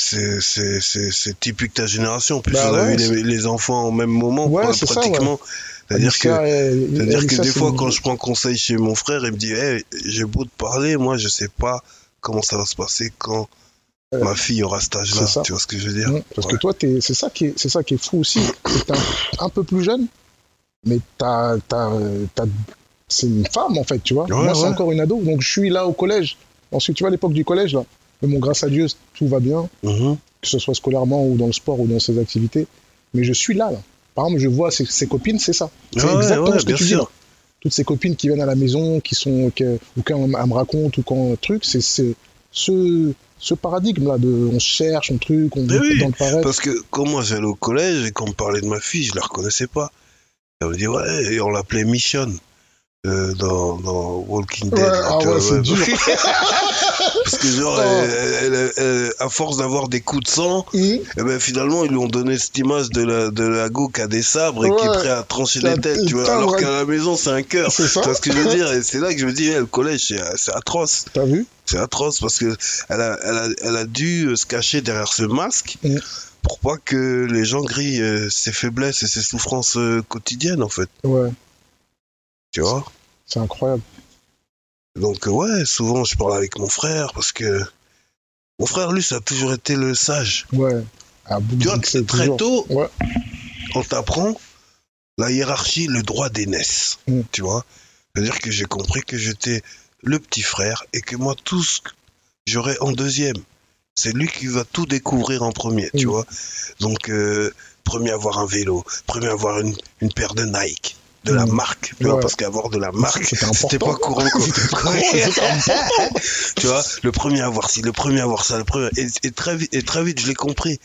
[SPEAKER 2] C'est, c'est, c'est, c'est typique ta génération. En plus,
[SPEAKER 1] Bah
[SPEAKER 2] on a
[SPEAKER 1] ouais,
[SPEAKER 2] eu les, les enfants au même moment,
[SPEAKER 1] Ouais,
[SPEAKER 2] quoi,
[SPEAKER 1] c'est ça, ouais.
[SPEAKER 2] pratiquement. C'est-à-dire que
[SPEAKER 1] Alicia et- et
[SPEAKER 2] c'est-à-dire que
[SPEAKER 1] Alicia,
[SPEAKER 2] des
[SPEAKER 1] c'est
[SPEAKER 2] fois,
[SPEAKER 1] une-
[SPEAKER 2] quand je prends conseil chez mon frère, il me dit Hey, j'ai beau te parler, moi, je sais pas comment ça va se passer quand
[SPEAKER 1] Euh,
[SPEAKER 2] ma fille aura cet âge-là.
[SPEAKER 1] c'est ça.
[SPEAKER 2] Tu vois ce que je veux dire
[SPEAKER 1] Mmh, Parce que
[SPEAKER 2] Ouais.
[SPEAKER 1] toi, t'es- c'est ça, qui est- c'est ça qui est fou aussi. C'est que t'es un, un peu plus jeune, mais t'as, t'as, euh, t'as- c'est une femme, en fait, tu vois.
[SPEAKER 2] Ouais,
[SPEAKER 1] Moi, c'est
[SPEAKER 2] ouais.
[SPEAKER 1] encore une ado, donc je suis là au collège. Ensuite, tu vois, à l'époque du collège, là. Mais bon, grâce à Dieu, tout va bien.
[SPEAKER 2] Mhm.
[SPEAKER 1] que ce soit scolairement ou dans le sport ou dans ses activités. Mais je suis là, là. Par exemple, je vois ses, ses copines, c'est ça. C'est
[SPEAKER 2] Ouais,
[SPEAKER 1] exactement
[SPEAKER 2] ouais,
[SPEAKER 1] ce que
[SPEAKER 2] bien
[SPEAKER 1] tu dis.
[SPEAKER 2] sûr.
[SPEAKER 1] là. Toutes ces copines qui viennent à la maison, qui sont, que- ou quand elle me raconte, ou quand un truc, c'est c'est ce, ce paradigme-là de on cherche, on truc, on
[SPEAKER 2] Mais oui,
[SPEAKER 1] dans le paraître.
[SPEAKER 2] Parce que quand moi j'allais au collège et qu'on me parlait de ma fille, je la reconnaissais pas. Elle me dit Ouais, et on l'appelait Michonne. euh, dans, dans Walking Dead.
[SPEAKER 1] Ouais,
[SPEAKER 2] là,
[SPEAKER 1] ah
[SPEAKER 2] tu
[SPEAKER 1] ouais,
[SPEAKER 2] vois,
[SPEAKER 1] c'est
[SPEAKER 2] ouais. bah.
[SPEAKER 1] dur.
[SPEAKER 2] Parce que genre,
[SPEAKER 1] Oh.
[SPEAKER 2] elle- elle- elle- à force d'avoir des coups de sang,
[SPEAKER 1] Et
[SPEAKER 2] eh ben, finalement, ils lui ont donné cette image de la, de la go qui a des sabres et qui est
[SPEAKER 1] Ouais.
[SPEAKER 2] prêt à trancher
[SPEAKER 1] T'as-
[SPEAKER 2] des têtes, tu vois.
[SPEAKER 1] t'as
[SPEAKER 2] Alors
[SPEAKER 1] vrai-
[SPEAKER 2] qu'à la maison, c'est un cœur.
[SPEAKER 1] c'est ça.
[SPEAKER 2] Tu vois ce que je veux dire Et c'est là que je me dis, eh, le collège, c'est- c'est atroce.
[SPEAKER 1] T'as vu
[SPEAKER 2] C'est atroce parce que elle a, elle a, elle a dû euh, se cacher derrière ce masque
[SPEAKER 1] Mm.
[SPEAKER 2] pour pas que les gens grillent euh, ses faiblesses et ses souffrances euh, quotidiennes, en fait.
[SPEAKER 1] Ouais,
[SPEAKER 2] Tu vois
[SPEAKER 1] c'est incroyable.
[SPEAKER 2] Donc, euh, ouais, souvent, je parle avec mon frère parce que mon frère, lui, ça a toujours été le sage.
[SPEAKER 1] Ouais. À bout
[SPEAKER 2] Tu
[SPEAKER 1] de
[SPEAKER 2] vois,
[SPEAKER 1] c'est
[SPEAKER 2] très
[SPEAKER 1] toujours.
[SPEAKER 2] tôt,
[SPEAKER 1] Ouais.
[SPEAKER 2] on t'apprend la hiérarchie, le droit d'aînesse.
[SPEAKER 1] Mm.
[SPEAKER 2] Tu vois C'est-à-dire que j'ai compris que j'étais le petit frère et que moi, tout ce que j'aurais en deuxième, c'est lui qui va tout découvrir en premier, tu
[SPEAKER 1] Mm.
[SPEAKER 2] vois Donc, euh, premier avoir un vélo, premier avoir une, une paire de Nike, de la
[SPEAKER 1] Mm.
[SPEAKER 2] marque, tu vois,
[SPEAKER 1] Ouais.
[SPEAKER 2] parce qu'avoir de la marque,
[SPEAKER 1] C'était
[SPEAKER 2] c'était pas
[SPEAKER 1] important.
[SPEAKER 2] courant, quoi.
[SPEAKER 1] C'était important.
[SPEAKER 2] tu vois le premier à voir ci le premier à voir ça le premier et, et très vite et très vite je l'ai compris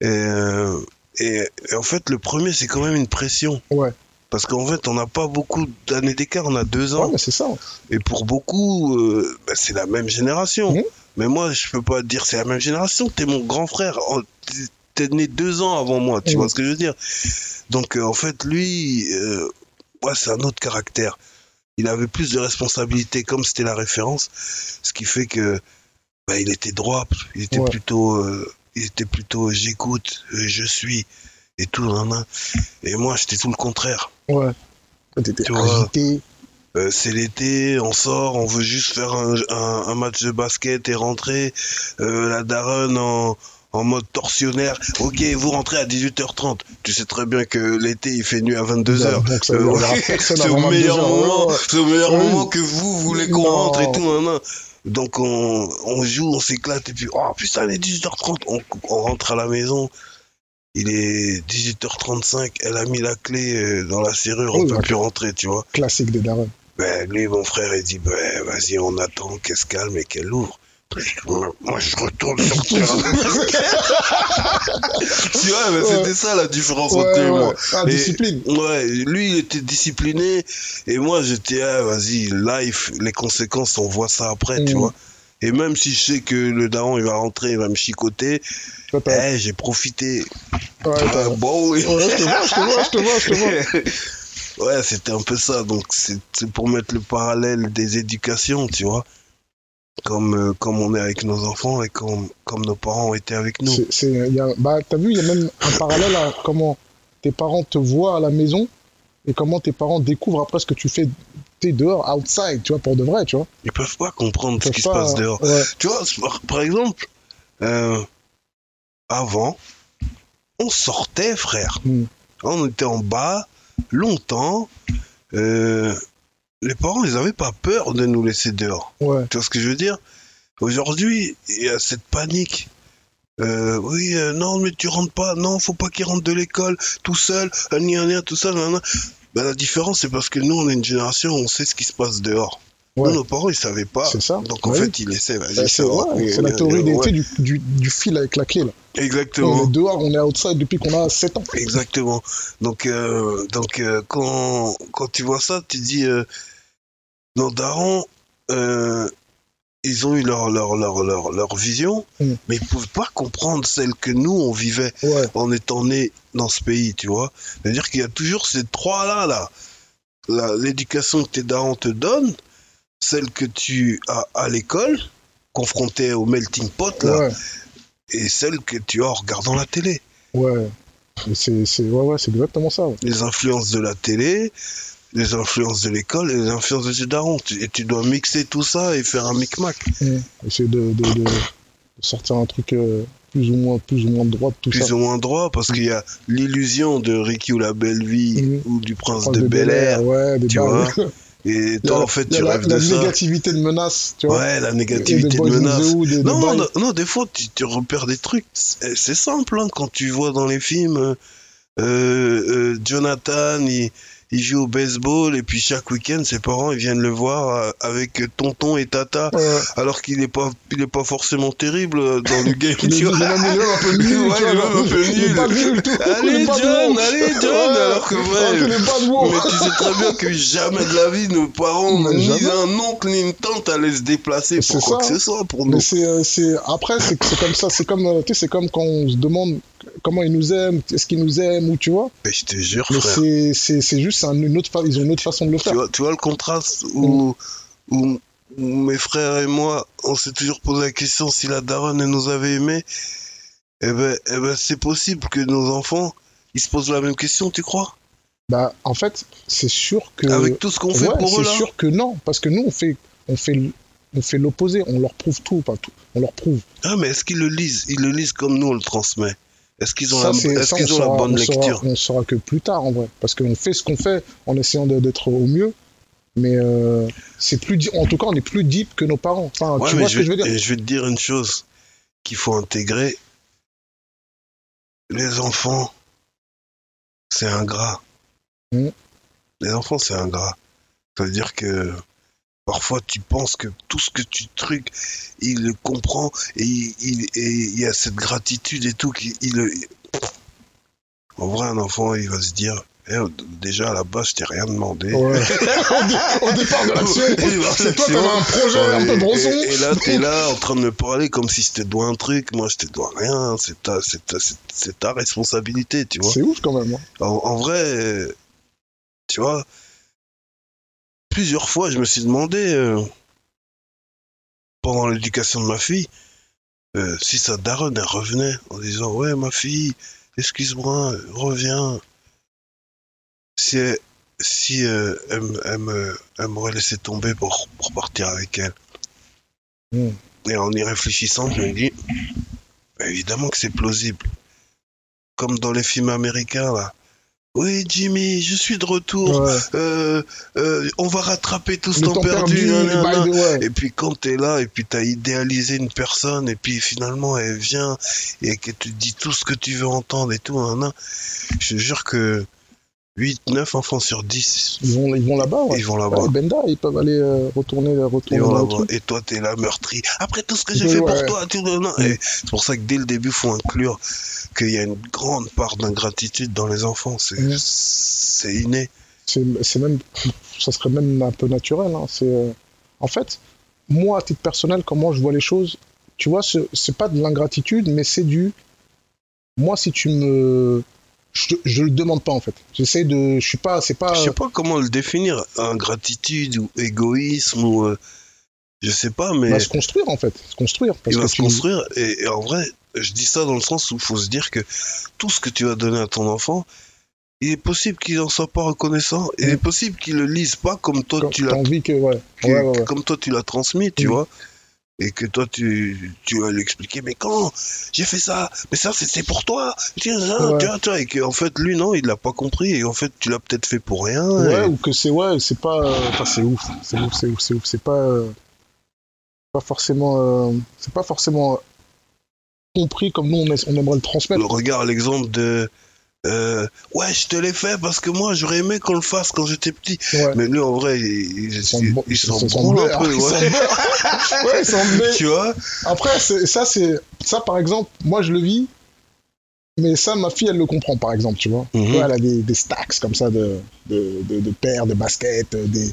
[SPEAKER 2] et, euh, et- et en fait le premier c'est quand même une pression
[SPEAKER 1] Ouais.
[SPEAKER 2] parce qu'en fait on n'a pas beaucoup d'années d'écart on a deux ans
[SPEAKER 1] Ouais, mais c'est ça.
[SPEAKER 2] et pour beaucoup euh, bah, c'est la même génération
[SPEAKER 1] Mhm.
[SPEAKER 2] mais moi je peux pas dire c'est la même génération t'es mon grand frère Oh, t'es- t'es né deux ans avant moi tu
[SPEAKER 1] Mhm.
[SPEAKER 2] vois ce que je veux dire donc euh, en fait lui euh, ouais, c'est un autre caractère il avait plus de responsabilités comme c'était la référence, ce qui fait que bah, il était droit, il était
[SPEAKER 1] Ouais.
[SPEAKER 2] plutôt, euh, il était plutôt euh, j'écoute, euh, je suis et tout nan, nan. Et moi j'étais tout le contraire.
[SPEAKER 1] Ouais. T'étais
[SPEAKER 2] Tu vois.
[SPEAKER 1] agité.
[SPEAKER 2] Euh, c'est l'été, on sort, on veut juste faire un, un- un match de basket et rentrer. Euh, la daronne en, en mode torsionnaire. Ok, vous rentrez à 18h30. Tu sais très bien que l'été il fait nuit à 22h.
[SPEAKER 1] Donc, Bah, ça
[SPEAKER 2] Euh,
[SPEAKER 1] il y aura personne
[SPEAKER 2] C'est
[SPEAKER 1] avant
[SPEAKER 2] au
[SPEAKER 1] 22
[SPEAKER 2] meilleur
[SPEAKER 1] heures.
[SPEAKER 2] moment,
[SPEAKER 1] Ouais,
[SPEAKER 2] c'est au meilleur
[SPEAKER 1] Oui.
[SPEAKER 2] moment que vous voulez qu'on
[SPEAKER 1] Non.
[SPEAKER 2] rentre et tout, nan, nan. Donc on, on joue, on s'éclate et puis oh putain, il est 18h30, on, on rentre à la maison. Il est 18h35, elle a mis la clé euh, dans la serrure, on
[SPEAKER 1] Oui,
[SPEAKER 2] peut
[SPEAKER 1] la
[SPEAKER 2] plus rentrer, tu vois.
[SPEAKER 1] Classique des darons.
[SPEAKER 2] Ben, lui, mon frère, il dit ben, vas-y, on attend qu'elle se calme et qu'elle ouvre. Moi, je retourne sur terre. tu vois, ben,
[SPEAKER 1] Ouais.
[SPEAKER 2] c'était ça la différence
[SPEAKER 1] Ouais,
[SPEAKER 2] entre lui et moi.
[SPEAKER 1] ouais. Ah,
[SPEAKER 2] Et-
[SPEAKER 1] discipline.
[SPEAKER 2] Ouais, lui, il était discipliné. Et moi, j'étais, ah, vas-y, life, les conséquences, on voit ça après, tu
[SPEAKER 1] Mm.
[SPEAKER 2] vois. Et même si je sais que le daron, il va rentrer, il va me chicoter,
[SPEAKER 1] Toi,
[SPEAKER 2] eh,
[SPEAKER 1] t'as-
[SPEAKER 2] j'ai profité.
[SPEAKER 1] Ouais,
[SPEAKER 2] Tu vois,
[SPEAKER 1] t'as-
[SPEAKER 2] bon, Eh, ah oui.
[SPEAKER 1] Ouais, je te vois, je te vois, je te vois, je te vois.
[SPEAKER 2] ouais, c'était un peu ça. Donc, c'est c'est pour mettre le parallèle des éducations, tu vois. Comme, euh, comme on est avec nos enfants et comme, comme nos parents étaient avec nous.
[SPEAKER 1] C'est- c'est- il y a- bah, t'as vu, il y a même un parallèle à comment tes parents te voient à la maison et comment tes parents découvrent après ce que tu fais t'es dehors, outside, tu vois, pour de vrai, tu vois.
[SPEAKER 2] Ils peuvent pas comprendre ce
[SPEAKER 1] Faut
[SPEAKER 2] qui se
[SPEAKER 1] pas- hein.
[SPEAKER 2] passe dehors.
[SPEAKER 1] ouais.
[SPEAKER 2] Tu vois, c'est par, par exemple, euh, avant, on sortait, frère. Hein,
[SPEAKER 1] Mm.
[SPEAKER 2] On était en bas, longtemps. euh, les parents, ils n'avaient pas peur de nous laisser dehors.
[SPEAKER 1] Ouais,
[SPEAKER 2] Tu vois ce que je veux dire Aujourd'hui, il y a cette panique. Euh, oui, euh, non, mais tu rentres pas. Non, faut pas qu'ils rentrent de l'école tout seul. euh, gna, gna, tout seul. nan, nan. Ben, la différence, c'est parce que nous, on est une génération, on sait ce qui se passe dehors.
[SPEAKER 1] Ouais.
[SPEAKER 2] Nous, nos parents, ils savaient pas.
[SPEAKER 1] c'est ça.
[SPEAKER 2] Donc en
[SPEAKER 1] Ouais.
[SPEAKER 2] fait, il essaie, vas-y,
[SPEAKER 1] Bah,
[SPEAKER 2] ça
[SPEAKER 1] c'est
[SPEAKER 2] va.
[SPEAKER 1] ouais,
[SPEAKER 2] Oui,
[SPEAKER 1] c'est la
[SPEAKER 2] oui,
[SPEAKER 1] théorie
[SPEAKER 2] oui,
[SPEAKER 1] des-
[SPEAKER 2] ouais.
[SPEAKER 1] tu sais, du, du- du fil avec la clé. Là. On
[SPEAKER 2] Exactement,
[SPEAKER 1] est dehors, on est outside depuis qu'on a 7 ans.
[SPEAKER 2] exactement. Donc, euh, donc euh, quand, quand tu vois ça, tu dis, euh, nos darons, euh, ils ont eu leur, leur, leur, leur, leur vision,
[SPEAKER 1] Mm.
[SPEAKER 2] mais ils ne pouvaient pas comprendre celle que nous, on vivait
[SPEAKER 1] Ouais,
[SPEAKER 2] en étant nés dans ce pays, tu vois. C'est-à-dire qu'il y a toujours ces trois-là, là. La- L'éducation que tes darons te donnent, celle que tu as à l'école, confrontée au melting pot, là.
[SPEAKER 1] ouais,
[SPEAKER 2] et celle que tu as en regardant la télé.
[SPEAKER 1] ouais. Mais C'est c'est- ouais, ouais, c'est exactement ça. ouais.
[SPEAKER 2] Les influences de la télé, les influences de l'école et les influences de tes darons. Tu- Et tu dois mixer tout ça et faire un micmac.
[SPEAKER 1] Essayer de, de- de- de sortir un truc euh, plus ou moins plus ou moins de droite, tout
[SPEAKER 2] Plus
[SPEAKER 1] ça. Mm.
[SPEAKER 2] ou moins droit, parce qu'il y a l'illusion de Ricky ou la belle vie
[SPEAKER 1] Mhm.
[SPEAKER 2] ou du prince
[SPEAKER 1] Prince
[SPEAKER 2] de Bel Air.
[SPEAKER 1] ouais, des
[SPEAKER 2] tu
[SPEAKER 1] barres.
[SPEAKER 2] vois. Et
[SPEAKER 1] Il y a
[SPEAKER 2] toi,
[SPEAKER 1] la-
[SPEAKER 2] en fait,
[SPEAKER 1] il y a
[SPEAKER 2] tu
[SPEAKER 1] la-
[SPEAKER 2] rêves de
[SPEAKER 1] la
[SPEAKER 2] ça.
[SPEAKER 1] négativité de menace, tu vois.
[SPEAKER 2] Ouais, la
[SPEAKER 1] Et
[SPEAKER 2] négativité de
[SPEAKER 1] boys in the
[SPEAKER 2] menace.
[SPEAKER 1] Hood, et des
[SPEAKER 2] Non,
[SPEAKER 1] boys-
[SPEAKER 2] non, non, des fois, tu, tu repères des trucs. C'est c'est simple, hein, quand tu vois dans les films, euh, euh, Jonathan, il, il joue au baseball et puis chaque week-end ses parents ils viennent le voir euh, avec tonton et tata
[SPEAKER 1] Euh,
[SPEAKER 2] alors qu'il est pas il est pas forcément terrible euh, dans le game
[SPEAKER 1] il est
[SPEAKER 2] tu vois.
[SPEAKER 1] il est même un peu nul,
[SPEAKER 2] Ouais,
[SPEAKER 1] tu vois,
[SPEAKER 2] il est même un peu
[SPEAKER 1] il est
[SPEAKER 2] nul.
[SPEAKER 1] pas nul. tout. Il est
[SPEAKER 2] Allez
[SPEAKER 1] pas
[SPEAKER 2] John,
[SPEAKER 1] bon.
[SPEAKER 2] allez John,
[SPEAKER 1] Ouais.
[SPEAKER 2] alors que
[SPEAKER 1] Alors qu'il
[SPEAKER 2] Oh, vrai.
[SPEAKER 1] est pas bon.
[SPEAKER 2] Mais tu sais très bien que jamais de la vie nos parents,
[SPEAKER 1] Mais
[SPEAKER 2] ni
[SPEAKER 1] jamais.
[SPEAKER 2] un oncle, ni une tante allaient se déplacer
[SPEAKER 1] C'est
[SPEAKER 2] pour quoi
[SPEAKER 1] ça.
[SPEAKER 2] que ce soit pour
[SPEAKER 1] Mais
[SPEAKER 2] nous.
[SPEAKER 1] c'est, euh, c'est après c'est c'est comme ça, c'est comme euh, tu sais, c'est comme quand on se demande comment ils nous aiment, est-ce qu'ils nous aiment ou tu vois.
[SPEAKER 2] Mais je te jure,
[SPEAKER 1] Mais
[SPEAKER 2] frère.
[SPEAKER 1] c'est c'est c'est juste un- une autre fa- ils ont une autre façon de le
[SPEAKER 2] Tu
[SPEAKER 1] faire.
[SPEAKER 2] vois, tu vois le contraste où, où- où mes frères et moi, on s'est toujours posé la question si la daronne elle nous avait aimés. Eh ben, eh ben c'est possible que nos enfants, ils se posent la même question, tu crois
[SPEAKER 1] Bah en fait, c'est sûr que
[SPEAKER 2] Avec tout ce qu'on Ah fait
[SPEAKER 1] Euh, Ouais,
[SPEAKER 2] pour eux
[SPEAKER 1] c'est
[SPEAKER 2] là.
[SPEAKER 1] sûr que non parce que nous on fait on fait l- on fait l'opposé, on leur prouve tout, pas tout, on leur prouve.
[SPEAKER 2] Ah, mais est-ce qu'ils le lisent Ils le lisent comme nous on le transmet. Est-ce qu'ils ont,
[SPEAKER 1] Ça,
[SPEAKER 2] la,
[SPEAKER 1] c'est-
[SPEAKER 2] est-ce
[SPEAKER 1] ça,
[SPEAKER 2] qu'ils
[SPEAKER 1] on
[SPEAKER 2] ont la
[SPEAKER 1] saura-
[SPEAKER 2] bonne
[SPEAKER 1] on saura-
[SPEAKER 2] lecture
[SPEAKER 1] On saura que plus tard, en vrai. Parce qu'on fait ce qu'on fait en essayant de- d'être au mieux. Mais euh, c'est plus di- en tout cas, on est plus deep que nos parents. Enfin,
[SPEAKER 2] Ouais,
[SPEAKER 1] tu
[SPEAKER 2] mais
[SPEAKER 1] vois ce que
[SPEAKER 2] vais-
[SPEAKER 1] je veux dire
[SPEAKER 2] et je vais te dire une chose qu'il faut intégrer. Les enfants, c'est ingrat.
[SPEAKER 1] Mm.
[SPEAKER 2] Les enfants, c'est ingrat. Ça veut dire que parfois tu penses que tout ce que tu trucs, il le comprend et il, il- et il y a cette gratitude et tout. Qui, il, le- En vrai, un enfant, il va se dire Eh, déjà à la base, je t'ai rien demandé.
[SPEAKER 1] Ouais. au, dé- au départ de l'action,
[SPEAKER 2] Il va
[SPEAKER 1] c'est toi qui
[SPEAKER 2] l'action.
[SPEAKER 1] un projet un peu
[SPEAKER 2] Ouais,
[SPEAKER 1] brosson.
[SPEAKER 2] Et, et là, t'es là en train de me parler comme si je te dois un truc. Moi, je te dois rien. C'est ta, c'est ta, c'est- c'est ta responsabilité, tu vois.
[SPEAKER 1] C'est ouf quand même. hein.
[SPEAKER 2] En, en vrai, euh, tu vois, plusieurs fois, je me suis demandé, euh, pendant l'éducation de ma fille, euh, si sa daronne, elle revenait en disant Ouais, ma fille, excuse-moi, reviens. Si elle, si, euh, elle, m- elle me- elle m'aurait laissé tomber pour, pour partir avec elle.
[SPEAKER 1] Mm.
[SPEAKER 2] Et en y réfléchissant, je me dis bah, Évidemment que c'est plausible. Comme dans les films américains, là. Oui, Jimmy, je suis de retour.
[SPEAKER 1] Ouais.
[SPEAKER 2] Euh, euh, on va rattraper tout ce
[SPEAKER 1] Le
[SPEAKER 2] temps, perdu. nanana.
[SPEAKER 1] by the way.
[SPEAKER 2] Et puis quand t'es là, et puis t'as idéalisé une personne, et puis finalement elle vient et qu'elle te dit tout ce que tu veux entendre et tout, nanana. je te jure que 8, 9 enfants sur 10,
[SPEAKER 1] Ils vont, ils vont là-bas. Ouais.
[SPEAKER 2] ils vont
[SPEAKER 1] Ouais,
[SPEAKER 2] là-bas.
[SPEAKER 1] Benda, ils peuvent aller euh, retourner, retourner
[SPEAKER 2] Et,
[SPEAKER 1] dans
[SPEAKER 2] voilà,
[SPEAKER 1] le
[SPEAKER 2] voilà.
[SPEAKER 1] truc.
[SPEAKER 2] Et toi, t'es la meurtrie. Après tout ce que j'ai
[SPEAKER 1] Ouais,
[SPEAKER 2] fait
[SPEAKER 1] ouais. Mm.
[SPEAKER 2] pour toi, tout le- non. Et c'est pour ça que dès le début, faut inclure qu'il y a une grande part d'ingratitude dans les enfants. C'est
[SPEAKER 1] Ouais.
[SPEAKER 2] c'est inné.
[SPEAKER 1] c'est c'est même ça serait même un peu naturel hein. c'est euh, en fait moi à titre personnel comment je vois les choses tu vois ce- c'est pas de l'ingratitude mais c'est du moi si tu me je, je le demande pas en fait j'essaie de je suis pas c'est pas
[SPEAKER 2] Je sais pas comment le définir. Ingratitude ou égoïsme ou. euh, je sais pas, mais.
[SPEAKER 1] bah, se construire en fait se construire parce
[SPEAKER 2] il va
[SPEAKER 1] que
[SPEAKER 2] se
[SPEAKER 1] tu-
[SPEAKER 2] construire. Et, et en vrai, je dis ça dans le sens où il faut se dire que tout ce que tu vas donner à ton enfant, il est possible qu'il n'en soit pas reconnaissant. Il
[SPEAKER 1] Mm.
[SPEAKER 2] est possible qu'il le lise pas comme toi
[SPEAKER 1] quand
[SPEAKER 2] tu
[SPEAKER 1] t'as
[SPEAKER 2] l'as
[SPEAKER 1] envie que ouais
[SPEAKER 2] que-
[SPEAKER 1] ouais ouais, ouais.
[SPEAKER 2] comme toi tu l'as transmis, tu
[SPEAKER 1] Mm.
[SPEAKER 2] vois. Et que toi tu, tu vas lui expliquer, mais quand j'ai fait ça, mais ça c'était pour toi, tiens, ça,
[SPEAKER 1] Ouais.
[SPEAKER 2] tu vois, tu vois, et qu'en fait lui non, il l'a pas compris, et en fait tu l'as peut-être fait pour rien.
[SPEAKER 1] Ouais,
[SPEAKER 2] et-
[SPEAKER 1] ou que c'est ouais c'est pas euh, enfin c'est ouf c'est ouf c'est ouf c'est ouf c'est pas euh, pas forcément euh, c'est pas forcément compris comme nous on, est- on aimerait le transmettre
[SPEAKER 2] Regarde l'exemple de euh, ouais, je te l'ai fait parce que moi j'aurais aimé qu'on le fasse quand j'étais petit.
[SPEAKER 1] Ouais.
[SPEAKER 2] Mais lui, en vrai, il, il-
[SPEAKER 1] s'en
[SPEAKER 2] il-
[SPEAKER 1] bo-
[SPEAKER 2] il s'en
[SPEAKER 1] s'en
[SPEAKER 2] branle un
[SPEAKER 1] beurre,
[SPEAKER 2] peu,
[SPEAKER 1] il s'en
[SPEAKER 2] ouais.
[SPEAKER 1] beurre. Ouais, il s'en beurre.
[SPEAKER 2] Tu vois
[SPEAKER 1] Après, c'est- ça, c'est ça, par exemple, moi, je le vis, mais ça, ma fille, elle le comprend, par exemple, tu vois.
[SPEAKER 2] Mhm.
[SPEAKER 1] Ouais, elle a des, des stacks comme ça de, de, de, de paires, de baskets, euh, des,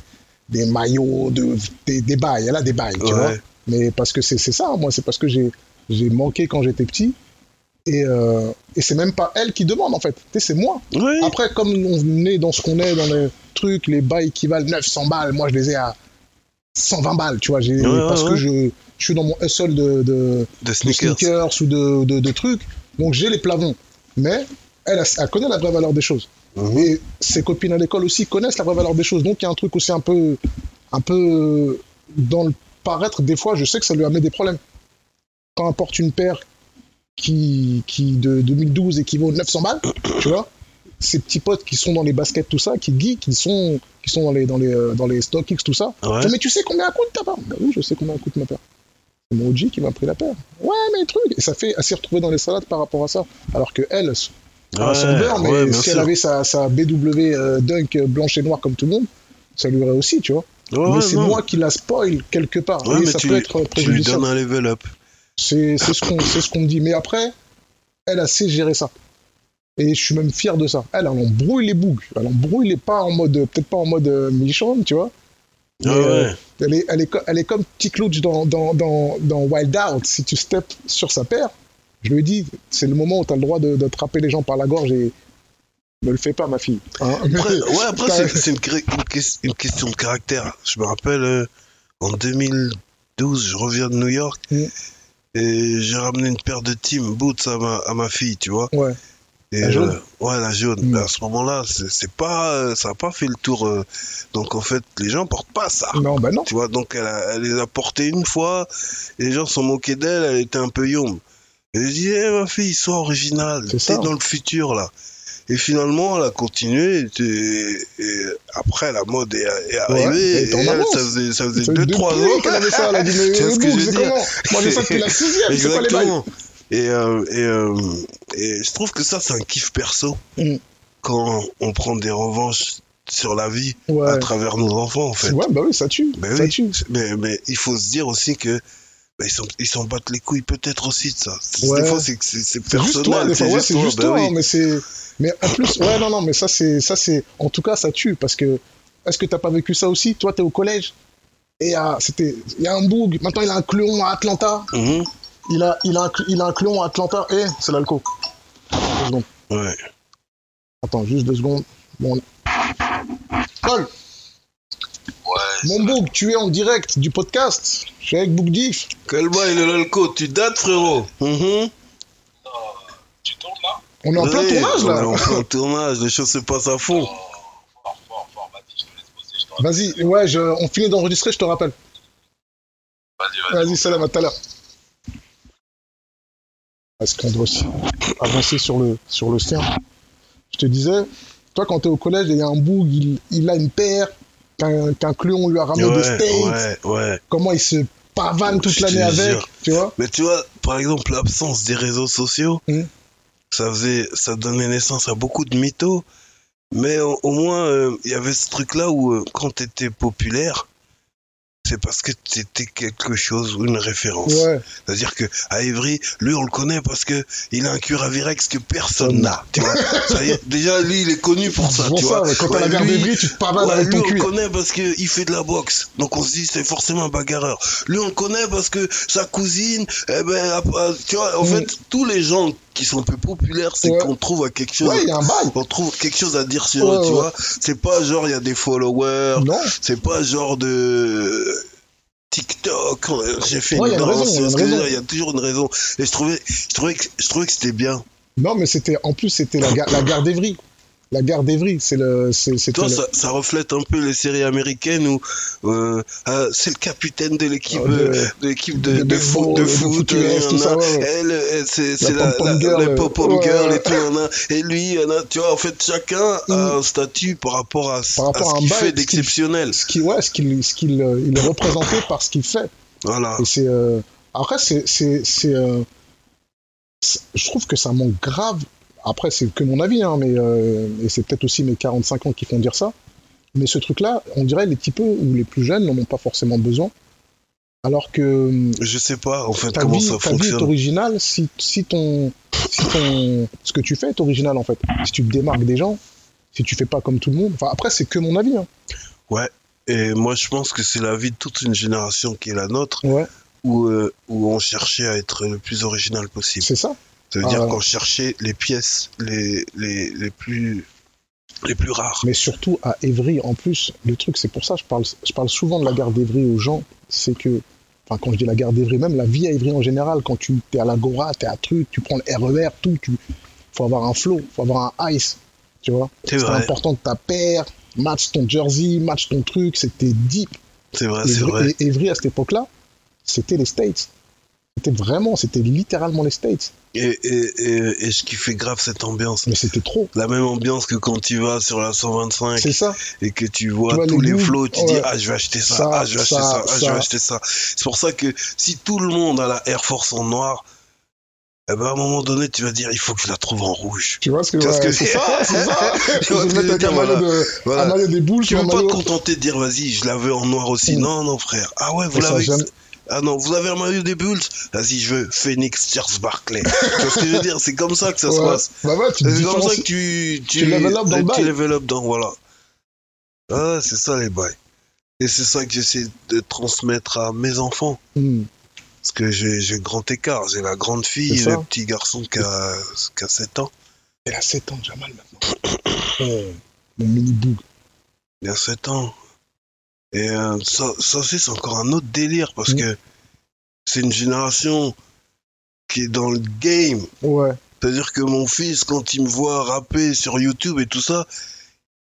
[SPEAKER 1] des maillots, de, des, des bails. Elle a des bails, tu
[SPEAKER 2] Ouais.
[SPEAKER 1] vois. Mais parce que c'est c'est ça, moi, c'est parce que j'ai j'ai manqué quand j'étais petit. Et, euh, et c'est même pas elle qui demande, en fait. Tu sais, c'est moi.
[SPEAKER 2] Oui.
[SPEAKER 1] Après, comme on est dans ce qu'on est, dans les trucs, les bails qui valent 900 balles, moi je les ai à 120 balles, tu vois, j'ai-
[SPEAKER 2] Ouais, ouais,
[SPEAKER 1] parce que
[SPEAKER 2] ouais.
[SPEAKER 1] je, je suis dans mon hustle de, de,
[SPEAKER 2] de
[SPEAKER 1] de
[SPEAKER 2] sneakers.
[SPEAKER 1] sneakers ou de, de, de trucs, donc j'ai les plavons. Mais elle, elle, elle connaît la vraie valeur des choses.
[SPEAKER 2] Mhm.
[SPEAKER 1] Et ses copines à l'école aussi connaissent la vraie valeur des choses, donc il y a un truc aussi un peu, un peu dans le paraître, des fois, je sais que ça lui amène des problèmes. Quand on porte une paire qui, qui de 2012 et qui vaut 900 balles, tu vois, ces petits potes qui sont dans les baskets, tout ça, qui geek, qui sont, qui sont dans les, dans les, euh, dans les StockX, tout ça.
[SPEAKER 2] Ouais.
[SPEAKER 1] Tu dis, Mais tu sais combien elle coûte ta paire Bah Oui, je sais combien elle coûte ma paire. C'est mon OG qui m'a pris la paire. Ouais, mais truc. Et ça fait assez retrouver dans les salades par rapport à ça. Alors que elle, à
[SPEAKER 2] Ouais,
[SPEAKER 1] son beurre, mais
[SPEAKER 2] ouais, bien
[SPEAKER 1] si elle
[SPEAKER 2] sûr.
[SPEAKER 1] avait sa, sa BW euh, Dunk blanche et noire comme tout le monde, ça lui aurait aussi, tu vois.
[SPEAKER 2] Ouais,
[SPEAKER 1] mais
[SPEAKER 2] ouais,
[SPEAKER 1] c'est
[SPEAKER 2] non.
[SPEAKER 1] moi qui la spoil quelque part.
[SPEAKER 2] Ouais,
[SPEAKER 1] et
[SPEAKER 2] mais
[SPEAKER 1] ça
[SPEAKER 2] tu,
[SPEAKER 1] peut être euh,
[SPEAKER 2] tu lui
[SPEAKER 1] préjudiciable.
[SPEAKER 2] donnes un level up.
[SPEAKER 1] C'est c'est ce qu'on c'est ce qu'on me dit. Mais après, elle a sait gérer ça. Et je suis même fier de ça. Elle, elle embrouille les bougs. Elle embrouille les pas en mode, peut-être pas en mode euh, méchante, tu vois. Mais,
[SPEAKER 2] Ah
[SPEAKER 1] euh,
[SPEAKER 2] ouais.
[SPEAKER 1] Elle est, elle est, co- elle est comme petit Clouch dans, dans, dans, dans Wild Out. Si tu step sur sa paire, je lui dis, c'est le moment où tu as le droit de- d'attraper les gens par la gorge et ne le fais pas, ma fille. Hein
[SPEAKER 2] Après, ouais, après
[SPEAKER 1] T'as-
[SPEAKER 2] c'est, c'est une, cré- une ques- une question de caractère. Je me rappelle, euh, en 2012, je reviens de New York
[SPEAKER 1] Mm.
[SPEAKER 2] et j'ai ramené une paire de Team Boots à ma, à ma fille, tu vois.
[SPEAKER 1] Ouais.
[SPEAKER 2] Et
[SPEAKER 1] La
[SPEAKER 2] euh,
[SPEAKER 1] jaune
[SPEAKER 2] ouais, la jaune.
[SPEAKER 1] Mm.
[SPEAKER 2] Mais à ce moment-là, c'est, c'est pas, euh, ça n'a pas fait le tour. euh, donc en fait, les gens portent pas ça.
[SPEAKER 1] Non, bah non.
[SPEAKER 2] Tu vois, donc elle, a- elle les a portés une fois, et les gens se sont moqués d'elle, elle était un peu yombe. Et je dis, Eh, ma fille, sois originale,
[SPEAKER 1] C'est
[SPEAKER 2] t'es
[SPEAKER 1] ça.
[SPEAKER 2] dans le futur là. Et finalement, elle a continué, et, t'es- et après la mode est, est arrivée,
[SPEAKER 1] elle est en
[SPEAKER 2] et elle,
[SPEAKER 1] avance.
[SPEAKER 2] ça faisait 2-3 ça faisait
[SPEAKER 1] C'est
[SPEAKER 2] deux,
[SPEAKER 1] depuis
[SPEAKER 2] trois ans
[SPEAKER 1] qu'elle avait ça, elle a dit, mais
[SPEAKER 2] Tu vois
[SPEAKER 1] les
[SPEAKER 2] ce que
[SPEAKER 1] bougs,
[SPEAKER 2] je veux
[SPEAKER 1] c'est
[SPEAKER 2] dire
[SPEAKER 1] comment Moi, j'ai ça depuis la sixième, c'est quoi les bails
[SPEAKER 2] Exactement. Et, euh, et, euh, et je trouve que ça, c'est un kiff perso.
[SPEAKER 1] Mm.
[SPEAKER 2] Quand on prend des revanches sur la vie à
[SPEAKER 1] Ouais.
[SPEAKER 2] travers nos enfants, en fait.
[SPEAKER 1] ouais, bah oui, ça tue.
[SPEAKER 2] Ben
[SPEAKER 1] ça
[SPEAKER 2] oui.
[SPEAKER 1] tue.
[SPEAKER 2] Mais, mais il faut se dire aussi que ben, ils s'en ils s'en battent les couilles peut-être aussi de ça. C'est-
[SPEAKER 1] Ouais.
[SPEAKER 2] Des fois, c'est c'est- c'est
[SPEAKER 1] C'est juste toi,
[SPEAKER 2] personnel.
[SPEAKER 1] des fois, ouais, c'est
[SPEAKER 2] toi,
[SPEAKER 1] juste
[SPEAKER 2] ben
[SPEAKER 1] toi,
[SPEAKER 2] oui.
[SPEAKER 1] hein, mais c'est. Mais en plus, ouais, non, non, mais ça, c'est. ça c'est En tout cas, ça tue, parce que. Est-ce que t'as pas vécu ça aussi Toi, t'es au collège, et ah, c'était. Il y a un boug, maintenant il a un clon à Atlanta,
[SPEAKER 2] Mhm.
[SPEAKER 1] il a, il a, un, cl- il a un clon à Atlanta, et c'est l'alco. Deux secondes.
[SPEAKER 2] Mhm. Ouais.
[SPEAKER 1] Attends, juste deux secondes. Bon. Paul,
[SPEAKER 3] Ouais,
[SPEAKER 1] mon boug, tu es en direct du podcast. Je suis avec Boug Diff.
[SPEAKER 2] Quel bail de l'alco, tu dates, frérot Mhm.
[SPEAKER 3] tu tournes là
[SPEAKER 1] On est en plein
[SPEAKER 2] Ouais,
[SPEAKER 1] tournage,
[SPEAKER 2] On est
[SPEAKER 1] là.
[SPEAKER 2] en plein tournage, les choses se passent à fond.
[SPEAKER 3] Fort, fort, fort, fort. Vas-y, je te laisse bosser, je te rappelle.
[SPEAKER 1] Vas-y, ouais, je- on finit d'enregistrer, je te rappelle.
[SPEAKER 3] Vas-y, vas-y.
[SPEAKER 1] Vas-y, salam, à tout à l'heure. Parce qu'Andros, avancer sur le, sur le sien. Je te disais, toi, quand t'es au collège, il y a un boug, il, il a une paire qu'un qu'un clon lui a ramené des
[SPEAKER 2] Ouais,
[SPEAKER 1] States.
[SPEAKER 2] ouais, ouais.
[SPEAKER 1] Comment il se pavane toute
[SPEAKER 2] Je
[SPEAKER 1] l'année
[SPEAKER 2] te
[SPEAKER 1] avec,
[SPEAKER 2] jure.
[SPEAKER 1] tu vois
[SPEAKER 2] Mais tu vois, par exemple, l'absence des réseaux sociaux,
[SPEAKER 1] Mhm.
[SPEAKER 2] ça faisait, ça donnait naissance à beaucoup de mythos. Mais au, au moins, euh, il y avait ce truc-là où euh, quand t'étais populaire, c'est parce que t'étais quelque chose ou une référence.
[SPEAKER 1] Ouais,
[SPEAKER 2] C'est-à-dire que à Evry, lui, on le connaît parce que il a un cure à Virex que personne n'a. Tu vois Ça y est, déjà, lui, il est connu pour ça.
[SPEAKER 1] pour
[SPEAKER 2] tu
[SPEAKER 1] ça,
[SPEAKER 2] vois
[SPEAKER 1] ouais, quand t'as
[SPEAKER 2] Ouais,
[SPEAKER 1] la garde
[SPEAKER 2] lui,
[SPEAKER 1] des bris, tu te pavanes
[SPEAKER 2] Ouais,
[SPEAKER 1] avec
[SPEAKER 2] lui,
[SPEAKER 1] Ah bah, ton
[SPEAKER 2] on le
[SPEAKER 1] cuir.
[SPEAKER 2] connaît parce qu'il fait de la boxe. Donc on se dit, c'est forcément un bagarreur. Lui, on le connaît parce que sa cousine, eh ben, a- a- tu vois, en
[SPEAKER 1] Mm.
[SPEAKER 2] fait, tous les gens qui sont un peu populaires, c'est
[SPEAKER 1] Ouais.
[SPEAKER 2] qu'on trouve à quelque chose.
[SPEAKER 1] Ouais, il y a un bail.
[SPEAKER 2] On trouve quelque chose à dire sur
[SPEAKER 1] Ouais,
[SPEAKER 2] eux, tu
[SPEAKER 1] ouais. Mm.
[SPEAKER 2] vois. C'est pas genre, il y a des followers.
[SPEAKER 1] Non,
[SPEAKER 2] C'est pas genre de TikTok. euh, J'ai fait
[SPEAKER 1] Ouais, y a
[SPEAKER 2] une
[SPEAKER 1] une raison,
[SPEAKER 2] danse.
[SPEAKER 1] y a une
[SPEAKER 2] parce que je veux
[SPEAKER 1] raison.
[SPEAKER 2] dire, Il y a toujours une raison. Et je trouvais, je trouvais que, je trouvais que c'était bien.
[SPEAKER 1] non, mais c'était, en plus, c'était la, gare- la gare d'Evry. La gare d'Evry, c'est le. c'est-
[SPEAKER 2] Tu
[SPEAKER 1] c'était
[SPEAKER 2] vois,
[SPEAKER 1] le-
[SPEAKER 2] ça, ça reflète un peu les séries américaines où euh, ah, c'est le capitaine de l'équipe
[SPEAKER 1] Ah, de-
[SPEAKER 2] euh, de, l'équipe de,
[SPEAKER 1] de
[SPEAKER 2] de,
[SPEAKER 1] baseball,
[SPEAKER 2] foot, de
[SPEAKER 1] de
[SPEAKER 2] foot,
[SPEAKER 1] foot US,
[SPEAKER 2] euh,
[SPEAKER 1] tout ça,
[SPEAKER 2] nanana.
[SPEAKER 1] ouais, ouais.
[SPEAKER 2] Elle, euh, elle, c'est c'est la,
[SPEAKER 1] pom-pom
[SPEAKER 2] la-
[SPEAKER 1] girl,
[SPEAKER 2] la
[SPEAKER 1] euh,
[SPEAKER 2] pop-pom
[SPEAKER 1] ouais,
[SPEAKER 2] girl
[SPEAKER 1] ouais.
[SPEAKER 2] et tout, nanana. et lui, nanana. tu vois, en fait, chacun a un statut par rapport à,
[SPEAKER 1] Mm. Par rapport
[SPEAKER 2] à
[SPEAKER 1] à
[SPEAKER 2] ce
[SPEAKER 1] un
[SPEAKER 2] qu'il
[SPEAKER 1] bail,
[SPEAKER 2] fait
[SPEAKER 1] ce qu'il-
[SPEAKER 2] d'exceptionnel.
[SPEAKER 1] ce qui, ouais, ce qu'il, ce qu'il, euh, il est représenté par ce qu'il fait.
[SPEAKER 2] Voilà.
[SPEAKER 1] Et c'est. euh, Après, c'est. c'est- c'est, euh, c'est- Je trouve que ça manque grave. Après, c'est que mon avis, hein, mais, euh, et c'est peut-être aussi mes 45 ans qui font dire ça. Mais ce truc-là, on dirait les types ou les plus jeunes n'en ont pas forcément besoin. Alors que euh,
[SPEAKER 2] Je sais pas, en fait,
[SPEAKER 1] ta
[SPEAKER 2] comment
[SPEAKER 1] vie,
[SPEAKER 2] ça
[SPEAKER 1] ta vie est
[SPEAKER 2] fonctionne.
[SPEAKER 1] originale si, si, ton, si ton. Ce que tu fais est original, en fait. Si tu te démarques des gens, si tu fais pas comme tout le monde. Enfin, après, c'est que mon avis. hein.
[SPEAKER 2] Et moi, je pense que c'est la vie de toute une génération qui est la nôtre,
[SPEAKER 1] Ouais.
[SPEAKER 2] où, euh, où on cherchait à être le plus original possible.
[SPEAKER 1] C'est ça.
[SPEAKER 2] Ça veut
[SPEAKER 1] Ah,
[SPEAKER 2] dire
[SPEAKER 1] ouais.
[SPEAKER 2] qu'on cherchait les pièces les, les, les, plus, les plus rares.
[SPEAKER 1] Mais surtout à Évry, en plus, le truc, c'est pour ça, je parle, je parle souvent de la gare d'Évry aux gens, c'est que, enfin, quand je dis la gare d'Évry, même la vie à Évry en général, quand tu es à l'Agora, t'es à Truc, tu prends le RER, tout, tu, faut avoir un flow, faut avoir un ice, tu vois.
[SPEAKER 2] C'est
[SPEAKER 1] C'est
[SPEAKER 2] vrai,
[SPEAKER 1] important que ta paire, match ton jersey, match ton truc, c'était deep.
[SPEAKER 2] c'est vrai, Ah, c'est vrai.
[SPEAKER 1] Évry, et Évry, à cette époque-là, c'était les States. C'était vraiment, c'était littéralement les States.
[SPEAKER 2] Et, et, et, et ce qui fait grave cette ambiance.
[SPEAKER 1] Mais c'était trop.
[SPEAKER 2] La même ambiance que quand tu vas sur la 125
[SPEAKER 1] C'est ça.
[SPEAKER 2] et que tu vois,
[SPEAKER 1] Tu vois
[SPEAKER 2] tous
[SPEAKER 1] les
[SPEAKER 2] les
[SPEAKER 1] boules,
[SPEAKER 2] flots, tu
[SPEAKER 1] ouais.
[SPEAKER 2] dis ah je vais acheter ça,
[SPEAKER 1] Ça,
[SPEAKER 2] ah je vais acheter
[SPEAKER 1] ça,
[SPEAKER 2] ça, ah je
[SPEAKER 1] ça.
[SPEAKER 2] vais acheter ça. C'est pour ça que si tout le monde a la Air Force en noir, eh ben, à un moment donné, tu vas dire, il faut que je la trouve en rouge.
[SPEAKER 1] Tu vois ce que,
[SPEAKER 2] Tu vois ce que
[SPEAKER 1] ouais, c'est
[SPEAKER 2] c'est
[SPEAKER 1] ça, c'est ça. Ah,
[SPEAKER 2] Tu vois
[SPEAKER 1] Ils
[SPEAKER 2] ce
[SPEAKER 1] mettent
[SPEAKER 2] que je
[SPEAKER 1] avec
[SPEAKER 2] veux
[SPEAKER 1] un
[SPEAKER 2] dire,
[SPEAKER 1] maillot
[SPEAKER 2] voilà.
[SPEAKER 1] de- un
[SPEAKER 2] Voilà.
[SPEAKER 1] maillot des boules
[SPEAKER 2] Tu
[SPEAKER 1] sur un
[SPEAKER 2] veux pas te
[SPEAKER 1] maillot.
[SPEAKER 2] contenter de dire, vas-y, je la veux en noir aussi.
[SPEAKER 1] Mm.
[SPEAKER 2] Non, non, frère. Ah ouais, vous
[SPEAKER 1] Et ça,
[SPEAKER 2] l'avez.
[SPEAKER 1] j'aime.
[SPEAKER 2] Ah non, vous avez un maillot des Bulls Vas-y, je veux Phoenix Charles Barclay. tu vois ce que je veux dire C'est comme ça que ça se
[SPEAKER 1] Ouais.
[SPEAKER 2] passe.
[SPEAKER 1] Bah ouais, tu te
[SPEAKER 2] C'est comme ça
[SPEAKER 1] différencies.
[SPEAKER 2] que tu.
[SPEAKER 1] tu level up dans le
[SPEAKER 2] tu
[SPEAKER 1] bail.
[SPEAKER 2] level up dans- voilà. Ah, c'est ça les bails. Et c'est ça que j'essaie de transmettre à mes enfants.
[SPEAKER 1] Hmm.
[SPEAKER 2] Parce que j'ai j'ai grand écart. J'ai la grande fille
[SPEAKER 1] C'est
[SPEAKER 2] et
[SPEAKER 1] ça.
[SPEAKER 2] le petit garçon qui a, qui a 7 ans.
[SPEAKER 1] Il a 7 ans, Jamal, maintenant. Oh, Mon mini boug.
[SPEAKER 2] Il a 7 ans. Et euh, ça, ça aussi, c'est encore un autre délire parce
[SPEAKER 1] Mm.
[SPEAKER 2] que c'est une génération qui est dans le game.
[SPEAKER 1] Ouais.
[SPEAKER 2] C'est-à-dire que mon fils, quand il me voit rapper sur YouTube et tout ça,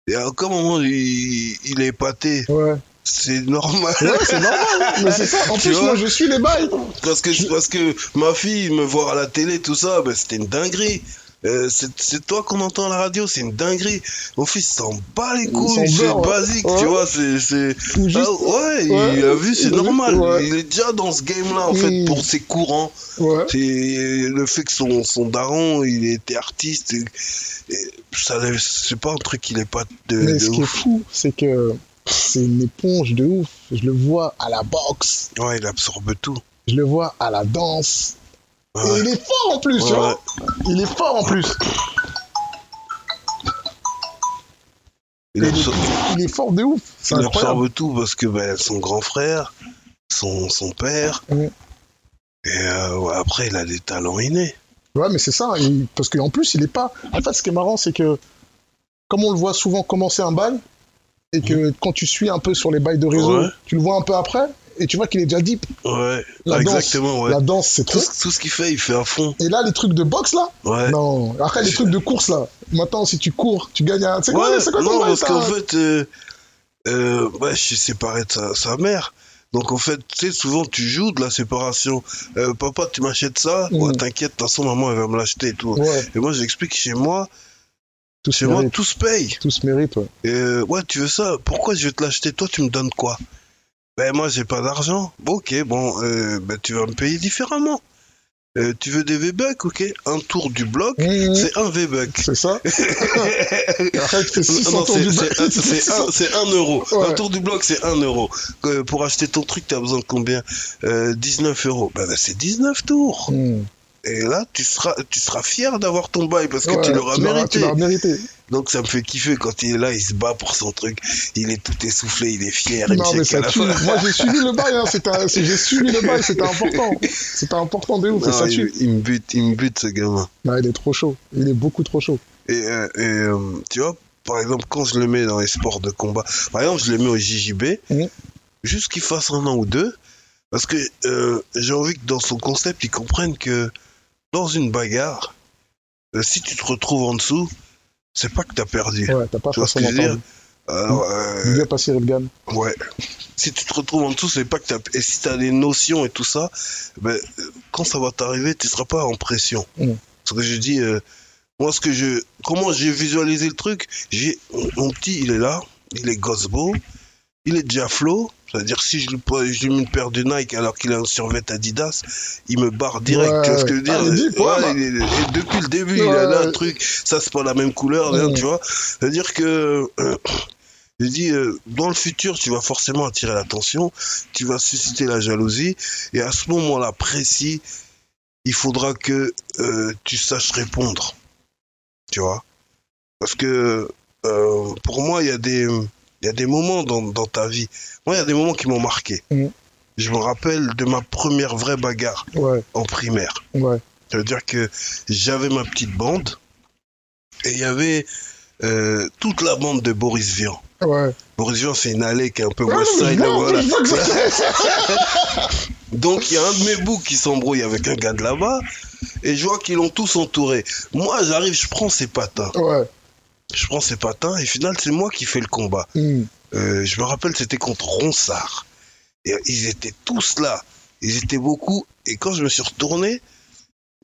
[SPEAKER 2] et à aucun moment il, il est épaté.
[SPEAKER 1] Ouais,
[SPEAKER 2] C'est normal.
[SPEAKER 1] ouais c'est normal, hein. mais c'est ça. En
[SPEAKER 2] Tu
[SPEAKER 1] plus,
[SPEAKER 2] vois
[SPEAKER 1] moi, je suis les bails.
[SPEAKER 2] Parce que, parce que ma fille me voir à la télé, tout ça, ben, c'était une dinguerie. Euh, c'est c'est toi qu'on entend à la radio, c'est une dinguerie. Mon fils s'en bat les couilles,
[SPEAKER 1] s'en
[SPEAKER 2] c'est
[SPEAKER 1] bat, ouais.
[SPEAKER 2] basique,
[SPEAKER 1] Ouais.
[SPEAKER 2] tu vois. c'est c'est-
[SPEAKER 1] Ou juste,
[SPEAKER 2] Ah, ouais,
[SPEAKER 1] Ouais.
[SPEAKER 2] il a vu, c'est
[SPEAKER 1] Il a vu,
[SPEAKER 2] normal.
[SPEAKER 1] ouais.
[SPEAKER 2] Il est déjà dans ce game-là, en
[SPEAKER 1] Mm.
[SPEAKER 2] fait, pour ses courants.
[SPEAKER 1] ouais.
[SPEAKER 2] C'est le fait que son, son daron, il était artiste, et- et ça l'est- c'est pas un truc qu'il est pas de,
[SPEAKER 1] Mais
[SPEAKER 2] de
[SPEAKER 1] ce qui est
[SPEAKER 2] ouf.
[SPEAKER 1] fou, c'est que c'est une éponge de ouf. Je le vois à la boxe,
[SPEAKER 2] Ouais, il absorbe tout.
[SPEAKER 1] je le vois à la danse. Et
[SPEAKER 2] Ouais.
[SPEAKER 1] il est fort en plus, tu
[SPEAKER 2] Ouais.
[SPEAKER 1] vois. Il est fort en plus.
[SPEAKER 2] Il,
[SPEAKER 1] Et
[SPEAKER 2] absor-
[SPEAKER 1] Il est fort de ouf. C'est
[SPEAKER 2] il
[SPEAKER 1] incroyable.
[SPEAKER 2] absorbe tout parce que ben, son grand frère, son, son père,
[SPEAKER 1] Ouais.
[SPEAKER 2] et euh, ouais, après, il a des talents innés.
[SPEAKER 1] Ouais, mais c'est ça. il- Parce qu'en plus, il est pas. En fait, ce qui est marrant, c'est que comme on le voit souvent commencer un bail, et que quand tu suis un peu sur les bails de réseau,
[SPEAKER 2] Mhm. Ouais.
[SPEAKER 1] tu le vois un peu après, et tu vois qu'il est déjà deep.
[SPEAKER 2] Ouais,
[SPEAKER 1] La
[SPEAKER 2] exactement,
[SPEAKER 1] danse,
[SPEAKER 2] ouais.
[SPEAKER 1] la danse, c'est
[SPEAKER 2] Tout,
[SPEAKER 1] trop.
[SPEAKER 2] ce- tout ce qu'il fait, il fait à fond.
[SPEAKER 1] Et là, les trucs de boxe là,
[SPEAKER 2] Ouais.
[SPEAKER 1] non. Après, les trucs de course là, maintenant, si tu cours, tu gagnes un. C'est quoi,
[SPEAKER 2] Ouais,
[SPEAKER 1] c'est quoi ton
[SPEAKER 2] non,
[SPEAKER 1] bail,
[SPEAKER 2] parce
[SPEAKER 1] ça
[SPEAKER 2] qu'en fait, euh, euh, bah, je suis séparé de sa, sa mère. Donc en fait, tu sais, souvent tu joues de la séparation. Euh, papa, tu m'achètes ça
[SPEAKER 1] Mm.
[SPEAKER 2] Ouais, T'inquiète, de toute façon, maman, elle va me l'acheter et tout.
[SPEAKER 1] Ouais,
[SPEAKER 2] Et moi, j'explique chez moi,
[SPEAKER 1] tout se
[SPEAKER 2] chez moi,
[SPEAKER 1] mérite.
[SPEAKER 2] tout se paye.
[SPEAKER 1] Tout se mérite, ouais.
[SPEAKER 2] Et, euh, ouais, tu veux ça Pourquoi je vais te l'acheter Toi, tu me donnes quoi Ben moi, j'ai pas d'argent. Bon, ok, bon, euh, ben, tu vas me payer différemment. Euh, tu veux des V-Bucks, ok Un tour du bloc,
[SPEAKER 1] Mmh,
[SPEAKER 2] c'est un V-Buck.
[SPEAKER 1] C'est ça. Et après, tu fais 600
[SPEAKER 2] Non,
[SPEAKER 1] tours
[SPEAKER 2] c'est
[SPEAKER 1] du bloc.
[SPEAKER 2] c'est un- c'est un- c'est un euro.
[SPEAKER 1] Ouais.
[SPEAKER 2] Un tour du bloc, c'est un euro. Euh, Pour acheter ton truc, t'as besoin de combien Euh, 19 euros. Bah, bah, c'est 19 tours.
[SPEAKER 1] Mmh.
[SPEAKER 2] Et là, tu seras, tu seras fier d'avoir ton bail parce que
[SPEAKER 1] Ouais,
[SPEAKER 2] tu l'auras
[SPEAKER 1] Tu
[SPEAKER 2] mérité.
[SPEAKER 1] l'auras mérité.
[SPEAKER 2] Donc, ça me fait kiffer quand il est là, il se bat pour son truc. Il est tout essoufflé, il est fier. il me
[SPEAKER 1] Non, mais
[SPEAKER 2] check à
[SPEAKER 1] ça
[SPEAKER 2] la
[SPEAKER 1] tue.
[SPEAKER 2] fin.
[SPEAKER 1] Moi, j'ai suivi le bail. Hein. C'était un- J'ai suivi le bail, c'était important. C'était important de ouf. et
[SPEAKER 2] Non,
[SPEAKER 1] ça
[SPEAKER 2] il,
[SPEAKER 1] tue.
[SPEAKER 2] il me bute, il me bute ce gamin.
[SPEAKER 1] Non, il est trop chaud. Il est beaucoup trop chaud.
[SPEAKER 2] Et, euh, et, euh, tu vois, par exemple, quand je le mets dans les sports de combat, par exemple, je le mets au JJB,
[SPEAKER 1] Mhm.
[SPEAKER 2] juste qu'il fasse un an ou deux, parce que euh, j'ai envie que dans son concept, il comprenne que dans une bagarre, euh, si tu te retrouves en dessous, c'est pas que t'as perdu.
[SPEAKER 1] Ouais, t'as pas
[SPEAKER 2] Tu vois ce que
[SPEAKER 1] forcément
[SPEAKER 2] je veux dire
[SPEAKER 1] entendu.
[SPEAKER 2] Alors,
[SPEAKER 1] Il
[SPEAKER 2] euh,
[SPEAKER 1] vient pas Cyril Gann.
[SPEAKER 2] ouais. Si tu te retrouves en dessous, c'est pas que t'as. Et si t'as des notions et tout ça, ben, euh, quand ça va t'arriver, tu seras pas en pression.
[SPEAKER 1] Mhm.
[SPEAKER 2] Parce que je dis, euh, moi, ce que je. Comment j'ai visualisé le truc J'ai Mon petit, il est là, il est gosse beau, il est déjà flow. C'est-à-dire, si je lui, pose- je lui mets une paire de Nike alors qu'il a un survêt Adidas, il me barre direct.
[SPEAKER 1] Ouais,
[SPEAKER 2] tu vois ce que je veux
[SPEAKER 1] ah,
[SPEAKER 2] dire
[SPEAKER 1] il dit, quoi,
[SPEAKER 2] Ouais,
[SPEAKER 1] bah
[SPEAKER 2] il est- et Depuis le début, il
[SPEAKER 1] Ouais,
[SPEAKER 2] a
[SPEAKER 1] ouais.
[SPEAKER 2] un truc, ça, c'est pas la même couleur, rien,
[SPEAKER 1] Mhm.
[SPEAKER 2] tu vois. C'est-à-dire que. euh, je dis, euh, dans le futur, tu vas forcément attirer l'attention, tu vas susciter la jalousie, et à ce moment-là précis, il faudra que euh, tu saches répondre. Tu vois Parce que euh, pour moi, il y, a des- il y a des moments dans, dans ta vie. Moi, il y a des moments qui m'ont marqué.
[SPEAKER 1] Mhm.
[SPEAKER 2] Je me rappelle de ma première vraie bagarre
[SPEAKER 1] Ouais,
[SPEAKER 2] en primaire.
[SPEAKER 1] ouais.
[SPEAKER 2] Ça veut dire que j'avais ma petite bande et il y avait euh, toute la bande de Boris Vian.
[SPEAKER 1] Ouais.
[SPEAKER 2] Boris Vian, c'est une allée qui est un peu
[SPEAKER 1] Ouais,
[SPEAKER 2] West
[SPEAKER 1] Ah, mais je
[SPEAKER 2] Side.
[SPEAKER 1] vois,
[SPEAKER 2] voilà.
[SPEAKER 1] je vois que ça-
[SPEAKER 2] Donc il y a un de mes boucs qui s'embrouille avec un gars de là-bas et je vois qu'ils l'ont tous entouré. Moi j'arrive, je prends ses patins.
[SPEAKER 1] Ouais.
[SPEAKER 2] Je prends ses patins et final c'est moi qui fais le combat.
[SPEAKER 1] Mmh.
[SPEAKER 2] Euh, je me rappelle c'était contre Ronsard. Et euh, ils étaient tous là. Ils étaient beaucoup. Et quand je me suis retourné,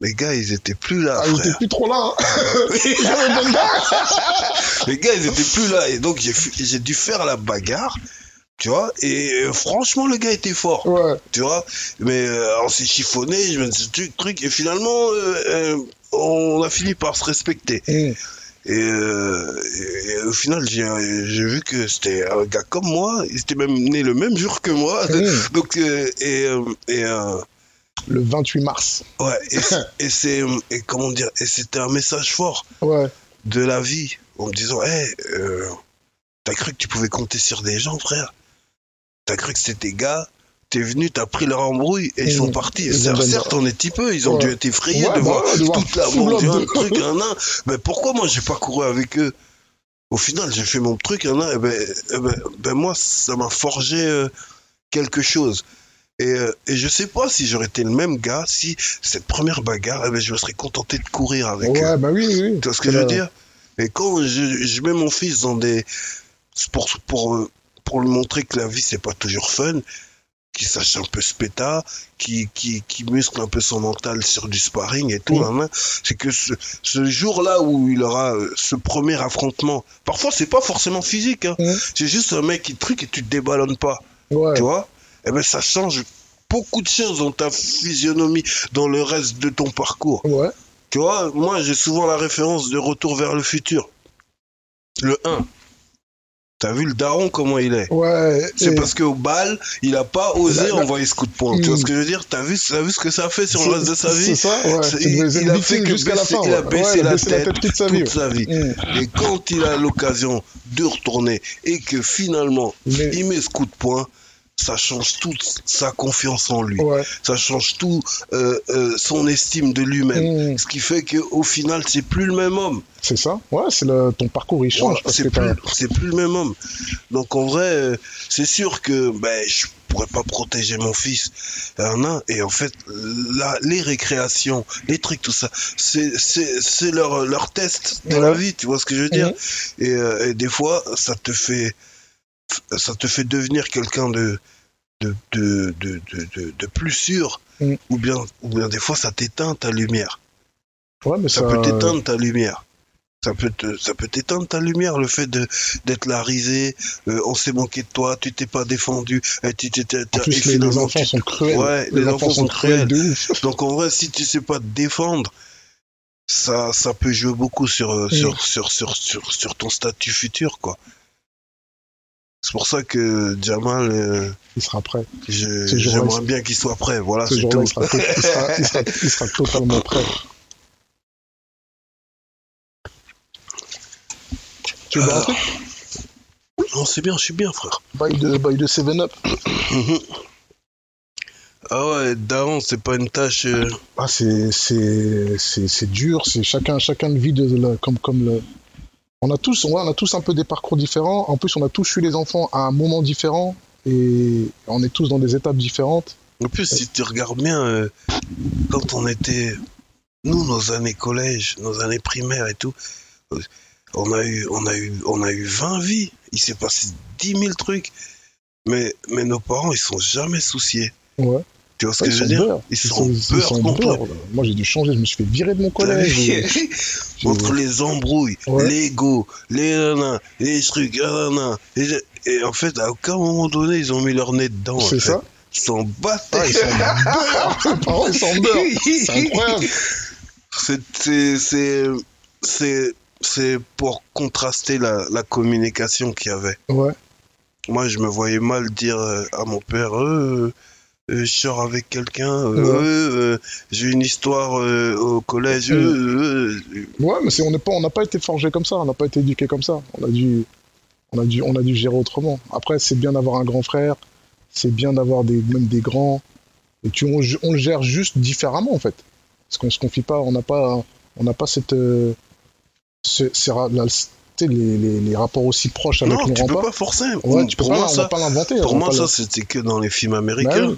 [SPEAKER 2] les gars ils étaient plus là.
[SPEAKER 1] Ah, il était
[SPEAKER 2] frère.
[SPEAKER 1] plus trop là. hein. Il y avait Benda.
[SPEAKER 2] Les gars ils étaient plus là. Et donc j'ai fu- j'ai dû faire la bagarre Tu vois, et euh, franchement, le gars était fort.
[SPEAKER 1] Ouais.
[SPEAKER 2] Tu vois, mais euh, on s'est chiffonné, je me suis dit, truc, et finalement, euh, euh, on a fini par se respecter.
[SPEAKER 1] Mm.
[SPEAKER 2] Et, euh, et- et au final, j'ai j'ai vu que c'était un gars comme moi, il était même né le même jour que moi.
[SPEAKER 1] Mm.
[SPEAKER 2] Donc, euh, et, euh, et, euh,
[SPEAKER 1] Le 28 mars.
[SPEAKER 2] ouais, et c'est- et c'est, et comment dire, et c'était un message fort
[SPEAKER 1] Ouais.
[SPEAKER 2] de la vie en me disant Hey, euh, t'as cru que tu pouvais compter sur des gens, frère T'as cru que c'était tes gars T'es venu, t'as pris leur embrouille et ils
[SPEAKER 1] Mmh.
[SPEAKER 2] sont partis. Et
[SPEAKER 1] Ils ont
[SPEAKER 2] certes,
[SPEAKER 1] donné-
[SPEAKER 2] certes, on est petit peu, ils ont
[SPEAKER 1] Ouais.
[SPEAKER 2] dû être effrayés
[SPEAKER 1] Ouais,
[SPEAKER 2] de
[SPEAKER 1] bah
[SPEAKER 2] voir
[SPEAKER 1] ouais, de voir
[SPEAKER 2] toute la
[SPEAKER 1] full
[SPEAKER 2] monde,
[SPEAKER 1] bloc
[SPEAKER 2] un
[SPEAKER 1] de-
[SPEAKER 2] truc, un nain. Mais pourquoi moi j'ai pas couru avec eux Au final, j'ai fait mon truc, un nain. Et ben, eh ben, ben moi, ça m'a forgé euh, quelque chose. Et, euh, et je sais pas si j'aurais été le même gars si cette première bagarre, eh ben, je me serais contenté de courir avec eux.
[SPEAKER 1] Ouais, bah oui, oui, oui.
[SPEAKER 2] Tu vois ce que je veux
[SPEAKER 1] Ouais.
[SPEAKER 2] dire Et quand je, je mets mon fils dans des. c'est Pour, pour, euh, pour lui montrer que la vie, c'est pas toujours fun, qu'il sache un peu se péta, qu'il qui, muscle un peu son mental sur du sparring et tout,
[SPEAKER 1] Oui.
[SPEAKER 2] hein, hein, c'est que ce, ce jour-là où il aura euh, ce premier affrontement, parfois, c'est pas forcément physique, hein.
[SPEAKER 1] Oui.
[SPEAKER 2] c'est juste un mec qui truc et tu te déballonnes pas
[SPEAKER 1] Ouais.
[SPEAKER 2] tu vois Eh ben ça change beaucoup de choses dans ta physionomie, dans le reste de ton parcours.
[SPEAKER 1] Ouais.
[SPEAKER 2] Tu vois, moi j'ai souvent la référence de Retour vers le futur. Le 1. T'as vu le daron comment il est
[SPEAKER 1] Ouais.
[SPEAKER 2] c'est
[SPEAKER 1] et-
[SPEAKER 2] parce qu'au bal, il a pas osé
[SPEAKER 1] Là, là-
[SPEAKER 2] envoyer ce coup de poing. Tu vois
[SPEAKER 1] Mm.
[SPEAKER 2] ce que je veux dire T'as vu, t'as vu ce que ça a fait sur le
[SPEAKER 1] c'est-
[SPEAKER 2] reste de sa
[SPEAKER 1] C'est
[SPEAKER 2] vie
[SPEAKER 1] ça, ouais.
[SPEAKER 2] C'est-
[SPEAKER 1] C'est une
[SPEAKER 2] il-
[SPEAKER 1] baisée
[SPEAKER 2] il a
[SPEAKER 1] de
[SPEAKER 2] fait
[SPEAKER 1] victime
[SPEAKER 2] que
[SPEAKER 1] jusqu'à la
[SPEAKER 2] baisser-
[SPEAKER 1] fin.
[SPEAKER 2] il a
[SPEAKER 1] ouais.
[SPEAKER 2] baissé
[SPEAKER 1] Ouais, il a
[SPEAKER 2] la
[SPEAKER 1] baissé
[SPEAKER 2] tête
[SPEAKER 1] toute sa vie.
[SPEAKER 2] Toute sa vie.
[SPEAKER 1] ouais. Mm.
[SPEAKER 2] Et quand il a l'occasion de retourner et que finalement
[SPEAKER 1] Mais-
[SPEAKER 2] il met ce coup de poing, ça change toute sa confiance en lui,
[SPEAKER 1] Ouais.
[SPEAKER 2] ça change tout euh, euh, son estime de lui-même.
[SPEAKER 1] Mm.
[SPEAKER 2] Ce qui fait qu'au final, c'est plus le même homme.
[SPEAKER 1] C'est ça. Ouais, c'est le... ton parcours, il change.
[SPEAKER 2] Voilà,
[SPEAKER 1] parce
[SPEAKER 2] c'est
[SPEAKER 1] que t'as-
[SPEAKER 2] plus, c'est plus le même homme. Donc en vrai, euh, c'est sûr que ben, je pourrais pas protéger mon fils. euh, Un nain. Et en fait, là, les récréations, les trucs, tout ça, c'est- c'est c'est leur, leur test de
[SPEAKER 1] Ouais.
[SPEAKER 2] la
[SPEAKER 1] Mhm.
[SPEAKER 2] vie, tu vois ce que je veux dire et, euh, et des fois, ça te fait, ça te fait devenir quelqu'un de, de, de, de, de, de- de plus sûr.
[SPEAKER 1] Mhm.
[SPEAKER 2] Ou, bien, ou bien des fois, ça t'éteint ta lumière.
[SPEAKER 1] Ouais, mais
[SPEAKER 2] Ça,
[SPEAKER 1] ça.
[SPEAKER 2] peut t'éteindre ta lumière. Ça peut, te- ça peut t'éteindre ta lumière, le fait de, d'être la risée, euh, on s'est manqué de toi, tu t'es pas défendu, et tu t'es, t'es-
[SPEAKER 1] En
[SPEAKER 2] et
[SPEAKER 1] plus, les, les
[SPEAKER 2] finalement,
[SPEAKER 1] enfants
[SPEAKER 2] tu-
[SPEAKER 1] sont cruels.
[SPEAKER 2] Ouais, les enfants sont cruels.
[SPEAKER 1] de ouf.
[SPEAKER 2] Donc en vrai, si tu sais pas te défendre, ça, ça peut jouer beaucoup sur, euh,
[SPEAKER 1] Mm.
[SPEAKER 2] sur, sur, sur, sur, sur ton statut futur, quoi. C'est pour ça que Jamal, euh,
[SPEAKER 1] Il sera prêt.
[SPEAKER 2] je-
[SPEAKER 1] Ce jour-là,
[SPEAKER 2] j'aimerais bien qu'il soit prêt. Voilà,
[SPEAKER 1] Ce
[SPEAKER 2] Ah, c'est
[SPEAKER 1] jour-là, il
[SPEAKER 2] tout.
[SPEAKER 1] sera, to- il sera- il sera- il sera totalement prêt. Tu veux boire un truc
[SPEAKER 2] Non, c'est bien, je suis bien, frère.
[SPEAKER 1] Bail de, bail de 7-Up.
[SPEAKER 2] Mhm. ah ouais, être Daron, c'est pas une tâche. euh,
[SPEAKER 1] Ah, c'est, c'est, c'est, c'est dur. C'est chacun, chacun vit de la, comme, comme le. On a tous, ouais, on a tous un peu des parcours différents. En plus, on a tous eu les enfants à un moment différent et on est tous dans des étapes différentes.
[SPEAKER 2] En plus, si tu regardes bien, euh, quand on était, nous, nos années collège, nos années primaires et tout, euh, on a eu, on a eu, on a eu 20 vies. Il s'est passé 10 000 trucs. Mais, mais nos parents, ils sont jamais souciés.
[SPEAKER 1] Ouais.
[SPEAKER 2] Tu vois ce
[SPEAKER 1] Ouais,
[SPEAKER 2] que je veux dire
[SPEAKER 1] beurre.
[SPEAKER 2] Ah, Ils sont beurre contre-
[SPEAKER 1] beurre. Moi, j'ai dû changer. Je me suis fait virer de mon collège. J'ai-
[SPEAKER 2] Entre les embrouilles,
[SPEAKER 1] Ouais.
[SPEAKER 2] l'ego, les nanas, les trucs, nanana, et, je- et en fait, à aucun moment donné, ils ont mis leur nez dedans. en
[SPEAKER 1] C'est
[SPEAKER 2] fait.
[SPEAKER 1] ça
[SPEAKER 2] Ils s'en battent.
[SPEAKER 1] Ah, ils sont beurre. Par contre, ils sont beurre. C'est
[SPEAKER 3] Euh,
[SPEAKER 1] incroyable.
[SPEAKER 2] C'est- c'est- C'est c'est- c'est pour contraster la, la communication qu'il y avait.
[SPEAKER 1] Ouais.
[SPEAKER 2] Moi, je me voyais mal dire euh, à mon père, euh, euh, je sors avec quelqu'un, euh,
[SPEAKER 1] Ouais.
[SPEAKER 2] euh, euh, j'ai une histoire euh, au collège.
[SPEAKER 1] Mm.
[SPEAKER 2] euh, euh,
[SPEAKER 1] Ouais, mais c'est, on n'est pas, on n'a pas été forgé comme ça, on n'a pas été éduqué comme ça. On a dû, on a dû, on a dû gérer autrement. Après, c'est bien d'avoir un grand frère, c'est bien d'avoir des, même des grands. Et tu, on, on le gère juste différemment en fait, parce qu'on se confie pas, on n'a pas, on n'a pas cette, euh, ce- ces ra- la- tu sais, les, les, les rapports aussi proches avec
[SPEAKER 2] non,
[SPEAKER 1] nos
[SPEAKER 2] tu peux
[SPEAKER 1] grands-parents.
[SPEAKER 2] pas forcer.
[SPEAKER 1] Ouais, tu peux
[SPEAKER 2] Pour
[SPEAKER 1] pas,
[SPEAKER 2] moi,
[SPEAKER 1] on
[SPEAKER 2] ça,
[SPEAKER 1] va pas l'inventer. hein, on
[SPEAKER 2] Pour
[SPEAKER 1] va
[SPEAKER 2] moi,
[SPEAKER 1] pas
[SPEAKER 2] ça,
[SPEAKER 1] le-
[SPEAKER 2] c'était que dans les films américains.
[SPEAKER 1] Bah oui.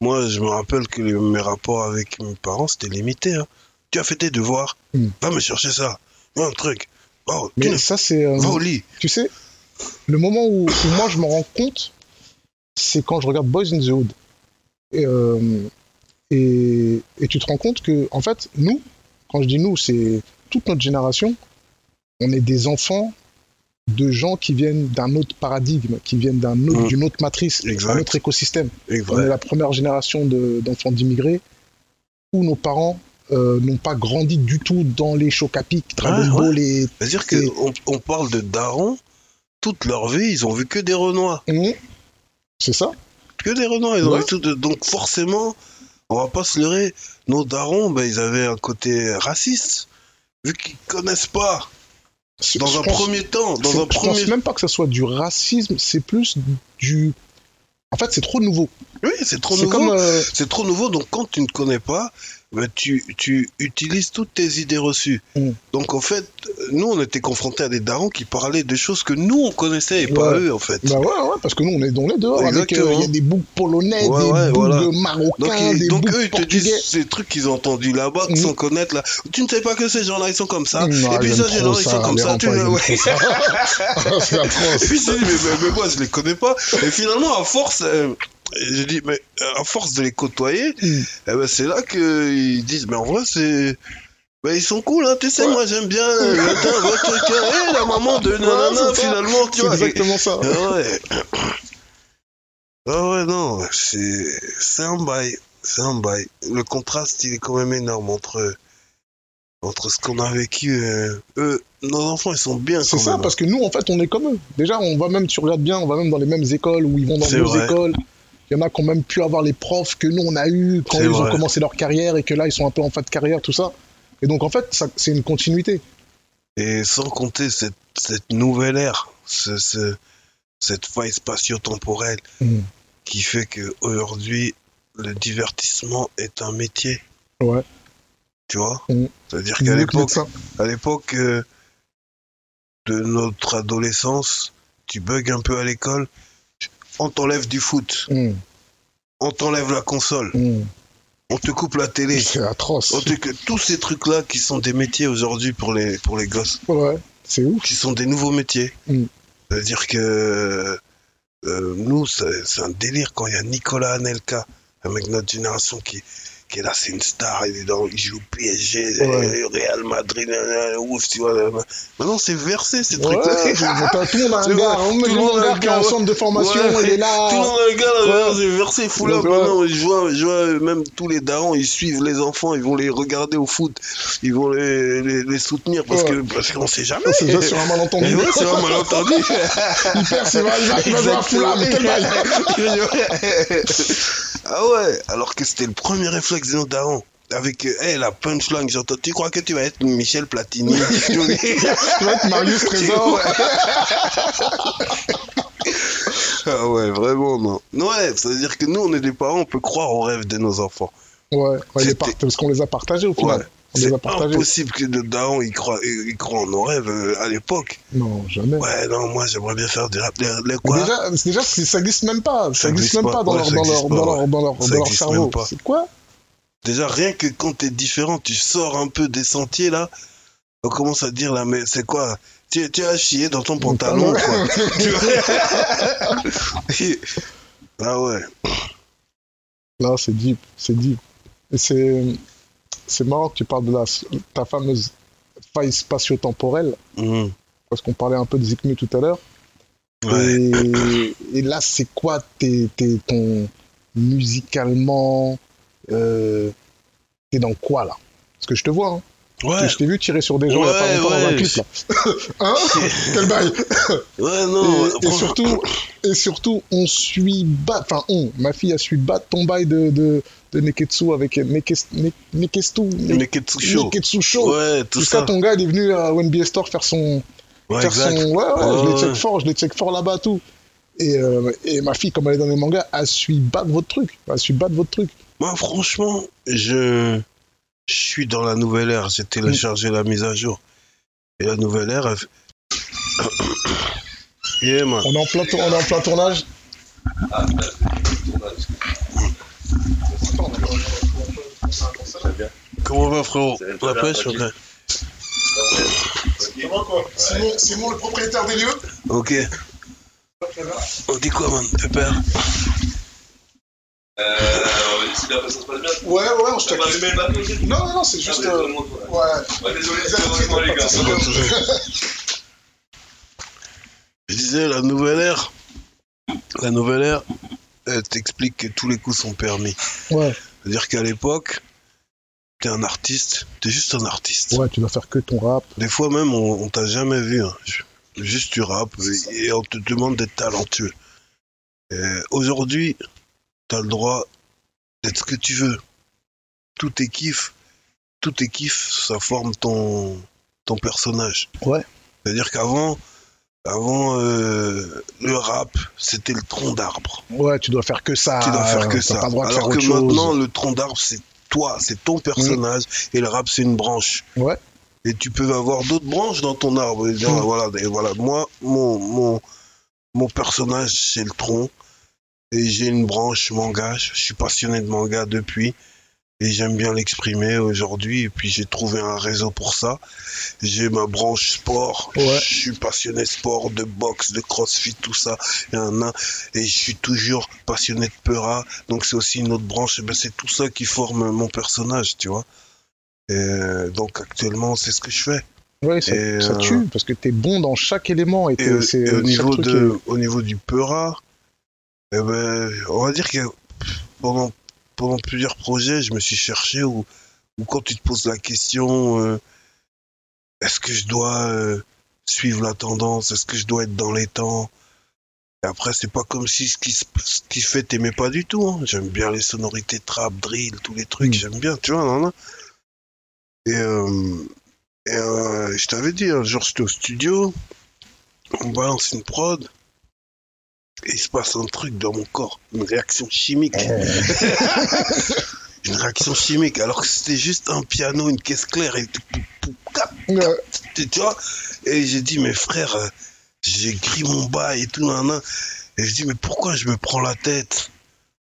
[SPEAKER 2] Moi, je me rappelle que les- mes rapports avec mes parents, c'était limité. hein. Tu as fait tes devoirs,
[SPEAKER 1] Mm.
[SPEAKER 2] va me chercher ça, un truc. Oh, tu
[SPEAKER 1] Mais
[SPEAKER 2] ne-
[SPEAKER 1] ça, c'est, euh,
[SPEAKER 2] va au lit.
[SPEAKER 1] tu sais, le moment où, où moi je m'en rends compte, c'est quand je regarde Boys in the Hood. Et, euh, et, et tu te rends compte que, en fait, nous, quand je dis nous, c'est toute notre génération, on est des enfants de gens qui viennent d'un autre paradigme, qui viennent d'un autre,
[SPEAKER 2] Mm.
[SPEAKER 1] d'une autre matrice,
[SPEAKER 2] Exact.
[SPEAKER 1] d'un autre écosystème. On
[SPEAKER 2] Et
[SPEAKER 1] est
[SPEAKER 2] vrai.
[SPEAKER 1] la première génération de- d'enfants d'immigrés où nos parents euh, n'ont pas grandi du tout dans les chocs à pic, Dragon
[SPEAKER 2] Ah, Ouais, ouais.
[SPEAKER 1] Ball et...
[SPEAKER 2] C'est-à-dire qu'on on parle de darons, toute leur vie, ils ont vu que des renois.
[SPEAKER 1] Mm. C'est ça
[SPEAKER 2] Que des renois, ils ont
[SPEAKER 1] Ouais.
[SPEAKER 2] vu tout. de- Donc forcément, on va pas se leurrer. Nos darons, ben, ils avaient un côté raciste. Vu qu'ils connaissent pas,
[SPEAKER 1] Je-
[SPEAKER 2] dans
[SPEAKER 1] je
[SPEAKER 2] un
[SPEAKER 1] pense-
[SPEAKER 2] premier temps,
[SPEAKER 1] c'est-
[SPEAKER 2] dans un
[SPEAKER 1] je
[SPEAKER 2] premier
[SPEAKER 1] pense même pas que ça soit du racisme, c'est plus du... En fait, c'est trop nouveau.
[SPEAKER 2] Oui, c'est trop
[SPEAKER 1] C'est
[SPEAKER 2] nouveau.
[SPEAKER 1] comme... euh,
[SPEAKER 2] C'est trop nouveau, donc quand tu ne connais pas, ben, tu, tu utilises toutes tes idées reçues.
[SPEAKER 1] Mm.
[SPEAKER 2] Donc en fait, nous, on était confrontés à des darons qui parlaient de choses que nous, on connaissait et pas
[SPEAKER 1] Ouais.
[SPEAKER 2] eux, en fait.
[SPEAKER 1] Bah ouais, ouais, parce que nous, on est, on est dehors. avec, euh,
[SPEAKER 2] Exactement.
[SPEAKER 1] Il y a des boucs polonais,
[SPEAKER 2] Ouais,
[SPEAKER 1] des
[SPEAKER 2] ouais,
[SPEAKER 1] boucs
[SPEAKER 2] voilà.
[SPEAKER 1] marocains,
[SPEAKER 2] donc ils-
[SPEAKER 1] des
[SPEAKER 2] donc
[SPEAKER 1] boucs
[SPEAKER 2] eux, ils te
[SPEAKER 1] portugais.
[SPEAKER 2] disent ces trucs qu'ils ont entendus là-bas,
[SPEAKER 1] Mm.
[SPEAKER 2] sans connaître là. Tu ne sais pas que ces gens-là, ils sont comme ça.
[SPEAKER 1] Non,
[SPEAKER 2] et puis
[SPEAKER 1] j'aime
[SPEAKER 2] ça, ces
[SPEAKER 1] trop
[SPEAKER 2] gens-là, ils
[SPEAKER 1] ça,
[SPEAKER 2] sont comme
[SPEAKER 1] les
[SPEAKER 2] ça. Tu
[SPEAKER 1] rampants,
[SPEAKER 2] le-
[SPEAKER 1] j'aime
[SPEAKER 2] ouais.
[SPEAKER 1] trop ça. c'est
[SPEAKER 2] Et
[SPEAKER 1] atroce.
[SPEAKER 2] puis je dis, mais, mais- mais moi, je les connais pas. Et finalement, à force, euh, j'ai dit, mais euh, à force de les côtoyer,
[SPEAKER 1] Mm.
[SPEAKER 2] eh ben, c'est là qu'ils disent, mais en vrai, c'est. Ben, ils sont cool, hein, tu sais, moi j'aime bien. euh, attends, ouais, toi, tiens, hé, la maman de nanana,
[SPEAKER 1] c'est ça.
[SPEAKER 2] finalement, tu
[SPEAKER 1] C'est
[SPEAKER 2] vois.
[SPEAKER 1] exactement ça.
[SPEAKER 2] Ah ouais. Ah ouais, non, c'est c'est un bail. C'est un bail. Le contraste, il est quand même énorme entre, entre ce qu'on a vécu. euh, eux, nos enfants, ils sont bien.
[SPEAKER 1] C'est
[SPEAKER 2] quand
[SPEAKER 1] ça,
[SPEAKER 2] même. hein.
[SPEAKER 1] parce que nous, en fait, on est comme eux. Déjà, on va même, tu regardes bien, on va même dans les mêmes écoles où ils vont dans
[SPEAKER 2] C'est
[SPEAKER 1] nos
[SPEAKER 2] vrai.
[SPEAKER 1] écoles. Il y en a qui ont même pu avoir les profs que nous, on a eu quand
[SPEAKER 2] C'est
[SPEAKER 1] ils ont
[SPEAKER 2] vrai.
[SPEAKER 1] commencé leur carrière et que là, ils sont un peu en fin de carrière, tout ça. Et donc, en fait, ça- c'est une continuité.
[SPEAKER 2] Et sans compter cette, cette nouvelle ère, ce, ce- cette faille spatio-temporelle
[SPEAKER 1] Mm.
[SPEAKER 2] qui fait que aujourd'hui le divertissement est un métier.
[SPEAKER 1] Ouais.
[SPEAKER 2] Tu vois
[SPEAKER 1] Mm.
[SPEAKER 2] C'est-à-dire
[SPEAKER 1] Mieux
[SPEAKER 2] qu'à
[SPEAKER 1] que
[SPEAKER 2] l'époque,
[SPEAKER 1] médecin.
[SPEAKER 2] à l'époque euh, de notre adolescence, tu bugs un peu à l'école, on t'enlève du foot,
[SPEAKER 1] Mmh,
[SPEAKER 2] on t'enlève la console,
[SPEAKER 1] mmh.
[SPEAKER 2] on te coupe la télé.
[SPEAKER 1] C'est atroce.
[SPEAKER 2] On te- que- tous ces trucs-là qui sont des métiers aujourd'hui pour les, pour les gosses.
[SPEAKER 1] Ouais, c'est ouf.
[SPEAKER 2] qui sont des nouveaux métiers.
[SPEAKER 1] Mm.
[SPEAKER 2] C'est-à-dire que euh, nous, c'est c'est un délire quand il y a Nicolas Anelka, un mec de notre génération qui, qui est là, c'est une star, il, est dans, il joue au PSG,
[SPEAKER 1] Ouais.
[SPEAKER 2] euh, Real Madrid, euh, euh, ouf, tu vois. euh, maintenant, c'est versé ces
[SPEAKER 1] Ouais,
[SPEAKER 2] trucs-là.
[SPEAKER 1] c'est- c'est- tout le monde a
[SPEAKER 2] C'est
[SPEAKER 1] un
[SPEAKER 2] vrai,
[SPEAKER 1] gars, on met
[SPEAKER 2] tout
[SPEAKER 1] le monde a un gars qui est en
[SPEAKER 2] ouais.
[SPEAKER 1] centre de formation,
[SPEAKER 2] Ouais.
[SPEAKER 1] il est là.
[SPEAKER 2] Tout le monde a le gars, là,
[SPEAKER 1] Ouais.
[SPEAKER 2] c'est versé, full
[SPEAKER 1] Ouais,
[SPEAKER 2] up.
[SPEAKER 1] ouais.
[SPEAKER 2] Maintenant, je vois, je vois, euh, même tous les darons, ils suivent les enfants, ils vont les regarder au foot, ils vont les, les, les soutenir parce
[SPEAKER 1] Ouais.
[SPEAKER 2] que parce qu'on sait jamais.
[SPEAKER 1] C'est déjà sur un
[SPEAKER 2] Mais
[SPEAKER 1] malentendu.
[SPEAKER 2] ouais, c'est un malentendu.
[SPEAKER 1] Il perd, c'est vrai, il va- il va jouer à Fulham, quel bail.
[SPEAKER 2] ah ouais, alors que c'était le premier réflexe de nos darons. Avec euh, hey, la punchline, j'entends, tu crois que tu vas être Michel Platini Tu vois,
[SPEAKER 1] Il va être Marius Trésor.
[SPEAKER 2] Ah ouais, vraiment, non. Ouais, c'est-à-dire que nous, on est des parents, on peut croire aux rêves de nos enfants.
[SPEAKER 1] Ouais, ouais, il est par-
[SPEAKER 2] C'était-
[SPEAKER 1] parce qu'on les a partagés au
[SPEAKER 2] Ouais.
[SPEAKER 1] final. On
[SPEAKER 2] C'est
[SPEAKER 1] les a partagés.
[SPEAKER 2] impossible que nos darons, ils croient, ils, ils croient en nos rêves euh, à l'époque.
[SPEAKER 1] Non, jamais.
[SPEAKER 2] Ouais, non, moi, j'aimerais bien faire du rap. Les, les
[SPEAKER 1] Mais
[SPEAKER 2] quoi
[SPEAKER 1] Déjà, c'est- déjà c'est- ça glisse même pas. Ça, glisse même pas dans
[SPEAKER 2] Ouais,
[SPEAKER 1] leur
[SPEAKER 2] ça
[SPEAKER 1] dans leur
[SPEAKER 2] glisse pas,
[SPEAKER 1] dans leur
[SPEAKER 2] ouais.
[SPEAKER 1] dans leur
[SPEAKER 2] Ça
[SPEAKER 1] dans leur
[SPEAKER 2] glisse même
[SPEAKER 1] cerveau.
[SPEAKER 2] pas.
[SPEAKER 1] C'est quoi
[SPEAKER 2] Déjà, rien que quand t'es différent, tu sors un peu des sentiers, là, on commence à dire, là, mais c'est quoi tu, tu as chié dans ton pantalon, quoi. Tu vois ah ouais.
[SPEAKER 1] Là, c'est deep, c'est deep. Et c'est c'est marrant que tu parles de la ta fameuse faille spatio-temporelle
[SPEAKER 2] Mhm.
[SPEAKER 1] parce qu'on parlait un peu de Zikmu tout à l'heure.
[SPEAKER 2] Ouais.
[SPEAKER 1] Et, et là, c'est quoi t'es, t'es- ton musicalement euh, T'es dans quoi là Parce que je te vois, hein.
[SPEAKER 2] Ouais.
[SPEAKER 1] je t'ai vu tirer sur des gens il y a pas
[SPEAKER 2] Ouais,
[SPEAKER 1] longtemps dans un
[SPEAKER 2] ouais.
[SPEAKER 1] clip là. hein Quel bail
[SPEAKER 2] Ouais,
[SPEAKER 1] et,
[SPEAKER 2] non.
[SPEAKER 1] et
[SPEAKER 2] franchement-
[SPEAKER 1] surtout, et surtout, on suit bat, enfin on, ma fille a suit bat ton bail de, de, de Neketsu avec Nekes- Ne- Nekestu, Ne-
[SPEAKER 2] Mais qu'est-ce que chaud.
[SPEAKER 1] Neketsu Show.
[SPEAKER 2] Ouais, tout
[SPEAKER 1] Jusqu'à
[SPEAKER 2] ça.
[SPEAKER 1] ton gars, il est venu à WNBA Store faire son,
[SPEAKER 2] Ouais,
[SPEAKER 1] faire
[SPEAKER 2] exact.
[SPEAKER 1] son- Ouais, ouais, je les
[SPEAKER 2] Ouais, ouais.
[SPEAKER 1] check fort, je les check fort là-bas, tout. Et, euh, et ma fille, comme elle est dans les mangas, elle suit battre votre truc. Elle suit battre votre truc.
[SPEAKER 2] Moi, franchement, je... je suis dans la nouvelle ère. J'ai
[SPEAKER 1] Mm.
[SPEAKER 2] téléchargé la mise à jour. Et la nouvelle ère, elle... fait- Yeah, man.
[SPEAKER 1] On est en plein, tour- on est en plein tournage.
[SPEAKER 3] Ah, là, c'est le tournage. Très bien.
[SPEAKER 2] Comment va, frérot
[SPEAKER 3] Ça va
[SPEAKER 2] La
[SPEAKER 3] bien,
[SPEAKER 2] pêche, ok.
[SPEAKER 3] tranquille. Ok.
[SPEAKER 1] C'est mon le propriétaire des lieux.
[SPEAKER 2] Ok. On dit quoi, man Pépère
[SPEAKER 3] Euh, ici, là, ça se passe bien.
[SPEAKER 1] Ouais, ouais, on se
[SPEAKER 3] T'as pas allumé le bateau, aussi
[SPEAKER 1] Non, non, non, c'est
[SPEAKER 3] Ah,
[SPEAKER 1] juste.
[SPEAKER 3] mais
[SPEAKER 1] euh,
[SPEAKER 3] vraiment, toi.
[SPEAKER 1] Ouais.
[SPEAKER 3] Ouais, désolé, c'est vraiment les gars.
[SPEAKER 1] C'est bon.
[SPEAKER 2] disais, la nouvelle ère, la nouvelle ère, elle t'explique que tous les coups sont permis.
[SPEAKER 1] Ouais,
[SPEAKER 2] C'est-à-dire qu'à l'époque, t'es un artiste, t'es juste un artiste.
[SPEAKER 1] ouais, tu dois faire que ton rap.
[SPEAKER 2] Des fois même, on, on t'a jamais vu. hein. Je- Juste tu rappes et, et on te demande d'être talentueux. Euh, Aujourd'hui, t'as le droit d'être ce que tu veux. Tout tes kiffs, tout tes kiffs, ça forme ton, ton personnage.
[SPEAKER 1] Ouais.
[SPEAKER 2] C'est-à-dire qu'avant, avant, euh, le rap, c'était le tronc d'arbre
[SPEAKER 1] Ouais, tu dois faire que ça.
[SPEAKER 2] tu dois faire
[SPEAKER 1] euh,
[SPEAKER 2] que
[SPEAKER 1] t'as
[SPEAKER 2] ça.
[SPEAKER 1] pas le droit de
[SPEAKER 2] Alors
[SPEAKER 1] faire
[SPEAKER 2] que
[SPEAKER 1] autre
[SPEAKER 2] maintenant,
[SPEAKER 1] chose.
[SPEAKER 2] le tronc d'arbre, c'est toi, c'est ton personnage, et le rap, c'est une branche.
[SPEAKER 1] Ouais.
[SPEAKER 2] Et tu peux avoir d'autres branches dans ton arbre. Et dire,
[SPEAKER 1] Mm.
[SPEAKER 2] ah, voilà, et voilà, moi, mon, mon, mon personnage, c'est le tronc. Et j'ai une branche manga. Je suis passionné de manga depuis. Et j'aime bien l'exprimer aujourd'hui. Et puis j'ai trouvé un réseau pour ça. J'ai ma branche sport.
[SPEAKER 1] Ouais.
[SPEAKER 2] Je suis passionné sport, de boxe, de crossfit, tout ça. Et, un nain. et je suis toujours passionné de Peura. Donc c'est aussi une autre branche. Et ben, c'est tout ça qui forme mon personnage, tu vois. Et donc actuellement, c'est ce que je fais.
[SPEAKER 1] Ouais, ça,
[SPEAKER 2] Et,
[SPEAKER 1] ça
[SPEAKER 2] euh,
[SPEAKER 1] tue parce que t'es bon dans chaque élément et,
[SPEAKER 2] Et,
[SPEAKER 1] t'es-
[SPEAKER 2] euh,
[SPEAKER 1] c'est-
[SPEAKER 2] et au,
[SPEAKER 1] chaque
[SPEAKER 2] niveau
[SPEAKER 1] truc euh,
[SPEAKER 2] de, au niveau du Peura, eh ben, on va dire que pendant, pendant plusieurs projets, je me suis cherché ou ou quand tu te poses la question euh, est-ce que je dois euh, suivre la tendance Est-ce que je dois être dans les temps et après, c'est pas comme si ce qui, se- ce qui se fait, t'aimais pas du tout. hein. J'aime bien les sonorités trap, drill, tous les trucs,
[SPEAKER 1] Mm.
[SPEAKER 2] j'aime bien, tu vois. Non, non. Et, euh, et, euh, je t'avais dit, un jour, j'étais au studio, on balance une prod, et il se passe un truc dans mon corps, une réaction chimique.
[SPEAKER 1] est- Euh,
[SPEAKER 2] Une réaction chimique, alors que c'était juste un piano, une caisse claire, et tout, pou, pou, cap,
[SPEAKER 1] euh,
[SPEAKER 2] tu tu vois Et j'ai dit, mais frère, euh, j'ai gris mon bail et tout, nan, nan. Et je dis, mais pourquoi je me prends la tête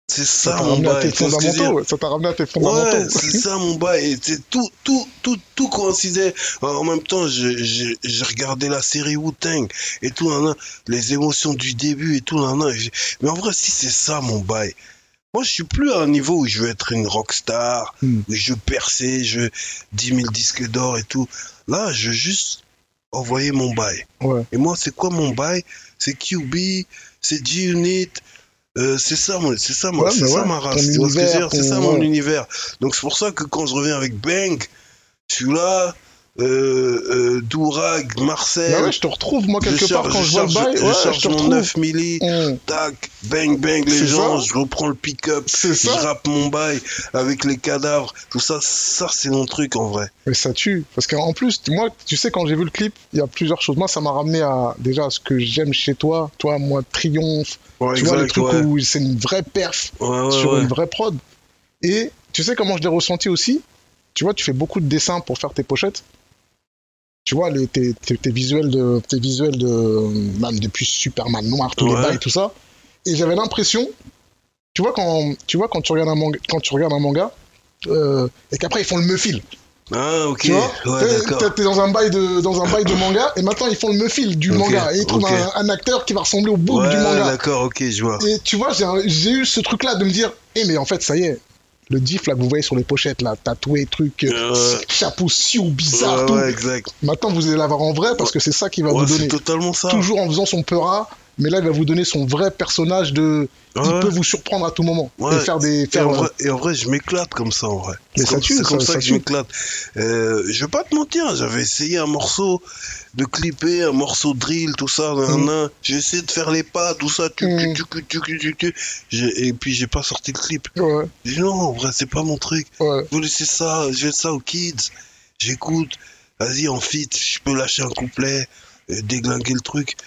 [SPEAKER 2] C'est
[SPEAKER 1] ça
[SPEAKER 2] ça
[SPEAKER 1] t'a
[SPEAKER 2] bah, mon
[SPEAKER 1] ramené à
[SPEAKER 2] bail.
[SPEAKER 1] tes
[SPEAKER 2] tu vois ce que je veux dire
[SPEAKER 1] fondamentaux. ouais, Ça t'a ramené à tes
[SPEAKER 2] Ouais,
[SPEAKER 1] fondamentaux. Bah
[SPEAKER 2] c'est ça mon bail. Et c'est tout, tout, tout, tout coïncidait. En même temps, je- je- j'ai regardé la série Wu-Tang et tout, nan, nan, les émotions du début et tout, nan, nan. Et j'ai- Mais en vrai, si c'est ça mon bail, moi je suis plus à un niveau où je veux être une rockstar,
[SPEAKER 1] Hmm.
[SPEAKER 2] où je veux percer, je veux 10 000 disques d'or et tout. Là, je veux juste envoyer mon bail.
[SPEAKER 1] Ouais.
[SPEAKER 2] Et moi, c'est quoi mon bail C'est QB, c'est G-Unit. euh, c'est ça, mon- c'est ça, mon-
[SPEAKER 1] Ouais,
[SPEAKER 2] c'est
[SPEAKER 1] mais
[SPEAKER 2] ça
[SPEAKER 1] ouais,
[SPEAKER 2] ma race,
[SPEAKER 1] ton
[SPEAKER 2] tu vois ce que je veux dire
[SPEAKER 1] univers,
[SPEAKER 2] C'est ça
[SPEAKER 1] ton-
[SPEAKER 2] mon
[SPEAKER 1] ouais.
[SPEAKER 2] univers. Donc c'est pour ça que quand je reviens avec Bang, je suis là, euh, euh, Dourag, Marcel,
[SPEAKER 1] Bah ouais, je te retrouve moi
[SPEAKER 2] je
[SPEAKER 1] quelque part
[SPEAKER 2] charge-
[SPEAKER 1] quand
[SPEAKER 2] je
[SPEAKER 1] je vois le
[SPEAKER 2] charge-
[SPEAKER 1] bail.
[SPEAKER 2] je
[SPEAKER 1] Ouais,
[SPEAKER 2] charge
[SPEAKER 1] je te
[SPEAKER 2] mon
[SPEAKER 1] retrouve.
[SPEAKER 2] 9 milli,
[SPEAKER 1] Hum,
[SPEAKER 2] tac, bang bang les
[SPEAKER 1] C'est
[SPEAKER 2] gens,
[SPEAKER 1] ça.
[SPEAKER 2] je reprends le pick-up,
[SPEAKER 1] C'est
[SPEAKER 2] je
[SPEAKER 1] ça.
[SPEAKER 2] rappe mon bail avec les cadavres, tout ça, ça c'est mon truc en vrai.
[SPEAKER 1] Mais ça tue. Parce qu'en plus, moi, tu sais, quand j'ai vu le clip, il y a plusieurs choses. Moi, ça m'a ramené à déjà à ce que j'aime chez toi. Toi, moi, Triomphe.
[SPEAKER 2] Ouais,
[SPEAKER 1] tu vois, le truc
[SPEAKER 2] ouais.
[SPEAKER 1] où c'est une vraie perf
[SPEAKER 2] Ouais, ouais,
[SPEAKER 1] sur
[SPEAKER 2] ouais.
[SPEAKER 1] une vraie prod. Et tu sais comment je l'ai ressenti aussi Tu vois, tu fais beaucoup de dessins pour faire tes pochettes. Tu vois, les, tes, tes- tes visuels de. Tes visuels de. Même depuis Superman noir, tous
[SPEAKER 2] Ouais.
[SPEAKER 1] les bails, tout ça. Et j'avais l'impression. Tu vois, quand tu, vois, quand tu regardes un manga, quand tu regardes un manga euh, et qu'après ils font le meufil.
[SPEAKER 2] Ah, ok,
[SPEAKER 1] Tu vois
[SPEAKER 2] ouais,
[SPEAKER 1] T'es- t'es-
[SPEAKER 2] d'accord.
[SPEAKER 1] T'es dans un bail de dans un bail de manga et maintenant ils font le meufil du
[SPEAKER 2] Ok,
[SPEAKER 1] manga et ils trouvent
[SPEAKER 2] ok.
[SPEAKER 1] un, un acteur qui va ressembler au bout
[SPEAKER 2] Ouais,
[SPEAKER 1] du
[SPEAKER 2] ouais,
[SPEAKER 1] manga.
[SPEAKER 2] d'accord, ok, je vois.
[SPEAKER 1] Et tu vois, j'ai un- j'ai eu ce truc-là de me dire, eh mais en fait, ça y est, le diff là que vous voyez sur les pochettes là, tatoué, truc, euh,
[SPEAKER 2] Ouais.
[SPEAKER 1] chapeau si ou bizarre,
[SPEAKER 2] Ouais,
[SPEAKER 1] tout.
[SPEAKER 2] ouais, exact.
[SPEAKER 1] Maintenant, vous allez l'avoir en vrai parce que c'est ça qui va
[SPEAKER 2] Ouais,
[SPEAKER 1] vous
[SPEAKER 2] c'est
[SPEAKER 1] donner.
[SPEAKER 2] totalement ça.
[SPEAKER 1] Toujours en faisant son peura, mais là, il va vous donner son vrai personnage de.
[SPEAKER 2] Ouais,
[SPEAKER 1] Il
[SPEAKER 2] ouais.
[SPEAKER 1] peut vous surprendre à tout moment
[SPEAKER 2] Ouais.
[SPEAKER 1] et faire des.
[SPEAKER 2] Et
[SPEAKER 1] Faire,
[SPEAKER 2] en,
[SPEAKER 1] euh,
[SPEAKER 2] vrai, et en vrai, je m'éclate comme ça, en vrai.
[SPEAKER 1] Mais
[SPEAKER 2] C'est
[SPEAKER 1] ça
[SPEAKER 2] comme-
[SPEAKER 1] tue,
[SPEAKER 2] c'est comme
[SPEAKER 1] ça-
[SPEAKER 2] ça,
[SPEAKER 1] ça
[SPEAKER 2] que je
[SPEAKER 1] tue.
[SPEAKER 2] m'éclate. Euh, je vais pas te mentir, j'avais essayé un morceau de clipper, un morceau drill, tout ça. nan,
[SPEAKER 1] Mm.
[SPEAKER 2] nan. J'ai essayé de faire les pas, tout ça. tuc,
[SPEAKER 1] Mm.
[SPEAKER 2] tuc, tuc, tuc, tuc, tuc, tuc. J'ai- Et puis, j'ai pas sorti le clip.
[SPEAKER 1] ouais,
[SPEAKER 2] J'ai dit, non, en vrai, c'est pas mon truc.
[SPEAKER 1] ouais.
[SPEAKER 2] Je vais laisser ça, je vais laisser ça aux kids. J'écoute. Vas-y, en fit, je peux lâcher un couplet, euh, déglinguer le truc.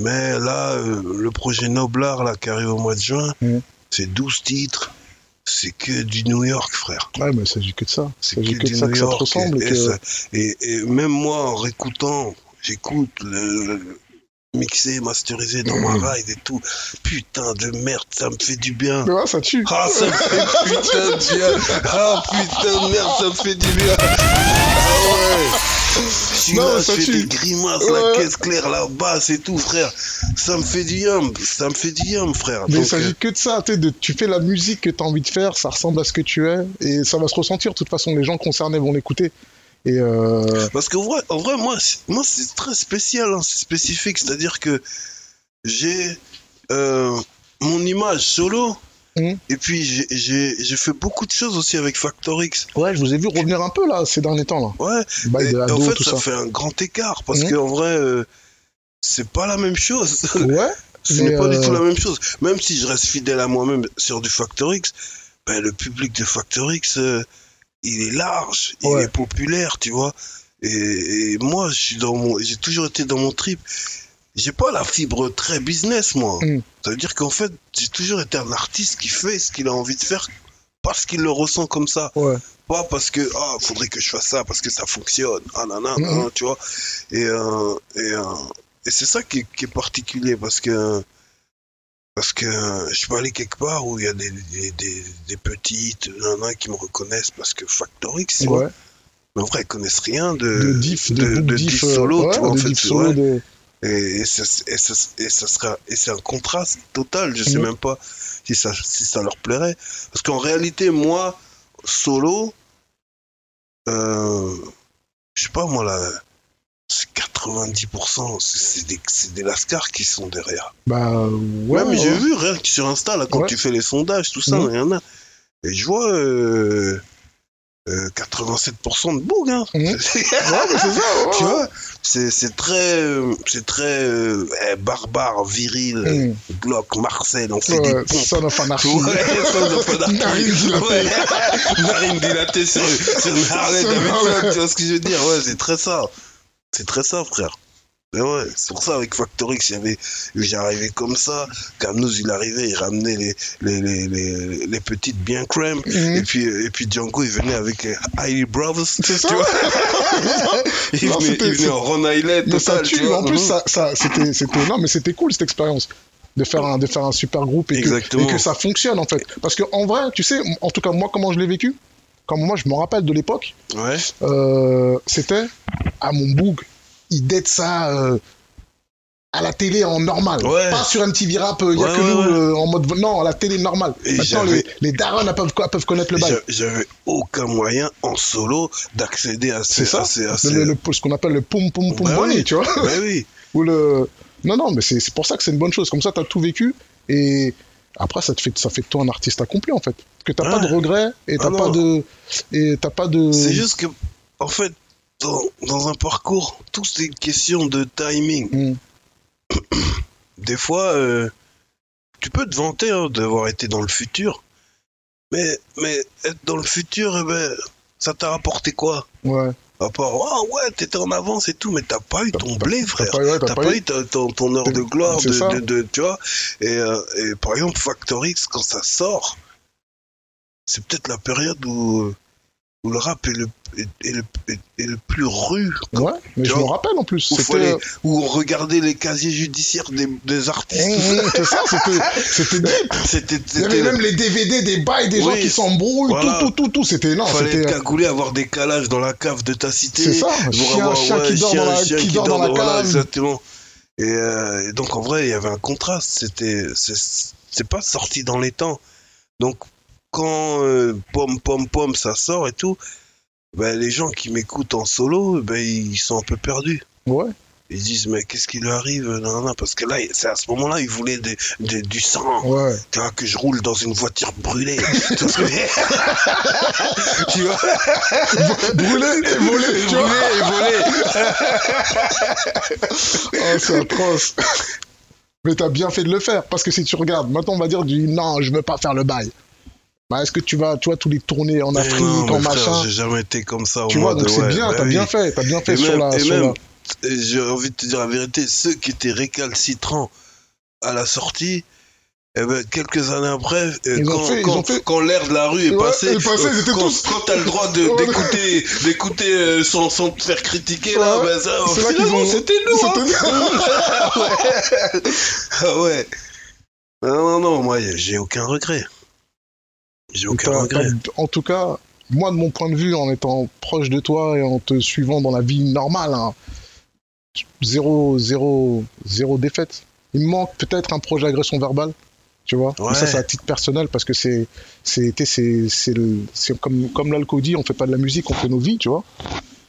[SPEAKER 2] Mais là, euh, le projet Noblar, là, qui arrive au mois de juin,
[SPEAKER 1] Mm.
[SPEAKER 2] c'est 12 titres. C'est que du New York, frère.
[SPEAKER 1] Ouais, mais il s'agit que de ça. Il
[SPEAKER 2] C'est
[SPEAKER 1] s'agit
[SPEAKER 2] que
[SPEAKER 1] que de
[SPEAKER 2] du
[SPEAKER 1] ça
[SPEAKER 2] New
[SPEAKER 1] que ça te
[SPEAKER 2] York.
[SPEAKER 1] ressemble.
[SPEAKER 2] et,
[SPEAKER 1] et que-
[SPEAKER 2] ça- et- et même moi, en réécoutant, j'écoute le, le- mixé, masterisé dans
[SPEAKER 1] Mm.
[SPEAKER 2] ma ride et tout. Putain de merde, ça me fait du bien.
[SPEAKER 1] Mais ouais, ça tue.
[SPEAKER 2] Ah, ça me fait putain de bien. Ah, putain de merde, ça me fait du bien. Ah ouais. Je suis
[SPEAKER 1] Non,
[SPEAKER 2] là, je
[SPEAKER 1] ça
[SPEAKER 2] fais
[SPEAKER 1] tue.
[SPEAKER 2] des grimaces,
[SPEAKER 1] Ouais.
[SPEAKER 2] la caisse claire, la basse et tout, frère. Ça me fait du bien, ça me fait du bien, frère.
[SPEAKER 1] Mais il
[SPEAKER 2] Donc,
[SPEAKER 1] s'agit
[SPEAKER 2] euh,
[SPEAKER 1] que de ça, tu sais, de- tu fais la musique que tu as envie de faire, ça ressemble à ce que tu es, et ça va se ressentir. De toute façon, les gens concernés vont l'écouter. Et euh,
[SPEAKER 2] Parce qu'en vrai, en vrai moi, c'est- moi c'est très spécial, hein, c'est spécifique. C'est-à-dire que j'ai euh, mon image solo.
[SPEAKER 1] Mhm.
[SPEAKER 2] Et puis j'ai- j'ai j'ai fait beaucoup de choses aussi avec Factor X.
[SPEAKER 1] Ouais, je vous ai vu revenir un peu là ces derniers temps là.
[SPEAKER 2] Ouais,
[SPEAKER 1] Bail
[SPEAKER 2] et,
[SPEAKER 1] de
[SPEAKER 2] et en
[SPEAKER 1] ado,
[SPEAKER 2] fait
[SPEAKER 1] tout
[SPEAKER 2] ça,
[SPEAKER 1] ça.
[SPEAKER 2] fait un grand écart parce
[SPEAKER 1] Mhm.
[SPEAKER 2] que en vrai euh, c'est pas la même chose.
[SPEAKER 1] Ouais,
[SPEAKER 2] Ce
[SPEAKER 1] Mais,
[SPEAKER 2] n'est pas du
[SPEAKER 1] euh,
[SPEAKER 2] tout la même chose. Même si je reste fidèle à moi-même sur du Factor X, ben, le public de Factor X, euh, il est large, il
[SPEAKER 1] Ouais.
[SPEAKER 2] est populaire, tu vois. Et, et moi, je suis dans mon, j'ai toujours été dans mon trip. J'ai pas la fibre très business, moi.
[SPEAKER 1] Mm.
[SPEAKER 2] Ça veut dire qu'en fait, j'ai toujours été un artiste qui fait ce qu'il a envie de faire parce qu'il le ressent comme ça.
[SPEAKER 1] ouais.
[SPEAKER 2] Pas parce que, ah, faudrait que je fasse ça parce que ça fonctionne. Ah, nan, nan,
[SPEAKER 1] Mm,
[SPEAKER 2] nan, tu vois. Et, euh, et, euh, et c'est ça qui, est- qui est particulier parce que, parce que euh, je peux aller quelque part où il y a des, des, des, des petites nanas qui me reconnaissent parce que Factor X, tu vois.
[SPEAKER 1] ouais.
[SPEAKER 2] Mais en vrai, ils connaissent rien de,
[SPEAKER 1] De diff, de,
[SPEAKER 2] de-
[SPEAKER 1] bouc
[SPEAKER 2] de
[SPEAKER 1] diff,
[SPEAKER 2] diff
[SPEAKER 1] euh,
[SPEAKER 2] solo,
[SPEAKER 1] ouais,
[SPEAKER 2] tu vois, en
[SPEAKER 1] de
[SPEAKER 2] fait,
[SPEAKER 1] diff
[SPEAKER 2] tu
[SPEAKER 1] solo,
[SPEAKER 2] vois.
[SPEAKER 1] de-
[SPEAKER 2] Et, et ça, et ça- et ça sera, et c'est un contraste total. Je sais
[SPEAKER 1] Mhm.
[SPEAKER 2] même pas si ça, si ça leur plairait. Parce qu'en réalité, moi, solo, euh, je sais pas, moi, là, c'est 90%, c'est- c'est des, c'est des lascars qui sont derrière.
[SPEAKER 1] Bah ouais.
[SPEAKER 2] Même j'ai
[SPEAKER 1] ouais.
[SPEAKER 2] vu, rien que sur Insta, là, quand
[SPEAKER 1] Ouais.
[SPEAKER 2] tu fais les sondages, tout ça, il
[SPEAKER 1] Mhm.
[SPEAKER 2] y en a. Et je vois, euh, euh, 87% de boug, hein.
[SPEAKER 1] Mhm. Ouais, mais c'est ça. ouais,
[SPEAKER 2] Tu
[SPEAKER 1] ouais.
[SPEAKER 2] vois, c'est c'est très, euh, c'est très euh, eh, barbare, viril,
[SPEAKER 1] Mmh.
[SPEAKER 2] Glock, Marcel, on fait euh, des
[SPEAKER 1] Ouais,
[SPEAKER 2] pompes.
[SPEAKER 1] Son of
[SPEAKER 2] Ouais,
[SPEAKER 1] Anarchy.
[SPEAKER 2] ça, on a pas d'argument.
[SPEAKER 1] Narine dilatée.
[SPEAKER 2] Ouais, narine dilatée sur, sur une harnette
[SPEAKER 1] Sur une
[SPEAKER 2] avec
[SPEAKER 1] harnette.
[SPEAKER 2] ça, tu vois ce que je veux dire Ouais, c'est très ça. C'est très ça, frère. Mais ouais, c'est pour ça avec Factor X, il y avait- j'arrivais comme ça. Camnous, il arrivait, il ramenait les, les, les, les, les petites bien crème.
[SPEAKER 1] Mmh.
[SPEAKER 2] Et puis, euh, et puis Django, il venait avec les Highly Brothers.
[SPEAKER 1] C'est ça.
[SPEAKER 2] Tu vois Il
[SPEAKER 1] Non,
[SPEAKER 2] venait,
[SPEAKER 1] c'était-
[SPEAKER 2] il venait en Ron Island,
[SPEAKER 1] Mais ça
[SPEAKER 2] total, tu
[SPEAKER 1] tue.
[SPEAKER 2] vois.
[SPEAKER 1] En plus, ça, ça, c'était, c'était, non, mais c'était cool cette expérience de faire un, de faire un super groupe et que,
[SPEAKER 2] Exactement.
[SPEAKER 1] et que ça fonctionne en fait. Parce que en vrai, tu sais, en tout cas moi, comment je l'ai vécu, comme moi, je me rappelle de l'époque,
[SPEAKER 2] Ouais.
[SPEAKER 1] euh, c'était à mon boug, il dette ça. euh, à la télé en normal,
[SPEAKER 2] Ouais.
[SPEAKER 1] pas sur un petit virap, il y a
[SPEAKER 2] Ouais,
[SPEAKER 1] que
[SPEAKER 2] ouais,
[SPEAKER 1] nous
[SPEAKER 2] ouais.
[SPEAKER 1] euh, en mode non, à la télé normale.
[SPEAKER 2] Et
[SPEAKER 1] Maintenant
[SPEAKER 2] j'avais-
[SPEAKER 1] les, les darons elles peuvent, elles peuvent connaître le
[SPEAKER 2] Et
[SPEAKER 1] bail.
[SPEAKER 2] j'a- J'avais aucun moyen en solo d'accéder à
[SPEAKER 1] C'est
[SPEAKER 2] ces.
[SPEAKER 1] ça
[SPEAKER 2] à ces- à ces-
[SPEAKER 1] Le, le- ce qu'on appelle le pom pom pom
[SPEAKER 2] Bah
[SPEAKER 1] bonnet,
[SPEAKER 2] oui.
[SPEAKER 1] tu vois.
[SPEAKER 2] Ouais, oui.
[SPEAKER 1] Ou le... Non, non, mais c'est c'est pour ça que c'est une bonne chose. Comme ça, t'as tout vécu. Et après, ça, te fait, ça fait de toi un artiste accompli, en fait. Que t'as pas
[SPEAKER 2] Ouais.
[SPEAKER 1] de regrets et t'as
[SPEAKER 2] Ah
[SPEAKER 1] pas de. Et t'as pas de.
[SPEAKER 2] C'est juste que, en fait, dans, dans un parcours, tout c'est une question de timing.
[SPEAKER 1] Mm.
[SPEAKER 2] Des fois, euh, tu peux te vanter hein, d'avoir été dans le futur, mais, mais être dans le futur, eh ben, ça t'a rapporté quoi
[SPEAKER 1] Ouais.
[SPEAKER 2] À part, ah ouais, t'étais en avance et tout, mais t'as pas eu ton
[SPEAKER 1] T'as-
[SPEAKER 2] blé,
[SPEAKER 1] T'as
[SPEAKER 2] frère.
[SPEAKER 1] pas, ouais, t'as
[SPEAKER 2] T'as
[SPEAKER 1] pas
[SPEAKER 2] pas
[SPEAKER 1] eu.
[SPEAKER 2] eu ta- ton, ton heure
[SPEAKER 1] T'es-
[SPEAKER 2] de gloire,
[SPEAKER 1] Bah, c'est
[SPEAKER 2] de,
[SPEAKER 1] ça.
[SPEAKER 2] de- de- tu vois. Et, euh, et par exemple, Factor X, quand ça sort, c'est peut-être la période où, où le rap est le, est, est le, est- est le plus rude,
[SPEAKER 1] Ouais, mais
[SPEAKER 2] Tu
[SPEAKER 1] je me
[SPEAKER 2] vois,
[SPEAKER 1] rappelle en plus.
[SPEAKER 2] où,
[SPEAKER 1] C'était.
[SPEAKER 2] fallait- où on regardait les casiers judiciaires des, des artistes.
[SPEAKER 1] Hum, hum, c'est ça, c'était. C'était deep.
[SPEAKER 2] C'était,
[SPEAKER 1] Il y
[SPEAKER 2] c'était-
[SPEAKER 1] avait même les DVD des bails, des gens
[SPEAKER 2] Oui.
[SPEAKER 1] qui s'embrouillent,
[SPEAKER 2] Voilà.
[SPEAKER 1] tout, tout, tout, tout. C'était. Non,
[SPEAKER 2] fallait être
[SPEAKER 1] c'était. euh,
[SPEAKER 2] cagoulé, avoir des calages dans la cave de ta cité.
[SPEAKER 1] C'est ça. Chien, chien qui dort dans la-
[SPEAKER 2] chien
[SPEAKER 1] qui dort dans la
[SPEAKER 2] voilà,
[SPEAKER 1] cave.
[SPEAKER 2] exactement. Et, euh, et donc, en vrai, il y avait un contraste. C'était, c'est c'est pas sorti dans les temps. Donc, quand euh, Pom Pom Pom, ça sort et tout, ben, les gens qui m'écoutent en solo, ben, ils sont un peu perdus.
[SPEAKER 1] Ouais.
[SPEAKER 2] Ils disent, mais qu'est-ce qui lui arrive non, non, Parce que là, c'est à ce moment-là, ils voulaient des- des- du sang.
[SPEAKER 1] Ouais.
[SPEAKER 2] Tu vois, que je roule dans une voiture brûlée. tu vois ce que je veux dire Tu vois
[SPEAKER 1] Brûler et voler, tu vois.
[SPEAKER 2] Brûlée et volée.
[SPEAKER 1] Oh, c'est atroce. Mais t'as bien fait de le faire, parce que si tu regardes, maintenant on va dire du non, je veux pas faire le bail. Bah, est-ce que tu vas, tu vois, tous les tournées en
[SPEAKER 2] Mais
[SPEAKER 1] Afrique,
[SPEAKER 2] non,
[SPEAKER 1] en
[SPEAKER 2] mais frère,
[SPEAKER 1] machin
[SPEAKER 2] J'ai jamais été comme ça. au
[SPEAKER 1] Tu vois,
[SPEAKER 2] mode,
[SPEAKER 1] donc c'est
[SPEAKER 2] ouais,
[SPEAKER 1] bien,
[SPEAKER 2] bah
[SPEAKER 1] t'as
[SPEAKER 2] oui.
[SPEAKER 1] bien fait, t'as bien fait
[SPEAKER 2] Et
[SPEAKER 1] sur
[SPEAKER 2] même-
[SPEAKER 1] la.
[SPEAKER 2] et
[SPEAKER 1] sur
[SPEAKER 2] même-
[SPEAKER 1] la-
[SPEAKER 2] Et J'ai envie de te dire la vérité, ceux qui étaient récalcitrants à la sortie, eh ben, quelques années après, euh,
[SPEAKER 1] Ils ont
[SPEAKER 2] quand,
[SPEAKER 1] fait- ils
[SPEAKER 2] quand-
[SPEAKER 1] ont fait-
[SPEAKER 2] quand l'air de la rue est
[SPEAKER 1] Ouais,
[SPEAKER 2] passé,
[SPEAKER 1] est passé, ils étaient
[SPEAKER 2] quand,
[SPEAKER 1] tous-
[SPEAKER 2] quand t'as le droit de-
[SPEAKER 1] Ouais.
[SPEAKER 2] d'écouter, d'écouter euh, sans, sans te faire critiquer, là,
[SPEAKER 1] Ouais.
[SPEAKER 2] ben, ça,
[SPEAKER 1] C'est là qu'ils
[SPEAKER 2] finalement,
[SPEAKER 1] ont-
[SPEAKER 2] c'était nous. hein. Ah ouais. Non, non, non, moi, j'ai aucun regret. J'ai aucun
[SPEAKER 1] T'as-
[SPEAKER 2] regret.
[SPEAKER 1] t'as- En tout cas, moi de mon point de vue, en étant proche de toi et en te suivant dans la vie normale, hein, zéro, zéro, zéro défaite. Il me manque peut-être un projet agression verbale, tu vois. Mais
[SPEAKER 2] Ouais.
[SPEAKER 1] ça, c'est à titre personnel parce que c'est, c'est, t'es- c'est, c'est, le- c'est comme, comme l'alco dit, on fait pas de la musique, on fait nos vies, tu vois.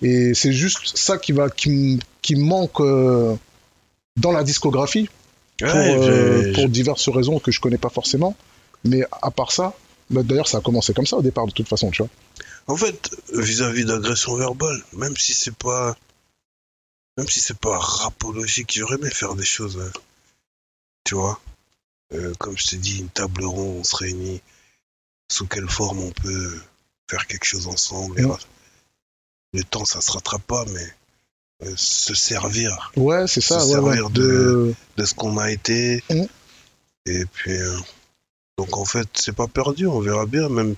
[SPEAKER 1] Et c'est juste ça qui va, qui, me- qui me manque euh, dans la discographie. pour,
[SPEAKER 2] Ouais,
[SPEAKER 1] euh,
[SPEAKER 2] j'ai-
[SPEAKER 1] pour diverses raisons que je connais pas forcément. Mais à part ça, bah, d'ailleurs, ça a commencé comme ça au départ, de toute façon, tu vois.
[SPEAKER 2] En fait, vis-à-vis d'agression verbale, même si c'est pas. Même si c'est pas rapologique, j'aurais aimé faire des choses. euh, Tu vois Euh, Comme je t'ai dit, une table ronde, on se réunit. Sous quelle forme on peut faire quelque chose ensemble et
[SPEAKER 1] Mm.
[SPEAKER 2] ra- Le temps, ça se rattrape pas, mais euh, se servir
[SPEAKER 1] Ouais, c'est ça.
[SPEAKER 2] Se
[SPEAKER 1] ouais, Euh, ouais,
[SPEAKER 2] servir
[SPEAKER 1] de...
[SPEAKER 2] de ce qu'on a été.
[SPEAKER 1] Mm.
[SPEAKER 2] Et puis. euh, donc en fait, c'est pas perdu, on verra bien, même,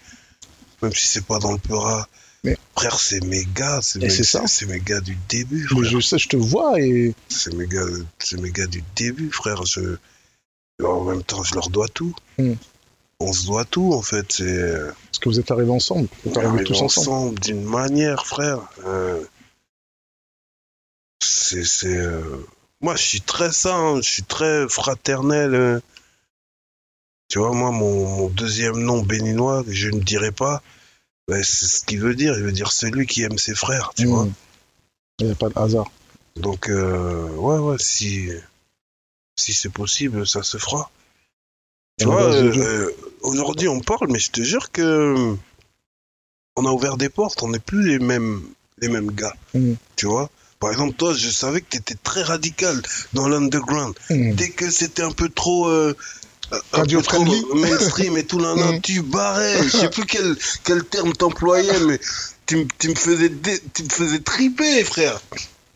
[SPEAKER 2] même si c'est pas dans le Peura.
[SPEAKER 1] Mais-
[SPEAKER 2] Frère, c'est mes gars, c'est
[SPEAKER 1] Et
[SPEAKER 2] mes,
[SPEAKER 1] c'est ça.
[SPEAKER 2] c'est mes gars du début,
[SPEAKER 1] Mais
[SPEAKER 2] frère.
[SPEAKER 1] je sais, je te vois et
[SPEAKER 2] C'est mes gars, c'est mes gars du début, frère. Je... En même temps, je leur dois tout.
[SPEAKER 1] Mm.
[SPEAKER 2] On se doit tout, en fait. C'est
[SPEAKER 1] parce que vous êtes arrivés ensemble, vous êtes
[SPEAKER 2] on
[SPEAKER 1] arrivés
[SPEAKER 2] arrive
[SPEAKER 1] tous ensemble.
[SPEAKER 2] ensemble d'une manière, frère. Euh, C'est, c'est, euh, Moi, je suis très ça, hein, je suis très fraternel. euh. Tu vois, moi, mon, mon deuxième nom béninois, que je ne dirai pas, ben, c'est ce qu'il veut dire. Il veut dire celui qui aime ses frères, tu vois.
[SPEAKER 1] Mmh. Il n'y a pas de hasard.
[SPEAKER 2] Donc, euh, ouais, ouais, si, si c'est possible, ça se fera. Tu
[SPEAKER 1] Et
[SPEAKER 2] vois,
[SPEAKER 1] alors,
[SPEAKER 2] euh,
[SPEAKER 1] je-
[SPEAKER 2] euh, aujourd'hui on parle, mais je te jure que on a ouvert des portes, on n'est plus les mêmes, les mêmes gars.
[SPEAKER 1] Mm.
[SPEAKER 2] Tu vois Par exemple, toi, je savais que tu étais très radical dans l'underground.
[SPEAKER 1] Mmh.
[SPEAKER 2] Dès que c'était un peu trop. euh, un
[SPEAKER 1] Radio
[SPEAKER 2] peu trop
[SPEAKER 1] friendly.
[SPEAKER 2] mainstream et tout, là, là,
[SPEAKER 1] Mm.
[SPEAKER 2] tu barrais. Je sais plus quel, quel terme t'employais, mais tu, me- tu me faisais, dé- tu me faisais triper, frère.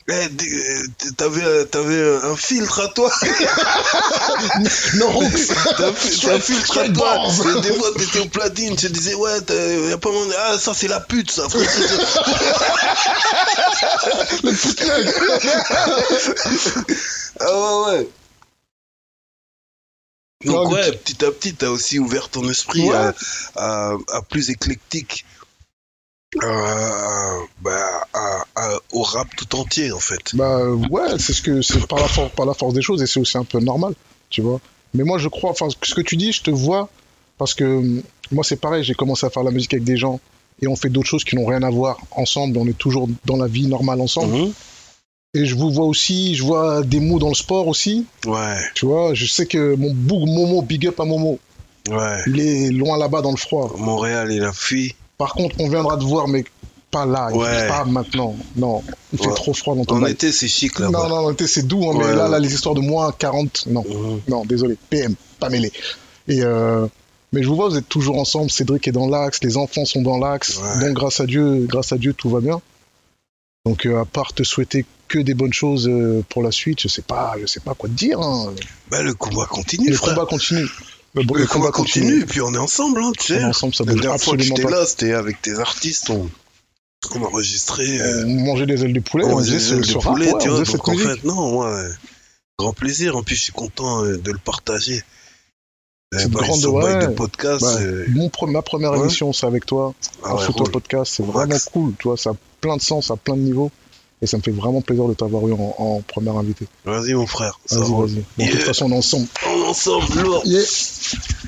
[SPEAKER 2] Eh, dé- euh, T'avais t'avais un filtre à toi.
[SPEAKER 1] Non,
[SPEAKER 2] T'as fait- t'as filtré
[SPEAKER 1] Fred
[SPEAKER 2] toi.
[SPEAKER 1] Barnes.
[SPEAKER 2] Et Des fois, t'étais au platine, tu disais, ouais, t'as- y a pas mon. Ah, ça, c'est la pute, ça. frère. ah, ouais, ouais. Donc,
[SPEAKER 1] Non, mais
[SPEAKER 2] ouais, petit à petit, t'as aussi ouvert ton esprit
[SPEAKER 1] Ouais.
[SPEAKER 2] à, à- à plus éclectique. à- bah, à- à- au rap tout entier, en fait.
[SPEAKER 1] Bah euh, ouais, c'est ce que c'est par la force par la force des choses et c'est aussi un peu normal, tu vois. Mais moi je crois enfin ce que tu dis, je te vois parce que hum, moi c'est pareil, j'ai commencé à faire la musique avec des gens et on fait d'autres choses qui n'ont rien à voir ensemble, on est toujours dans la vie normale ensemble
[SPEAKER 2] Mhm.
[SPEAKER 1] et je vous vois aussi, je vois des mots dans le sport aussi,
[SPEAKER 2] Ouais,
[SPEAKER 1] tu vois, je sais que mon boug Momo big up à Momo,
[SPEAKER 2] ouais.
[SPEAKER 1] il est loin là-bas dans le froid.
[SPEAKER 2] Montréal, il a fui.
[SPEAKER 1] Par contre, on viendra te voir mais pas là, il-
[SPEAKER 2] Ouais.
[SPEAKER 1] pas maintenant. Non, il fait
[SPEAKER 2] Ouais.
[SPEAKER 1] trop froid dans ton
[SPEAKER 2] En
[SPEAKER 1] bail.
[SPEAKER 2] été, c'est chic,
[SPEAKER 1] Non, non,
[SPEAKER 2] là-bas.
[SPEAKER 1] non, c'est doux, hein, mais
[SPEAKER 2] Ouais.
[SPEAKER 1] là, là, les histoires de moins 40, non.
[SPEAKER 2] Mhm.
[SPEAKER 1] Non, désolé, PM, pas mêlé. Et euh, mais je vous vois, vous êtes toujours ensemble. Cédric est dans l'axe, les enfants sont dans l'axe.
[SPEAKER 2] Ouais.
[SPEAKER 1] Donc grâce à Dieu, grâce à Dieu, tout va bien. Donc euh, à part te souhaiter que des bonnes choses euh, pour la suite, je sais pas, je sais pas quoi te dire. hein.
[SPEAKER 2] Bah, le combat continue,
[SPEAKER 1] Le
[SPEAKER 2] frère.
[SPEAKER 1] combat continue. Le, bon-
[SPEAKER 2] Le,
[SPEAKER 1] le
[SPEAKER 2] combat continue, et puis on est ensemble, hein, tu
[SPEAKER 1] On
[SPEAKER 2] sais.
[SPEAKER 1] est ensemble, ça
[SPEAKER 2] La
[SPEAKER 1] bouge
[SPEAKER 2] dernière fois que
[SPEAKER 1] absolument
[SPEAKER 2] j'étais
[SPEAKER 1] pas.
[SPEAKER 2] là, c'était avec tes artistes, on, on enregistrait, euh,
[SPEAKER 1] On mangeait des ailes de poulet, on
[SPEAKER 2] on
[SPEAKER 1] faisait
[SPEAKER 2] faisait
[SPEAKER 1] ce,
[SPEAKER 2] des
[SPEAKER 1] ce rap,
[SPEAKER 2] poulets,
[SPEAKER 1] ouais,
[SPEAKER 2] tu
[SPEAKER 1] on
[SPEAKER 2] vois.
[SPEAKER 1] faisait cette
[SPEAKER 2] Donc en
[SPEAKER 1] musique.
[SPEAKER 2] fait, non, moi, euh, grand plaisir. En plus, je suis content euh, de le partager. Euh,
[SPEAKER 1] Cette
[SPEAKER 2] bah, ils
[SPEAKER 1] grande-
[SPEAKER 2] sont
[SPEAKER 1] ouais.
[SPEAKER 2] bail de podcast.
[SPEAKER 1] Ouais.
[SPEAKER 2] euh,
[SPEAKER 1] Mon pre- ma première
[SPEAKER 2] Ouais.
[SPEAKER 1] émission, c'est avec toi.
[SPEAKER 2] ah
[SPEAKER 1] un
[SPEAKER 2] ouais,
[SPEAKER 1] photo
[SPEAKER 2] roule.
[SPEAKER 1] podcast, c'est
[SPEAKER 2] Max.
[SPEAKER 1] vraiment cool, tu vois, ça a plein de sens, ça a plein de niveaux, et ça me fait vraiment plaisir de t'avoir eu en, en premier invité.
[SPEAKER 2] Vas-y, mon frère. ça
[SPEAKER 1] Vas-y,
[SPEAKER 2] roule.
[SPEAKER 1] vas-y. Bon, De toute
[SPEAKER 2] Yeah.
[SPEAKER 1] façon, on est ensemble.
[SPEAKER 2] On est ensemble, lourd.
[SPEAKER 1] Yeah.